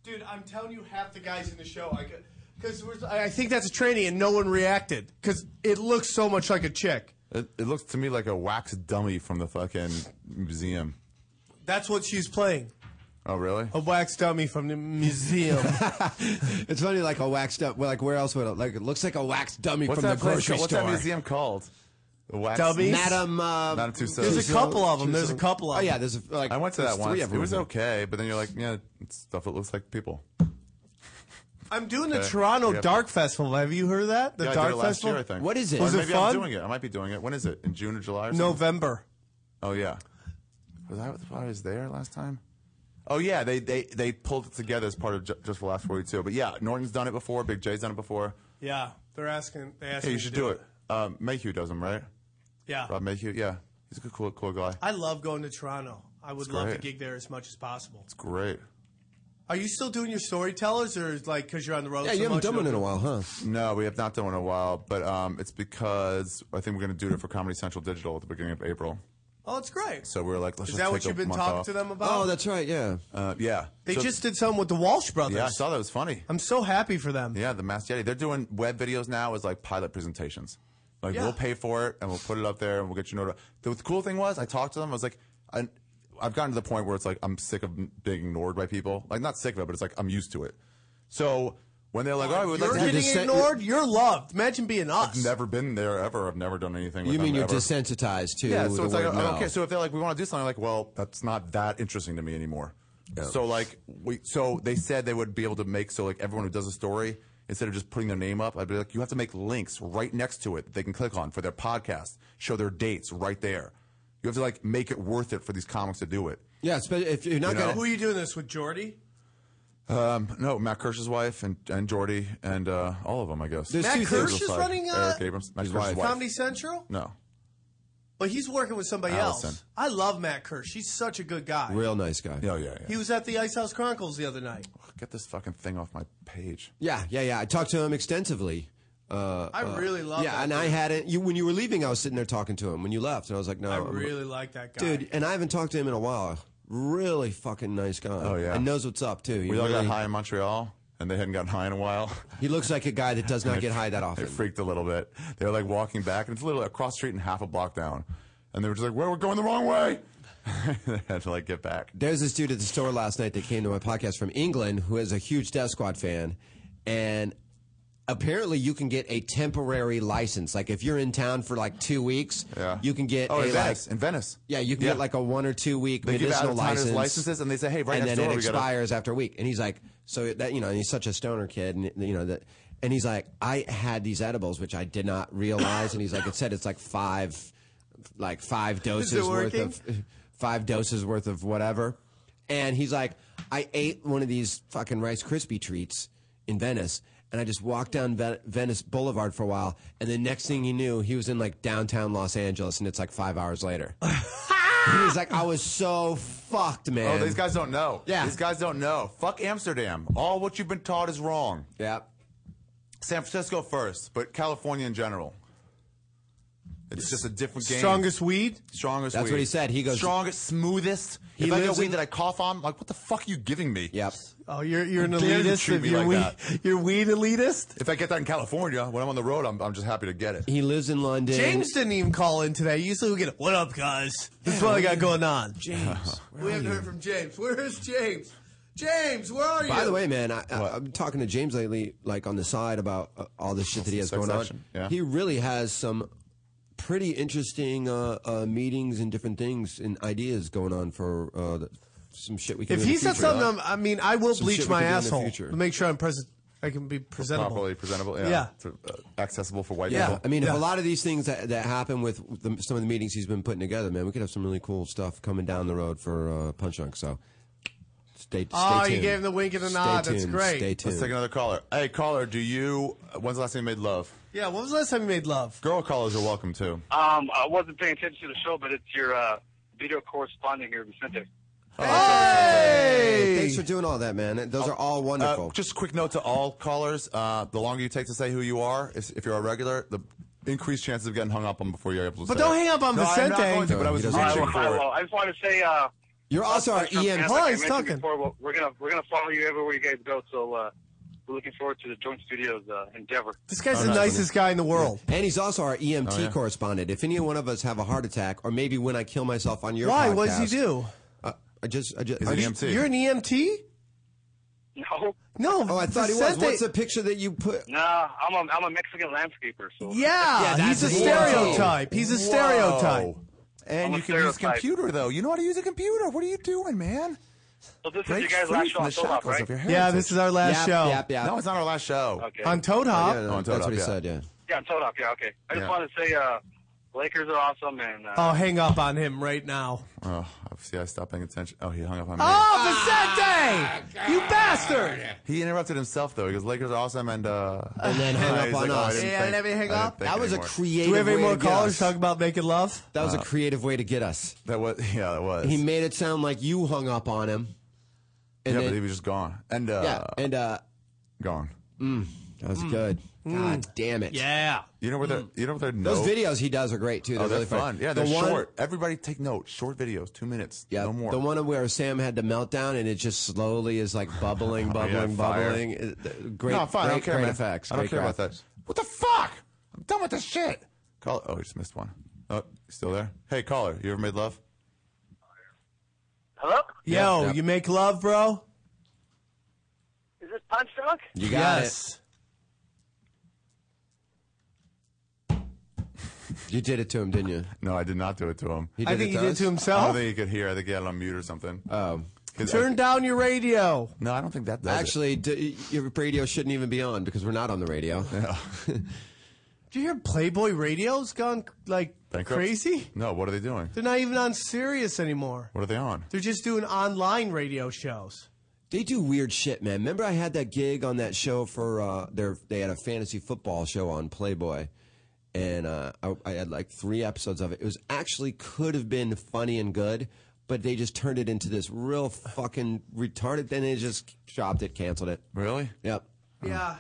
Speaker 5: Dude, I'm telling you, half the guys in the show, I could, because I I think that's a tranny, and no one reacted because it looks so much like a chick.
Speaker 6: It, it looks to me like a wax dummy from the fucking museum.
Speaker 5: That's what she's playing.
Speaker 6: Oh, really?
Speaker 5: A wax dummy from the museum.
Speaker 4: it's funny like a waxed up. Well, like where else would it? Like it looks like a waxed dummy
Speaker 6: What's
Speaker 4: from the
Speaker 6: that place?
Speaker 4: grocery
Speaker 6: What's
Speaker 4: store."
Speaker 6: that museum called? The wax
Speaker 5: Dummy?
Speaker 4: Madam, uh,
Speaker 6: Not too soon.
Speaker 5: There's a couple of them. There's a couple of
Speaker 4: oh
Speaker 5: them.
Speaker 4: yeah, there's a, like
Speaker 6: I went to
Speaker 4: there's
Speaker 6: that once.
Speaker 4: three of
Speaker 6: It
Speaker 4: them.
Speaker 6: was okay, but then you're like, yeah, it's stuff that looks like people.
Speaker 5: I'm doing the
Speaker 6: Okay.
Speaker 5: Toronto
Speaker 6: Yep.
Speaker 5: Dark Festival. Have you heard of that? The
Speaker 6: yeah, I
Speaker 5: Dark
Speaker 6: did it last
Speaker 5: Festival?
Speaker 6: year, I think.
Speaker 4: What is it?
Speaker 6: Or
Speaker 4: Was
Speaker 5: it
Speaker 6: maybe
Speaker 5: fun?
Speaker 6: I'm doing it. I might be doing it. When is it? In June or July? Or something?
Speaker 5: November.
Speaker 6: Oh yeah. Was I, I was there last time? Oh yeah, they they they pulled it together as part of Ju- just the last forty two. But yeah, Norton's done it before. Big J's done it before.
Speaker 5: Yeah, they're asking. They asked
Speaker 6: Hey,
Speaker 5: me
Speaker 6: you
Speaker 5: to
Speaker 6: should
Speaker 5: do
Speaker 6: do it. Um, Mayhew does them, right?
Speaker 5: Yeah,
Speaker 6: Rob Mayhew. Yeah, he's a good, cool cool guy.
Speaker 5: I love going to Toronto. I would
Speaker 6: It's
Speaker 5: love to
Speaker 6: great.
Speaker 5: gig there as much as possible.
Speaker 6: It's great.
Speaker 5: Are you still doing your storytellers, or is, like because you're on the road?
Speaker 4: Yeah,
Speaker 5: so
Speaker 4: you haven't
Speaker 5: much,
Speaker 4: done
Speaker 5: you
Speaker 4: one in a
Speaker 5: don't-
Speaker 4: while, huh?
Speaker 6: No, we have not done one in a while, but um, it's because I think we're going to do it for Comedy Central Digital at the beginning of April.
Speaker 5: Oh, it's great.
Speaker 6: So we are like, let's
Speaker 5: is
Speaker 6: just
Speaker 5: that what
Speaker 6: take a
Speaker 5: you've been
Speaker 6: month
Speaker 5: talking
Speaker 6: off.
Speaker 5: to them about?
Speaker 4: Oh, that's right. Yeah.
Speaker 6: Uh, yeah,
Speaker 5: They
Speaker 6: So-
Speaker 5: just did something with the Walsh brothers.
Speaker 6: yeah, I saw that was funny.
Speaker 5: I'm so happy for them.
Speaker 6: Yeah, the Mass Yeti. They're doing web videos now as like pilot presentations. Like
Speaker 5: Yeah.
Speaker 6: we'll pay for it and we'll put it up there and we'll get you notified. The cool thing was I talked to them. I was like, I, I've gotten to the point where it's like I'm sick of being ignored by people. Like not sick of it, but it's like I'm used to it. So when they're like, "Oh, we would like
Speaker 5: You're
Speaker 6: to have
Speaker 5: getting
Speaker 6: this set-
Speaker 5: ignored. You're loved. Imagine being us.
Speaker 6: I've never been there ever. I've never done anything.
Speaker 4: You
Speaker 6: with
Speaker 4: mean
Speaker 6: them
Speaker 4: you're
Speaker 6: ever.
Speaker 4: desensitized to
Speaker 6: Yeah, so
Speaker 4: the
Speaker 6: it's like
Speaker 4: word no.
Speaker 6: okay. So if they're like, we want to do something, I'm like, well, that's not that interesting to me anymore. So like we, so they said they would be able to make so like everyone who does a story instead of just putting their name up, I'd be like, you have to make links right next to it that they can click on for their podcast, show their dates right there. You have to like make it worth it for these comics to do it.
Speaker 4: yeah, but if you're not
Speaker 6: You know?
Speaker 4: gonna
Speaker 5: Who are you doing this with, Jordy?
Speaker 6: Um, no, Matt Kirsch's wife and and Jordy and uh, all of them, I guess.
Speaker 4: There's Matt two things. Kirsch
Speaker 5: is
Speaker 6: Rachel Side,
Speaker 5: running, uh,
Speaker 6: Eric Abrams, Matt
Speaker 4: his
Speaker 6: Kirsch's
Speaker 4: wife.
Speaker 6: wife.
Speaker 5: Comedy Central?
Speaker 6: No,
Speaker 5: But he's working with somebody else.
Speaker 6: Allison.
Speaker 5: I love Matt Kirsch. He's such a good guy.
Speaker 4: real nice guy.
Speaker 6: no, yeah, yeah.
Speaker 5: He was at the Ice House Chronicles the other night.
Speaker 6: Get this fucking thing off my page.
Speaker 4: Yeah, yeah, yeah. I talked to him extensively. Uh,
Speaker 5: I
Speaker 6: Uh,
Speaker 5: really love
Speaker 4: yeah,
Speaker 5: that.
Speaker 4: and I hadn't. You when you were leaving, I was sitting there talking to him. When you left, and I was like, "No,
Speaker 5: I
Speaker 4: I'm-
Speaker 5: really like that guy.
Speaker 4: dude." And I haven't talked to him in a while. Really fucking nice guy. Oh
Speaker 6: yeah.
Speaker 4: and knows what's up too. He,
Speaker 6: We all got
Speaker 4: really-
Speaker 6: high in Montreal, and they hadn't gotten high in a while.
Speaker 4: he looks like a guy that does not get high that
Speaker 6: They
Speaker 4: often.
Speaker 6: freaked a little bit. They were like walking back, and it's literally across the street and half a block down. And they were just like, "Well, we're going the wrong way." they had to like get back.
Speaker 4: There's this dude at the store last night that came to my podcast from England who is a huge Death Squad fan, and apparently you can get a temporary license. Like if you're in town for like two weeks,
Speaker 6: Yeah,
Speaker 4: you can get
Speaker 6: oh,
Speaker 4: a
Speaker 6: in
Speaker 4: like
Speaker 6: Venice, in Venice.
Speaker 4: Yeah, you can get like a one or two week
Speaker 6: They give out
Speaker 4: medicinal
Speaker 6: of towners
Speaker 4: license.
Speaker 6: licenses, and they say, "Hey, right
Speaker 4: and
Speaker 6: next
Speaker 4: then
Speaker 6: door,
Speaker 4: it
Speaker 6: we gotta-"
Speaker 4: expires after a week." And he's like, "So that you know, he's such a stoner kid, and you know that." And he's like, "I had these edibles, which I did not realize." And he's like, "It said it's like five, like five doses worth
Speaker 5: working?
Speaker 4: of, five doses worth of whatever." And he's like, "I ate one of these fucking Rice Krispie treats in Venice." And I just walked down Ven- Venice Boulevard for a while, and the next thing he knew, he was in like downtown Los Angeles, and it's like five hours later. He's like, I was so fucked, man.
Speaker 6: Oh, these guys don't know.
Speaker 4: Yeah.
Speaker 6: these guys don't know. Fuck Amsterdam. All what you've been taught is wrong.
Speaker 4: Yeah.
Speaker 6: San Francisco first, but California in general. It's just a different game.
Speaker 5: Strongest weed?
Speaker 6: strongest.
Speaker 4: That's
Speaker 6: weed.
Speaker 4: what he said. He goes-
Speaker 6: strongest, smoothest.
Speaker 4: He
Speaker 6: if I
Speaker 4: lives
Speaker 6: get weed
Speaker 4: in-
Speaker 6: that I cough on, I'm like, what the fuck are you giving me?
Speaker 4: Yep.
Speaker 5: Oh, you're you're an
Speaker 6: Dare you
Speaker 5: elitist.
Speaker 6: treat
Speaker 5: If
Speaker 6: me
Speaker 5: you're,
Speaker 6: like
Speaker 5: weed,
Speaker 6: that.
Speaker 5: you're weed elitist.
Speaker 6: If I get that in California, when I'm on the road, I'm, I'm just happy to get it.
Speaker 4: He lives in London.
Speaker 5: James didn't even call in today. Usually we get a, what up, guys? This is what I got going on.
Speaker 4: James.
Speaker 5: We haven't heard from James. Where is James? James, where are you?
Speaker 4: By the way, man, I,
Speaker 6: What?
Speaker 4: I, I'm talking to James lately, like on the side about uh, all the shit that he has
Speaker 6: Sex
Speaker 4: going on.
Speaker 6: action, yeah.
Speaker 4: He really has some pretty interesting uh, uh, meetings and different things and ideas going on for uh, the, some shit we can.
Speaker 5: if
Speaker 4: do in
Speaker 5: he
Speaker 4: the
Speaker 5: said
Speaker 4: future. uh,
Speaker 5: something, I'm- I mean, I will
Speaker 4: Some
Speaker 5: bleach
Speaker 4: shit we
Speaker 5: my
Speaker 4: could do in the
Speaker 5: asshole
Speaker 4: future.
Speaker 5: to make sure I'm present. I can be presentable.
Speaker 6: Properly presentable, yeah.
Speaker 5: Yeah.
Speaker 6: To, uh, accessible for white
Speaker 5: Yeah.
Speaker 6: people.
Speaker 4: I mean, if
Speaker 5: Yeah.
Speaker 4: a lot of these things that, that happen with the, some of the meetings he's been putting together, man, we could have some really cool stuff coming down the road for uh, Punch Drunk. So stay, stay
Speaker 5: Oh, you
Speaker 4: tuned.
Speaker 5: gave him the wink and a
Speaker 4: Stay
Speaker 5: nod. That's
Speaker 4: tuned.
Speaker 5: great.
Speaker 4: Stay
Speaker 6: Let's
Speaker 4: tuned.
Speaker 6: take another caller. Hey, caller, do you? uh, When's the last time you made love?
Speaker 5: Yeah, when was the last time you made love?
Speaker 6: Girl callers are welcome too.
Speaker 7: Um, I wasn't paying attention to the show, but it's your uh, video correspondent here, Vicente.
Speaker 4: Hey, thanks for doing all that, man.
Speaker 5: Oh,
Speaker 4: Those are all wonderful.
Speaker 6: Uh, just a quick note to all callers: uh, the longer you take to say who you are, is- if you're a regular, the increased chances of getting hung up on before you're able to.
Speaker 5: But
Speaker 6: say
Speaker 5: don't
Speaker 6: it.
Speaker 5: hang up on
Speaker 6: no, I'm not
Speaker 5: Vicente.
Speaker 6: going to, but I
Speaker 4: No,
Speaker 6: was
Speaker 4: he
Speaker 6: reaching
Speaker 4: doesn't.
Speaker 7: Hi, well, hi,
Speaker 6: for it.
Speaker 7: well, I just want to say, uh,
Speaker 4: You're also our E EM.
Speaker 7: as
Speaker 5: Paul is
Speaker 7: I mentioned
Speaker 5: talking.
Speaker 7: Before, well, we're gonna we're gonna follow you everywhere you guys go. So uh, we're looking forward to the joint studios uh, endeavor.
Speaker 5: This guy's
Speaker 6: Oh,
Speaker 5: the
Speaker 6: no.
Speaker 5: nicest guy in the world.
Speaker 4: And he's also our EMT
Speaker 6: Oh, yeah.
Speaker 4: correspondent. If any one of us have a heart attack, or maybe when I kill myself on your
Speaker 5: Why?
Speaker 4: podcast,
Speaker 5: What does he do?
Speaker 4: Uh, I just, I just,
Speaker 6: He's
Speaker 4: I
Speaker 6: an E
Speaker 4: just-
Speaker 6: EMT.
Speaker 5: You're an EMT?
Speaker 7: No,
Speaker 5: No.
Speaker 4: Oh, I thought he was.
Speaker 5: Vicente-
Speaker 4: What's the picture that you put?
Speaker 7: nah, I'm a I'm a Mexican landscaper. So
Speaker 5: Yeah,
Speaker 4: Yeah,
Speaker 5: he's a
Speaker 4: that's an
Speaker 5: stereotype. He's a stereotype.
Speaker 6: Whoa.
Speaker 7: I'm
Speaker 6: And
Speaker 7: a
Speaker 6: you can use
Speaker 7: stereotype.
Speaker 6: computer though. You know how to use a computer. What are you doing, man?
Speaker 7: So this
Speaker 6: Break
Speaker 7: is your guys'
Speaker 6: free from
Speaker 7: last show
Speaker 6: the
Speaker 7: on Soul Hop,
Speaker 6: shackles
Speaker 7: right?
Speaker 6: of your
Speaker 5: Yeah, this is our
Speaker 4: Yap,
Speaker 5: last show.
Speaker 4: yap, yap.
Speaker 6: No, it's not our last show.
Speaker 7: Okay.
Speaker 5: On Toad
Speaker 4: Yeah,
Speaker 5: Hop.
Speaker 4: no,
Speaker 6: On
Speaker 4: that's
Speaker 6: Toad
Speaker 4: what he
Speaker 6: Hop, yeah.
Speaker 4: said. Yeah.
Speaker 7: Yeah, I'm towed up. Yeah, okay. I just
Speaker 6: Yeah.
Speaker 7: wanted to say, uh, Lakers are awesome, and uh,
Speaker 5: Oh, hang up on him right now.
Speaker 6: Oh, see, I stopped paying attention. Oh, he hung up on me.
Speaker 5: Ah! Oh, Vicente! you bastard!
Speaker 6: He interrupted himself though. He goes, "Lakers are awesome," and uh,
Speaker 4: And then hung up
Speaker 6: he's
Speaker 4: on
Speaker 6: like, oh, I
Speaker 4: us.
Speaker 6: didn't
Speaker 5: Yeah,
Speaker 6: think-
Speaker 5: let me hang
Speaker 6: I didn't
Speaker 5: up.
Speaker 6: think
Speaker 4: That was a
Speaker 6: anymore.
Speaker 4: creative.
Speaker 5: Do we have any
Speaker 4: way
Speaker 5: more
Speaker 4: to get
Speaker 5: callers
Speaker 4: us.
Speaker 5: talking about Uh, making love?
Speaker 4: That was a creative way to get us.
Speaker 6: That was yeah, that was.
Speaker 4: He made it sound like you hung up on him. And
Speaker 6: yeah,
Speaker 4: then-
Speaker 6: but he was just gone and uh,
Speaker 4: yeah, and uh,
Speaker 6: gone.
Speaker 4: that was good. God damn it.
Speaker 5: Hmm. Yeah.
Speaker 6: You know where they're you know where they're no.
Speaker 4: Those videos he does are great too. They're,
Speaker 6: Oh, they're
Speaker 4: really
Speaker 6: fun. Yeah, they're
Speaker 4: the one-
Speaker 6: short. Everybody take note. Short videos, two minutes.
Speaker 4: Yeah,
Speaker 6: no more.
Speaker 4: the one where Sam had the meltdown and it just slowly is like bubbling, bubbling,
Speaker 6: Oh, fire.
Speaker 4: bubbling. It- th- Great,
Speaker 6: no, I'm fine.
Speaker 4: great,
Speaker 6: I don't care,
Speaker 4: great
Speaker 6: man.
Speaker 4: effects.
Speaker 6: I don't
Speaker 4: great
Speaker 6: care about
Speaker 4: graphics.
Speaker 6: that. What the fuck? I'm done with this shit. Call. Oh, he just missed one. Oh, he's still there. Hey, caller, you ever made love?
Speaker 11: Hello?
Speaker 5: Yo,
Speaker 6: Yeah.
Speaker 5: you make love, bro?
Speaker 11: Is this Punch Drunk?
Speaker 5: yes.
Speaker 4: You did it to him, didn't you?
Speaker 6: No, I did not do it to him.
Speaker 5: I did think it to he did us? to himself?
Speaker 6: I don't think he could hear. I think he had it on mute or something.
Speaker 4: Oh.
Speaker 5: Turn down your radio.
Speaker 6: No, I don't think that does.
Speaker 4: Actually, d- your radio shouldn't even be on because we're not on the radio.
Speaker 5: Do you hear Playboy Radio's gone like
Speaker 6: Bankrupt?
Speaker 5: crazy?
Speaker 6: No, what are they doing?
Speaker 5: They're not even on Sirius anymore.
Speaker 6: What are they on?
Speaker 5: They're just doing online radio shows.
Speaker 4: They do weird shit, man. Remember, I had that gig on that show for uh, their. They had a fantasy football show on Playboy, and uh, I, I had like three episodes of it. It was actually could have been funny and good, but they just turned it into this real fucking retarded. Then they just chopped it, canceled it.
Speaker 6: Really?
Speaker 4: Yep.
Speaker 5: Yeah.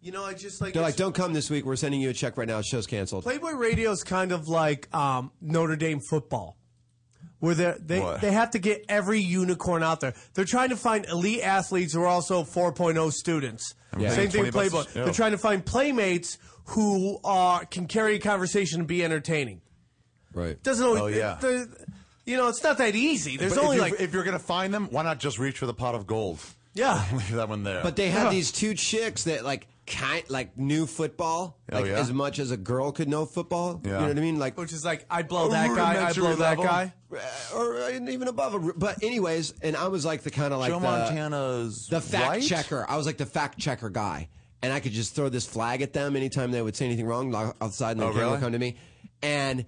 Speaker 5: You know, I just like
Speaker 4: They're like, "Don't come this week. We're sending you a check right now. Show's canceled."
Speaker 5: Playboy Radio is kind of like um, Notre Dame football, where they're- they
Speaker 6: What?
Speaker 5: they have to get every unicorn out there. They're trying to find elite athletes who are also 4.0 students.
Speaker 6: Yeah.
Speaker 5: Same thing with Playboy.
Speaker 6: 20 bucks oh. a show.
Speaker 5: They're trying to find playmates who are can carry a conversation and be entertaining.
Speaker 4: Right.
Speaker 5: Doesn't always.
Speaker 6: Oh, yeah.
Speaker 5: they're- you know, it's not that easy. There's
Speaker 6: But if
Speaker 5: only
Speaker 6: you-
Speaker 5: like
Speaker 6: if you're gonna find them, why not just reach for the pot of gold?
Speaker 5: yeah.
Speaker 6: Leave that one there.
Speaker 4: But they had these two chicks that like kind like knew football
Speaker 6: Oh,
Speaker 4: like
Speaker 6: yeah?
Speaker 4: as much as a girl could know football. You
Speaker 6: Yeah.
Speaker 4: know what I mean? Like
Speaker 5: Which is like, I blow that guy, I blow
Speaker 6: Rudimentary
Speaker 5: that
Speaker 6: level.
Speaker 5: guy.
Speaker 4: Uh, or uh, even above. A, but anyways, and I was like the kind of like
Speaker 6: Joe
Speaker 4: the,
Speaker 6: Montana's
Speaker 4: the fact
Speaker 6: right?
Speaker 4: checker. I was like the fact checker guy, and I could just throw this flag at them anytime they would say anything wrong lo- outside, and the
Speaker 6: Oh,
Speaker 4: camera
Speaker 6: really?
Speaker 4: would come to me, and.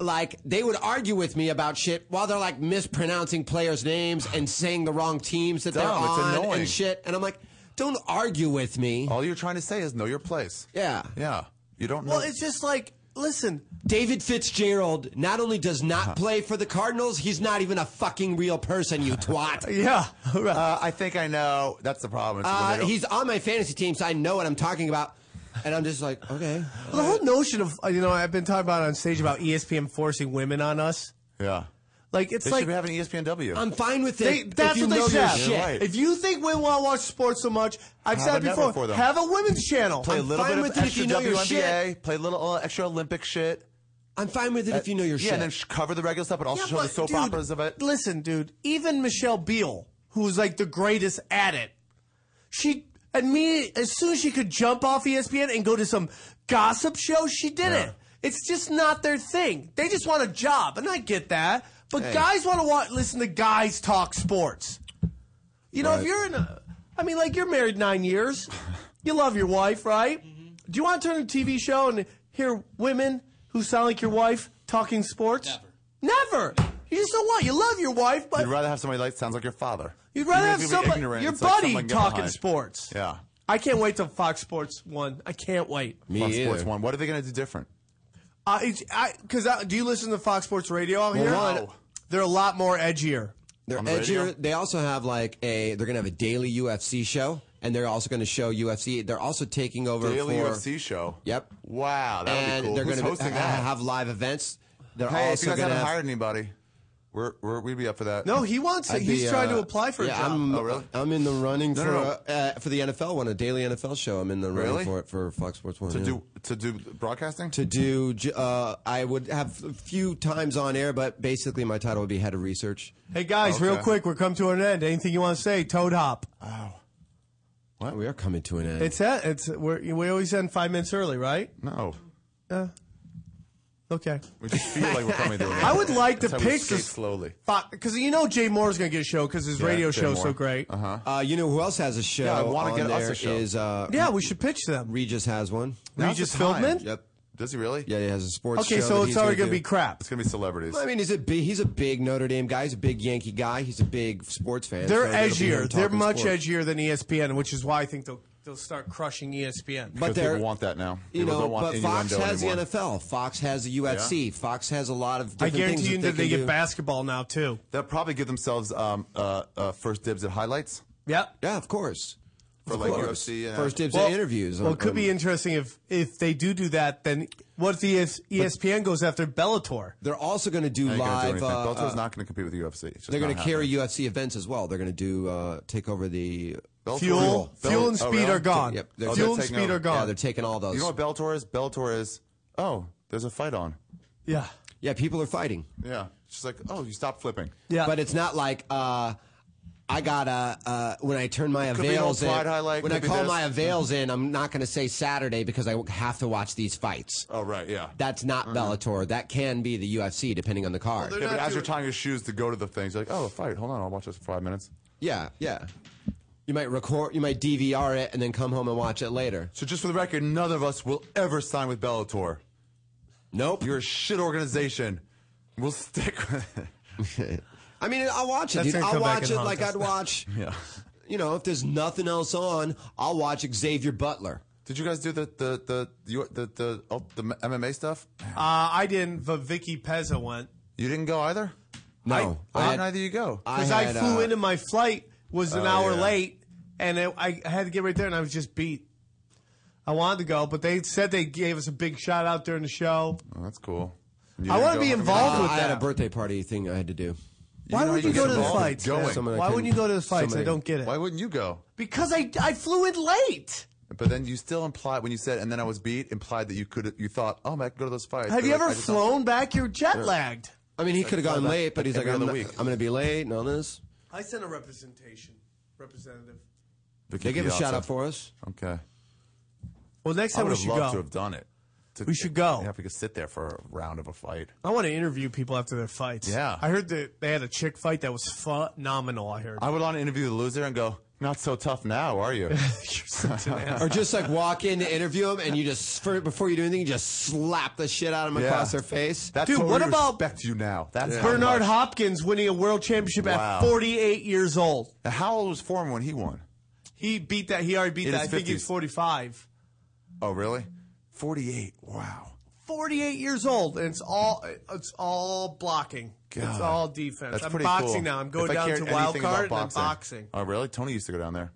Speaker 4: Like they would argue with me about shit while they're like mispronouncing players' names and saying the wrong teams that they're
Speaker 6: Dumb, it's
Speaker 4: on
Speaker 6: annoying. Oh.
Speaker 4: and shit, and I'm like, don't argue with me.
Speaker 6: All you're trying to say is know your place.
Speaker 4: Yeah.
Speaker 6: Yeah. You don't know.
Speaker 5: Well, it's just like, listen,
Speaker 4: David Fitzgerald not only does not play for the Cardinals, he's not even a fucking real person, you twat.
Speaker 5: yeah.
Speaker 6: uh, I think I know. That's the problem. It's when they
Speaker 4: Uh,
Speaker 6: don't-
Speaker 4: he's on my fantasy team, so I know what I'm talking about. And I'm just like, okay.
Speaker 5: The whole notion of, uh, you know, I've been talking about on stage about E ESPN forcing women on us.
Speaker 6: yeah.
Speaker 5: Like, it's
Speaker 6: They
Speaker 5: like,
Speaker 6: should be having E ESPNW.
Speaker 4: I'm fine with it.
Speaker 5: they,
Speaker 4: if
Speaker 5: that's
Speaker 4: you
Speaker 5: what they
Speaker 4: know
Speaker 5: should
Speaker 4: your
Speaker 5: have.
Speaker 4: shit.
Speaker 6: You're right.
Speaker 5: If you think women want to watch sports so much, I've
Speaker 6: Have
Speaker 5: said
Speaker 6: a
Speaker 5: it
Speaker 6: network
Speaker 5: before,
Speaker 6: for them.
Speaker 5: have a women's channel.
Speaker 6: play a
Speaker 4: I'm
Speaker 6: little
Speaker 4: fine
Speaker 6: bit
Speaker 4: with
Speaker 6: of
Speaker 4: it if
Speaker 6: extra
Speaker 4: you know your
Speaker 6: WNBA. Play a little uh, extra Olympic shit.
Speaker 4: I'm fine with it if you know your
Speaker 6: yeah,
Speaker 4: shit.
Speaker 6: and then sh- cover the regular stuff, but also
Speaker 5: Yeah,
Speaker 6: show the
Speaker 5: but,
Speaker 6: soap
Speaker 5: dude,
Speaker 6: operas of it.
Speaker 5: Listen, dude, even Michelle Beal, who's like the greatest at it, she immediately, as soon as she could jump off E ESPN and go to some gossip show, she did it. It's just not their thing. They just want a job, and I get that. But guys want to watch, listen to guys talk sports. You know, if
Speaker 6: Right.
Speaker 5: you're in a, I mean, like you're married nine years, you love your wife, right? Do you want to turn on a TV show and hear women who sound like your wife talking sports?
Speaker 9: Never.
Speaker 5: Never. You just don't want. You love your wife, but
Speaker 6: You'd rather have somebody like sounds like your father.
Speaker 5: you'd rather
Speaker 6: Even
Speaker 5: have
Speaker 6: if you're
Speaker 5: somebody,
Speaker 6: ignorant,
Speaker 5: your
Speaker 6: it's like
Speaker 5: buddy
Speaker 6: someone can get
Speaker 5: talking
Speaker 6: behind.
Speaker 5: sports.
Speaker 6: Yeah. Mm.
Speaker 5: I can't wait till Fox Sports one. I can't wait.
Speaker 4: Me
Speaker 6: Fox Sports
Speaker 4: either.
Speaker 6: One. What are they going to do different?
Speaker 5: I, it's- I, cause I, do you listen to Fox Sports Radio out here?
Speaker 6: one-
Speaker 5: They're a lot more edgier.
Speaker 4: They're
Speaker 6: On the radio?
Speaker 4: edgier. They also have like a. They're gonna have a daily UFC show, and they're also gonna show UFC. They're also taking over
Speaker 6: Daily
Speaker 4: for,
Speaker 6: UFC show.
Speaker 4: Yep.
Speaker 6: Wow, that would
Speaker 4: and
Speaker 6: be cool.
Speaker 4: they're
Speaker 6: Who's
Speaker 4: gonna
Speaker 6: hosting
Speaker 4: ha-
Speaker 6: that?
Speaker 4: have live events. They're
Speaker 6: hey, if you
Speaker 4: also
Speaker 6: guys
Speaker 4: gonna
Speaker 6: haven't
Speaker 4: have,
Speaker 6: hired anybody, we're, we're, we'd be up for that.
Speaker 5: No, he wants. it.
Speaker 4: I'd be,
Speaker 5: He's trying
Speaker 4: uh,
Speaker 5: to apply for
Speaker 4: yeah,
Speaker 5: a job.
Speaker 4: I'm,
Speaker 6: Oh, really?
Speaker 4: I'm in the running
Speaker 6: No,
Speaker 4: for
Speaker 6: no, no.
Speaker 4: uh, uh, for the NFL one, a daily NFL show. I'm in the running
Speaker 6: Really?
Speaker 4: for it for Fox Sports One.
Speaker 6: to
Speaker 4: yeah.
Speaker 6: do to do broadcasting.
Speaker 4: to do, j- uh, I would have a few times on air, but basically my title would be head of research.
Speaker 5: hey guys, real
Speaker 6: Okay.
Speaker 5: quick, we're come to an end. Anything you want to say? Toad hop.
Speaker 4: We are coming to an end.
Speaker 5: It's it. It's we're, we always end five minutes early, right?
Speaker 6: no,
Speaker 5: Okay.
Speaker 6: we just feel like we're coming to. an end.
Speaker 5: I would like to
Speaker 6: That's how we
Speaker 5: picture-
Speaker 6: skate slowly.
Speaker 5: Because you know Jay Moore's gonna get a show because his
Speaker 6: Yeah,
Speaker 5: radio
Speaker 6: Jay
Speaker 5: show's so
Speaker 6: Moore.
Speaker 5: great. Uh-huh.
Speaker 4: uh, you know who else has a show?
Speaker 6: Yeah, I wanna
Speaker 4: on
Speaker 6: get us
Speaker 4: there
Speaker 6: a show.
Speaker 4: is, uh,
Speaker 5: Yeah, we should pitch them.
Speaker 4: Regis has one.
Speaker 6: Now's the
Speaker 5: Regis
Speaker 6: time.
Speaker 5: Philbin?
Speaker 4: Yep.
Speaker 6: Does he really?
Speaker 4: Yeah, he has a sports.
Speaker 5: Okay,
Speaker 4: show that
Speaker 5: so it's
Speaker 4: he's
Speaker 5: already gonna
Speaker 4: do.
Speaker 5: be crap.
Speaker 6: It's gonna be celebrities.
Speaker 4: I mean, he's a big, he's a big Notre Dame guy. He's a big Yankee guy. He's a big sports fan.
Speaker 5: They're
Speaker 4: so it'll be him
Speaker 5: edgier. They're
Speaker 4: talking
Speaker 5: much
Speaker 4: sports.
Speaker 5: edgier than E ESPN, which is why I think they'll they'll start crushing E ESPN.
Speaker 4: But
Speaker 6: Because
Speaker 4: they're
Speaker 6: people want that now.
Speaker 4: you
Speaker 6: People
Speaker 4: know,
Speaker 6: don't want
Speaker 4: but Fox
Speaker 6: innuendo
Speaker 4: has
Speaker 6: anymore.
Speaker 4: the NFL. Fox has the UFC. Fox has a lot of.
Speaker 5: I
Speaker 4: Different
Speaker 5: guarantee
Speaker 4: things
Speaker 5: you that they,
Speaker 4: can
Speaker 5: get
Speaker 4: do.
Speaker 5: basketball now too.
Speaker 6: They'll probably give themselves um, uh, uh, first dibs at highlights
Speaker 5: Yep.
Speaker 4: Yeah, of course.
Speaker 6: for
Speaker 4: Of
Speaker 6: like
Speaker 4: course.
Speaker 6: UFC. And
Speaker 4: First dibs at interviews.
Speaker 5: Well,
Speaker 4: on-
Speaker 5: it could be
Speaker 4: on-
Speaker 5: interesting if if they do do that. Then what if the E ES, ESPN goes after Bellator?
Speaker 4: They're also going to do
Speaker 6: Ain't gonna do
Speaker 4: live.
Speaker 6: anything.
Speaker 4: uh,
Speaker 6: Bellator's
Speaker 4: uh,
Speaker 6: not going to compete with UFC. It's just
Speaker 4: they're going
Speaker 6: not
Speaker 4: to carry
Speaker 6: happening.
Speaker 4: UFC events as well. They're going to do uh, take over the.
Speaker 6: Bellator-
Speaker 5: Fuel-
Speaker 6: Bell-
Speaker 5: fuel and
Speaker 6: oh,
Speaker 5: speed
Speaker 6: really?
Speaker 5: are gone.
Speaker 6: Yep, they're-
Speaker 5: Fuel
Speaker 6: they're
Speaker 5: and
Speaker 6: taking
Speaker 5: speed
Speaker 6: over.
Speaker 5: are gone. Yeah,
Speaker 4: they're taking all those.
Speaker 6: You know what Bellator is? Bellator is, oh, there's a fight on.
Speaker 5: Yeah.
Speaker 4: Yeah, people are fighting.
Speaker 6: Yeah. It's just like, oh, you stop flipping.
Speaker 4: Yeah. But it's not like uh, I got a uh, when I turn my
Speaker 6: could be an
Speaker 4: avails
Speaker 6: old
Speaker 4: in.
Speaker 6: pride highlight,
Speaker 4: when
Speaker 6: could
Speaker 4: I
Speaker 6: be
Speaker 4: call
Speaker 6: this.
Speaker 4: my avails in, I'm not going to say Saturday because I have to watch these fights.
Speaker 6: Oh, right, yeah.
Speaker 4: That's not
Speaker 6: Uh-huh.
Speaker 4: Bellator. That can be the UFC depending on the card.
Speaker 6: Yeah, but as you're tying your shoes to go to the things, you're like, oh, a fight. Hold on, I'll watch this for five minutes.
Speaker 4: yeah, yeah. You might record, you might DVR it, and then come home and watch it later.
Speaker 6: So just for the record, none of us will ever sign with Bellator.
Speaker 4: Nope.
Speaker 6: You're a shit organization. We'll stick with
Speaker 4: it. I mean, I'll watch it.
Speaker 6: That's
Speaker 4: Dude.
Speaker 6: gonna
Speaker 4: I'll
Speaker 6: come back
Speaker 4: watch
Speaker 6: and
Speaker 4: it
Speaker 6: haunt
Speaker 4: like
Speaker 6: us.
Speaker 4: I'd watch.
Speaker 6: yeah.
Speaker 4: You know, if there's nothing else on, I'll watch Xavier Butler.
Speaker 6: Did you guys do the the the you- the the, oh, the MMA stuff?
Speaker 5: Uh, I didn't, but Vicky Pezza went.
Speaker 6: You didn't go either?
Speaker 4: No.
Speaker 6: I,
Speaker 5: I
Speaker 6: Why
Speaker 5: had-
Speaker 6: neither you go?
Speaker 5: Because I, flew into my flight was an
Speaker 6: Oh,
Speaker 5: hour
Speaker 6: yeah.
Speaker 5: late, and it, I had to get right there, and I was just beat. I wanted to go, but they said they gave us a big shout out during the show.
Speaker 6: Oh, that's cool.
Speaker 5: I want to be involved
Speaker 4: Uh,
Speaker 5: with
Speaker 4: I
Speaker 5: that.
Speaker 4: had a birthday party thing I had to do.
Speaker 5: Why would you go to the fights?
Speaker 6: Going.
Speaker 4: Someone I
Speaker 5: Why wouldn't you
Speaker 4: couldn't-
Speaker 5: go to the fights? I
Speaker 4: somebody-
Speaker 5: don't get it.
Speaker 6: Why wouldn't you go?
Speaker 5: Because I, I flew in late.
Speaker 6: But then you still implied when you said, and then I was beat, implied that you could, you thought, oh, man, I could go to those fights.
Speaker 5: Have
Speaker 6: You're
Speaker 5: you
Speaker 6: like,
Speaker 5: ever
Speaker 6: I just don't-
Speaker 5: flown back? You're jet
Speaker 6: Yeah.
Speaker 5: lagged.
Speaker 4: I mean, he could have gone
Speaker 6: Like,
Speaker 4: late, but he's like,
Speaker 6: every
Speaker 4: I'm,
Speaker 6: other
Speaker 4: not-
Speaker 6: week.
Speaker 4: I'm going to be late and all this.
Speaker 5: I sent a representation representative.
Speaker 4: They give a shout out for us.
Speaker 6: Okay.
Speaker 5: Well, next
Speaker 6: I
Speaker 5: time we
Speaker 6: would have
Speaker 5: should
Speaker 6: loved to
Speaker 5: go.
Speaker 6: have done it. To-
Speaker 5: We should go.
Speaker 6: Yeah, if we could sit there for a round of a fight.
Speaker 5: I want to interview people after their fights.
Speaker 6: Yeah.
Speaker 5: I heard that they had a chick fight that was phenomenal. I heard.
Speaker 6: I would want to interview the loser and go, not so tough now, are you?
Speaker 4: or just like walk in to interview him, and you just for, before you do anything, you just slap the shit out of him
Speaker 6: Yeah.
Speaker 4: across their face.
Speaker 6: That's
Speaker 5: Dude,
Speaker 6: what,
Speaker 5: what
Speaker 6: we
Speaker 5: about-
Speaker 6: respect you now. That's how
Speaker 5: Bernard
Speaker 6: much.
Speaker 5: Hopkins winning a world championship
Speaker 6: Wow.
Speaker 5: at 48 years old.
Speaker 6: Now, How old was Foreman when he won?
Speaker 5: He beat that. He already beat
Speaker 6: In
Speaker 5: that. I
Speaker 6: his
Speaker 5: think he's
Speaker 6: 50s.
Speaker 5: 45.
Speaker 6: Oh, really? 48. Wow.
Speaker 5: 48 years old, and it's all it's all blocking. It's
Speaker 6: God.
Speaker 5: all defense.
Speaker 6: That's
Speaker 5: I'm
Speaker 6: pretty
Speaker 5: boxing
Speaker 6: cool.
Speaker 5: now. I'm going
Speaker 6: If I
Speaker 5: down
Speaker 6: cared
Speaker 5: to
Speaker 6: anything
Speaker 5: wild card and
Speaker 6: about
Speaker 5: I'm boxing.
Speaker 6: Oh, really? Tony used to go down there.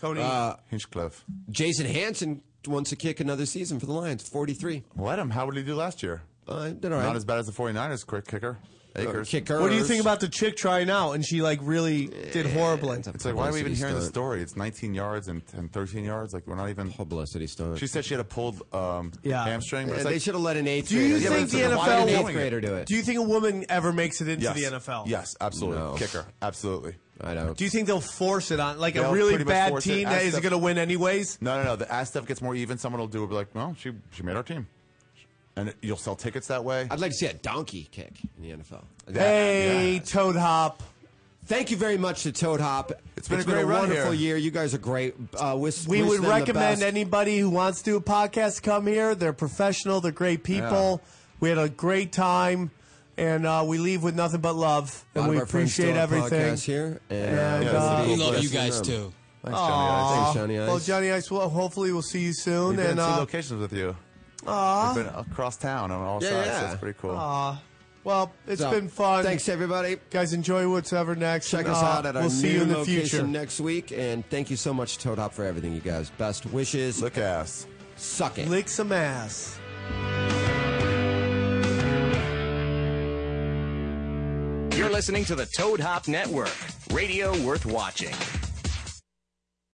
Speaker 5: Tony,
Speaker 6: Uh, Hinchcliffe.
Speaker 4: Jason Hanson wants to kick another season for the Lions, 43.
Speaker 6: Let him. How would he do last year?
Speaker 4: Uh, did all right.
Speaker 6: Not as bad as the 49ers quick kicker. Akers.
Speaker 4: Kickers.
Speaker 5: what do you think about the chick trying out? And she like really did horribly.
Speaker 6: It's like, why are we even
Speaker 4: Publicity
Speaker 6: hearing the
Speaker 4: stunt.
Speaker 6: story? It's 19 yards and, and 13 yards. Like, we're not even.
Speaker 4: publicity stunt?
Speaker 6: She said she had a pulled um,
Speaker 5: Yeah.
Speaker 6: hamstring. But
Speaker 4: Yeah,
Speaker 6: it's
Speaker 4: they
Speaker 6: like,
Speaker 4: should have let an eighth.
Speaker 5: Do you
Speaker 4: grader
Speaker 5: think
Speaker 4: do it.
Speaker 5: the
Speaker 4: Why did
Speaker 5: NFL
Speaker 4: an
Speaker 5: will-
Speaker 4: eighth grader do it?
Speaker 5: Do you think a woman ever makes it into
Speaker 6: yes.
Speaker 5: the NFL?
Speaker 6: Yes, absolutely.
Speaker 4: No.
Speaker 6: Kicker. Absolutely.
Speaker 4: I don't.
Speaker 5: Do you think they'll force it on like
Speaker 6: They'll
Speaker 5: a really
Speaker 6: pretty much
Speaker 5: bad
Speaker 6: force it.
Speaker 5: team
Speaker 6: Ask
Speaker 5: that isn't
Speaker 6: them-
Speaker 5: going to win anyways?
Speaker 6: No, no, no. The ass stuff gets more even. Someone will do it. Be like, well, she, she made our team. And it- you'll sell tickets that way.
Speaker 4: I'd like to see a donkey kick in the NFL.
Speaker 5: Hey,
Speaker 6: yes.
Speaker 5: Toad Hop.
Speaker 4: Thank you very much to Toad Hop.
Speaker 6: It's been a great run
Speaker 4: wonderful year.
Speaker 6: here.
Speaker 4: You guys are great. Uh, wish,
Speaker 5: We
Speaker 4: wish
Speaker 5: would
Speaker 4: them the
Speaker 5: recommend
Speaker 4: best.
Speaker 5: anybody who wants to do a podcast come here. They're professional. They're great people. We had a great time, and uh, we leave with nothing but love.
Speaker 4: A lot
Speaker 5: And
Speaker 4: of
Speaker 5: we
Speaker 4: our friends
Speaker 5: appreciate
Speaker 4: still have
Speaker 5: everything.
Speaker 4: podcasts here. And,
Speaker 5: And,
Speaker 4: uh,
Speaker 5: uh,
Speaker 9: We
Speaker 5: We
Speaker 9: love you
Speaker 4: blessing
Speaker 9: guys
Speaker 4: them.
Speaker 9: too.
Speaker 6: Thanks, Johnny.
Speaker 4: Thanks, Johnny Ice.
Speaker 5: Well, Johnny Ice, well, hopefully we'll see you soon.
Speaker 6: We've been
Speaker 5: and
Speaker 6: in two
Speaker 5: uh,
Speaker 6: locations with you. We've been across town on all
Speaker 4: Yeah,
Speaker 6: sides.
Speaker 4: yeah.
Speaker 6: So it's pretty cool.
Speaker 5: well, it's
Speaker 4: So,
Speaker 5: been fun.
Speaker 4: Thanks, everybody.
Speaker 5: guys. Enjoy whatever next.
Speaker 4: Check
Speaker 5: and,
Speaker 4: us
Speaker 5: uh,
Speaker 4: out at our
Speaker 5: We'll see
Speaker 4: new
Speaker 5: you in the
Speaker 4: location
Speaker 5: future.
Speaker 4: next week. And thank you so much, Toad Hop, for everything, you guys. Best wishes.
Speaker 6: Look ass.
Speaker 4: Suck it.
Speaker 5: Lick some ass.
Speaker 1: You're listening to the Toad Hop Network, radio worth watching.